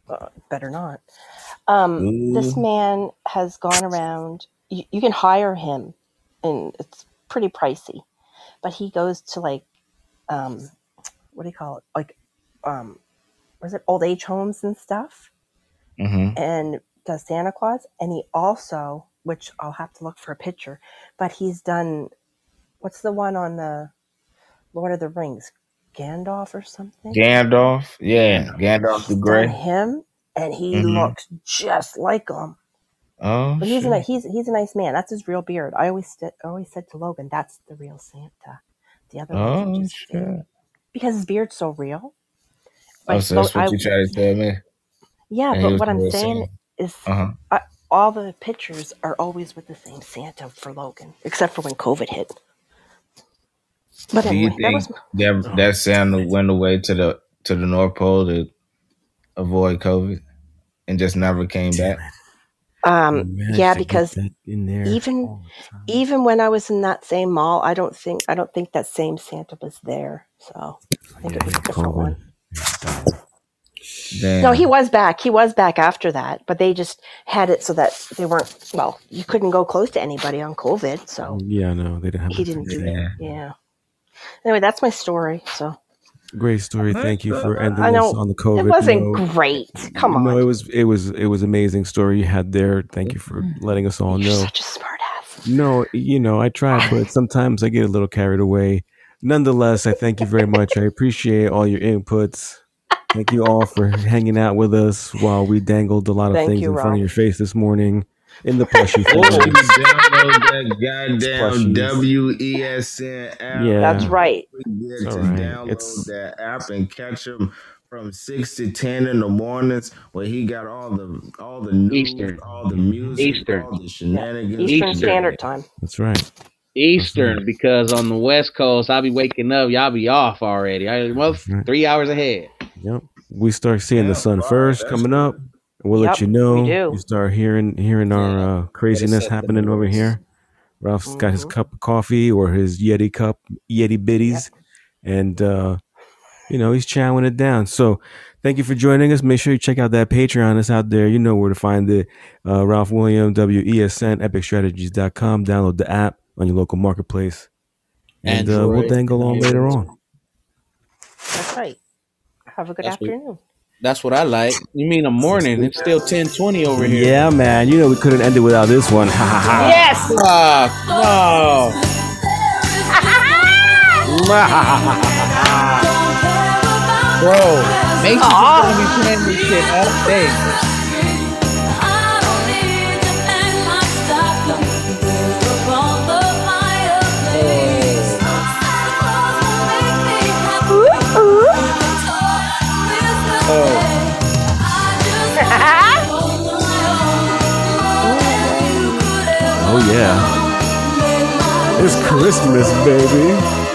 Speaker 12: uh, better not. Um, this
Speaker 9: Ooh.
Speaker 12: man has gone around. You, you can hire him, and it's pretty pricey. But he goes to like, um, what do you call it? Like, um, was it old age homes and stuff?
Speaker 9: hmm
Speaker 12: and does Santa Claus. And he also, which I'll have to look for a picture, but he's done what's the one on the Lord of the Rings? Gandalf or something?
Speaker 9: Gandalf. Yeah, Gandalf the
Speaker 12: He's done
Speaker 9: Grey.
Speaker 12: him and he
Speaker 9: hmm
Speaker 12: looks just like him.
Speaker 9: Oh
Speaker 12: But he's a ni-
Speaker 9: shit.
Speaker 12: he's he's a nice man. That's his real beard. I always st- I always said to Logan, that's the real Santa. The other ones are
Speaker 9: Oh
Speaker 12: just fake
Speaker 9: shit.
Speaker 12: because his beard's so real.
Speaker 9: Oh,
Speaker 12: But
Speaker 9: so
Speaker 12: Lo-
Speaker 9: that's what
Speaker 12: I
Speaker 9: you try to tell me.
Speaker 12: Yeah,
Speaker 9: And he
Speaker 12: but
Speaker 9: was
Speaker 12: what
Speaker 9: the
Speaker 12: I'm
Speaker 9: real
Speaker 12: saying
Speaker 9: Santa.
Speaker 12: is
Speaker 9: Uh huh.
Speaker 12: I, all the pictures are always with the same Santa for Logan, except for when COVID hit. But
Speaker 9: Do you
Speaker 12: anyway, that
Speaker 9: think
Speaker 12: was.
Speaker 9: that
Speaker 12: Oh.
Speaker 9: that Santa went away to the to the North Pole to avoid COVID and just never came
Speaker 14: Damn
Speaker 9: back?
Speaker 14: it! You
Speaker 12: Um,
Speaker 14: managed
Speaker 12: yeah,
Speaker 14: to get
Speaker 12: because
Speaker 14: that in there
Speaker 12: even
Speaker 14: all the time.
Speaker 12: even when I was in that same mall, I don't think I don't think that same Santa was there. So I think
Speaker 14: Yeah,
Speaker 12: it
Speaker 14: he
Speaker 12: was a
Speaker 14: had
Speaker 12: different
Speaker 14: COVID.
Speaker 12: one.
Speaker 14: Yeah, dog.
Speaker 12: No, he
Speaker 9: Damn.
Speaker 12: was back. He was back after that, but they just had it so that they weren't. Well, you couldn't go close to anybody on COVID, so
Speaker 14: Oh, Yeah, no, they didn't have
Speaker 12: he
Speaker 14: that
Speaker 12: didn't do
Speaker 14: protection.
Speaker 12: that.
Speaker 9: Yeah.
Speaker 12: Yeah. Anyway, that's my story. So.
Speaker 14: Great story. Thank you for
Speaker 12: I
Speaker 14: ending us
Speaker 12: know
Speaker 14: on the
Speaker 12: it
Speaker 14: COVID
Speaker 12: wasn't
Speaker 14: note.
Speaker 12: great. Come
Speaker 14: No,
Speaker 12: on,
Speaker 14: it was it was it was amazing story you had there. Thank you for letting us all
Speaker 12: Mm-hmm. you're
Speaker 14: know.
Speaker 12: such a smart ass.
Speaker 14: No, you know, I try, but sometimes I get a little carried away. Nonetheless, I thank you very much. I appreciate all your inputs. Thank you all for hanging out with us while we dangled a lot of
Speaker 12: Thank
Speaker 14: things
Speaker 12: you,
Speaker 14: in front of
Speaker 12: Ralph.
Speaker 14: your face this morning in the plushie
Speaker 9: Make sure
Speaker 14: form.
Speaker 9: you download that
Speaker 14: It's
Speaker 9: goddamn
Speaker 14: plushies.
Speaker 9: WESN app.
Speaker 12: That's
Speaker 14: Yeah,
Speaker 9: Don't
Speaker 12: right.
Speaker 14: it's
Speaker 9: forget
Speaker 14: all
Speaker 9: to
Speaker 14: right.
Speaker 9: download
Speaker 14: It's
Speaker 9: that app and catch him from six to ten in the mornings, where he got all the all the news,
Speaker 16: Eastern,
Speaker 9: all the
Speaker 14: hmm
Speaker 9: music,
Speaker 16: Eastern,
Speaker 9: all the
Speaker 12: Yeah,
Speaker 9: shenanigans.
Speaker 12: Eastern
Speaker 16: Eastern,
Speaker 9: Everything.
Speaker 12: Standard Time.
Speaker 14: that's right. That's right.
Speaker 16: Eastern. Because on the West Coast, I'll be waking up. Y'all be off already. I well,
Speaker 14: That's right.
Speaker 16: three hours ahead.
Speaker 14: Yep. We start seeing the
Speaker 9: Damn,
Speaker 14: sun
Speaker 9: Barb,
Speaker 14: first
Speaker 9: that's
Speaker 14: coming
Speaker 9: good.
Speaker 14: up. We'll
Speaker 12: Yep,
Speaker 14: let you
Speaker 12: we
Speaker 14: know. You
Speaker 12: do.
Speaker 14: start hearing hearing
Speaker 16: Yeah,
Speaker 14: our uh,
Speaker 16: gotta
Speaker 14: craziness
Speaker 16: set the
Speaker 14: happening over
Speaker 16: mood.
Speaker 14: here. Ralph's got his
Speaker 12: hmm
Speaker 14: cup of coffee or his Yeti cup, Yeti
Speaker 12: Yep.
Speaker 14: bitties, and uh, you know he's chowing it down. So, thank you for joining us. Make sure you check out that Patreon. It's out there. You know where to find it. Uh, Ralph E William WESN EpicStrategies.com. Download the app on your local marketplace, and uh, we'll
Speaker 16: Android
Speaker 14: dangle on
Speaker 16: and
Speaker 14: later on.
Speaker 16: iOS.
Speaker 12: That's right. Have a good
Speaker 16: That's what.
Speaker 12: afternoon.
Speaker 16: That's what I like. You mean a morning? It's still ten twenty over here.
Speaker 14: Yeah, man. You know we couldn't end it without this one. Ha ha ha.
Speaker 16: Yes. Ah,
Speaker 14: Ah.
Speaker 16: Bro, Mason's gonna be playing this shit all day.
Speaker 14: Oh yeah. It's Christmas, baby.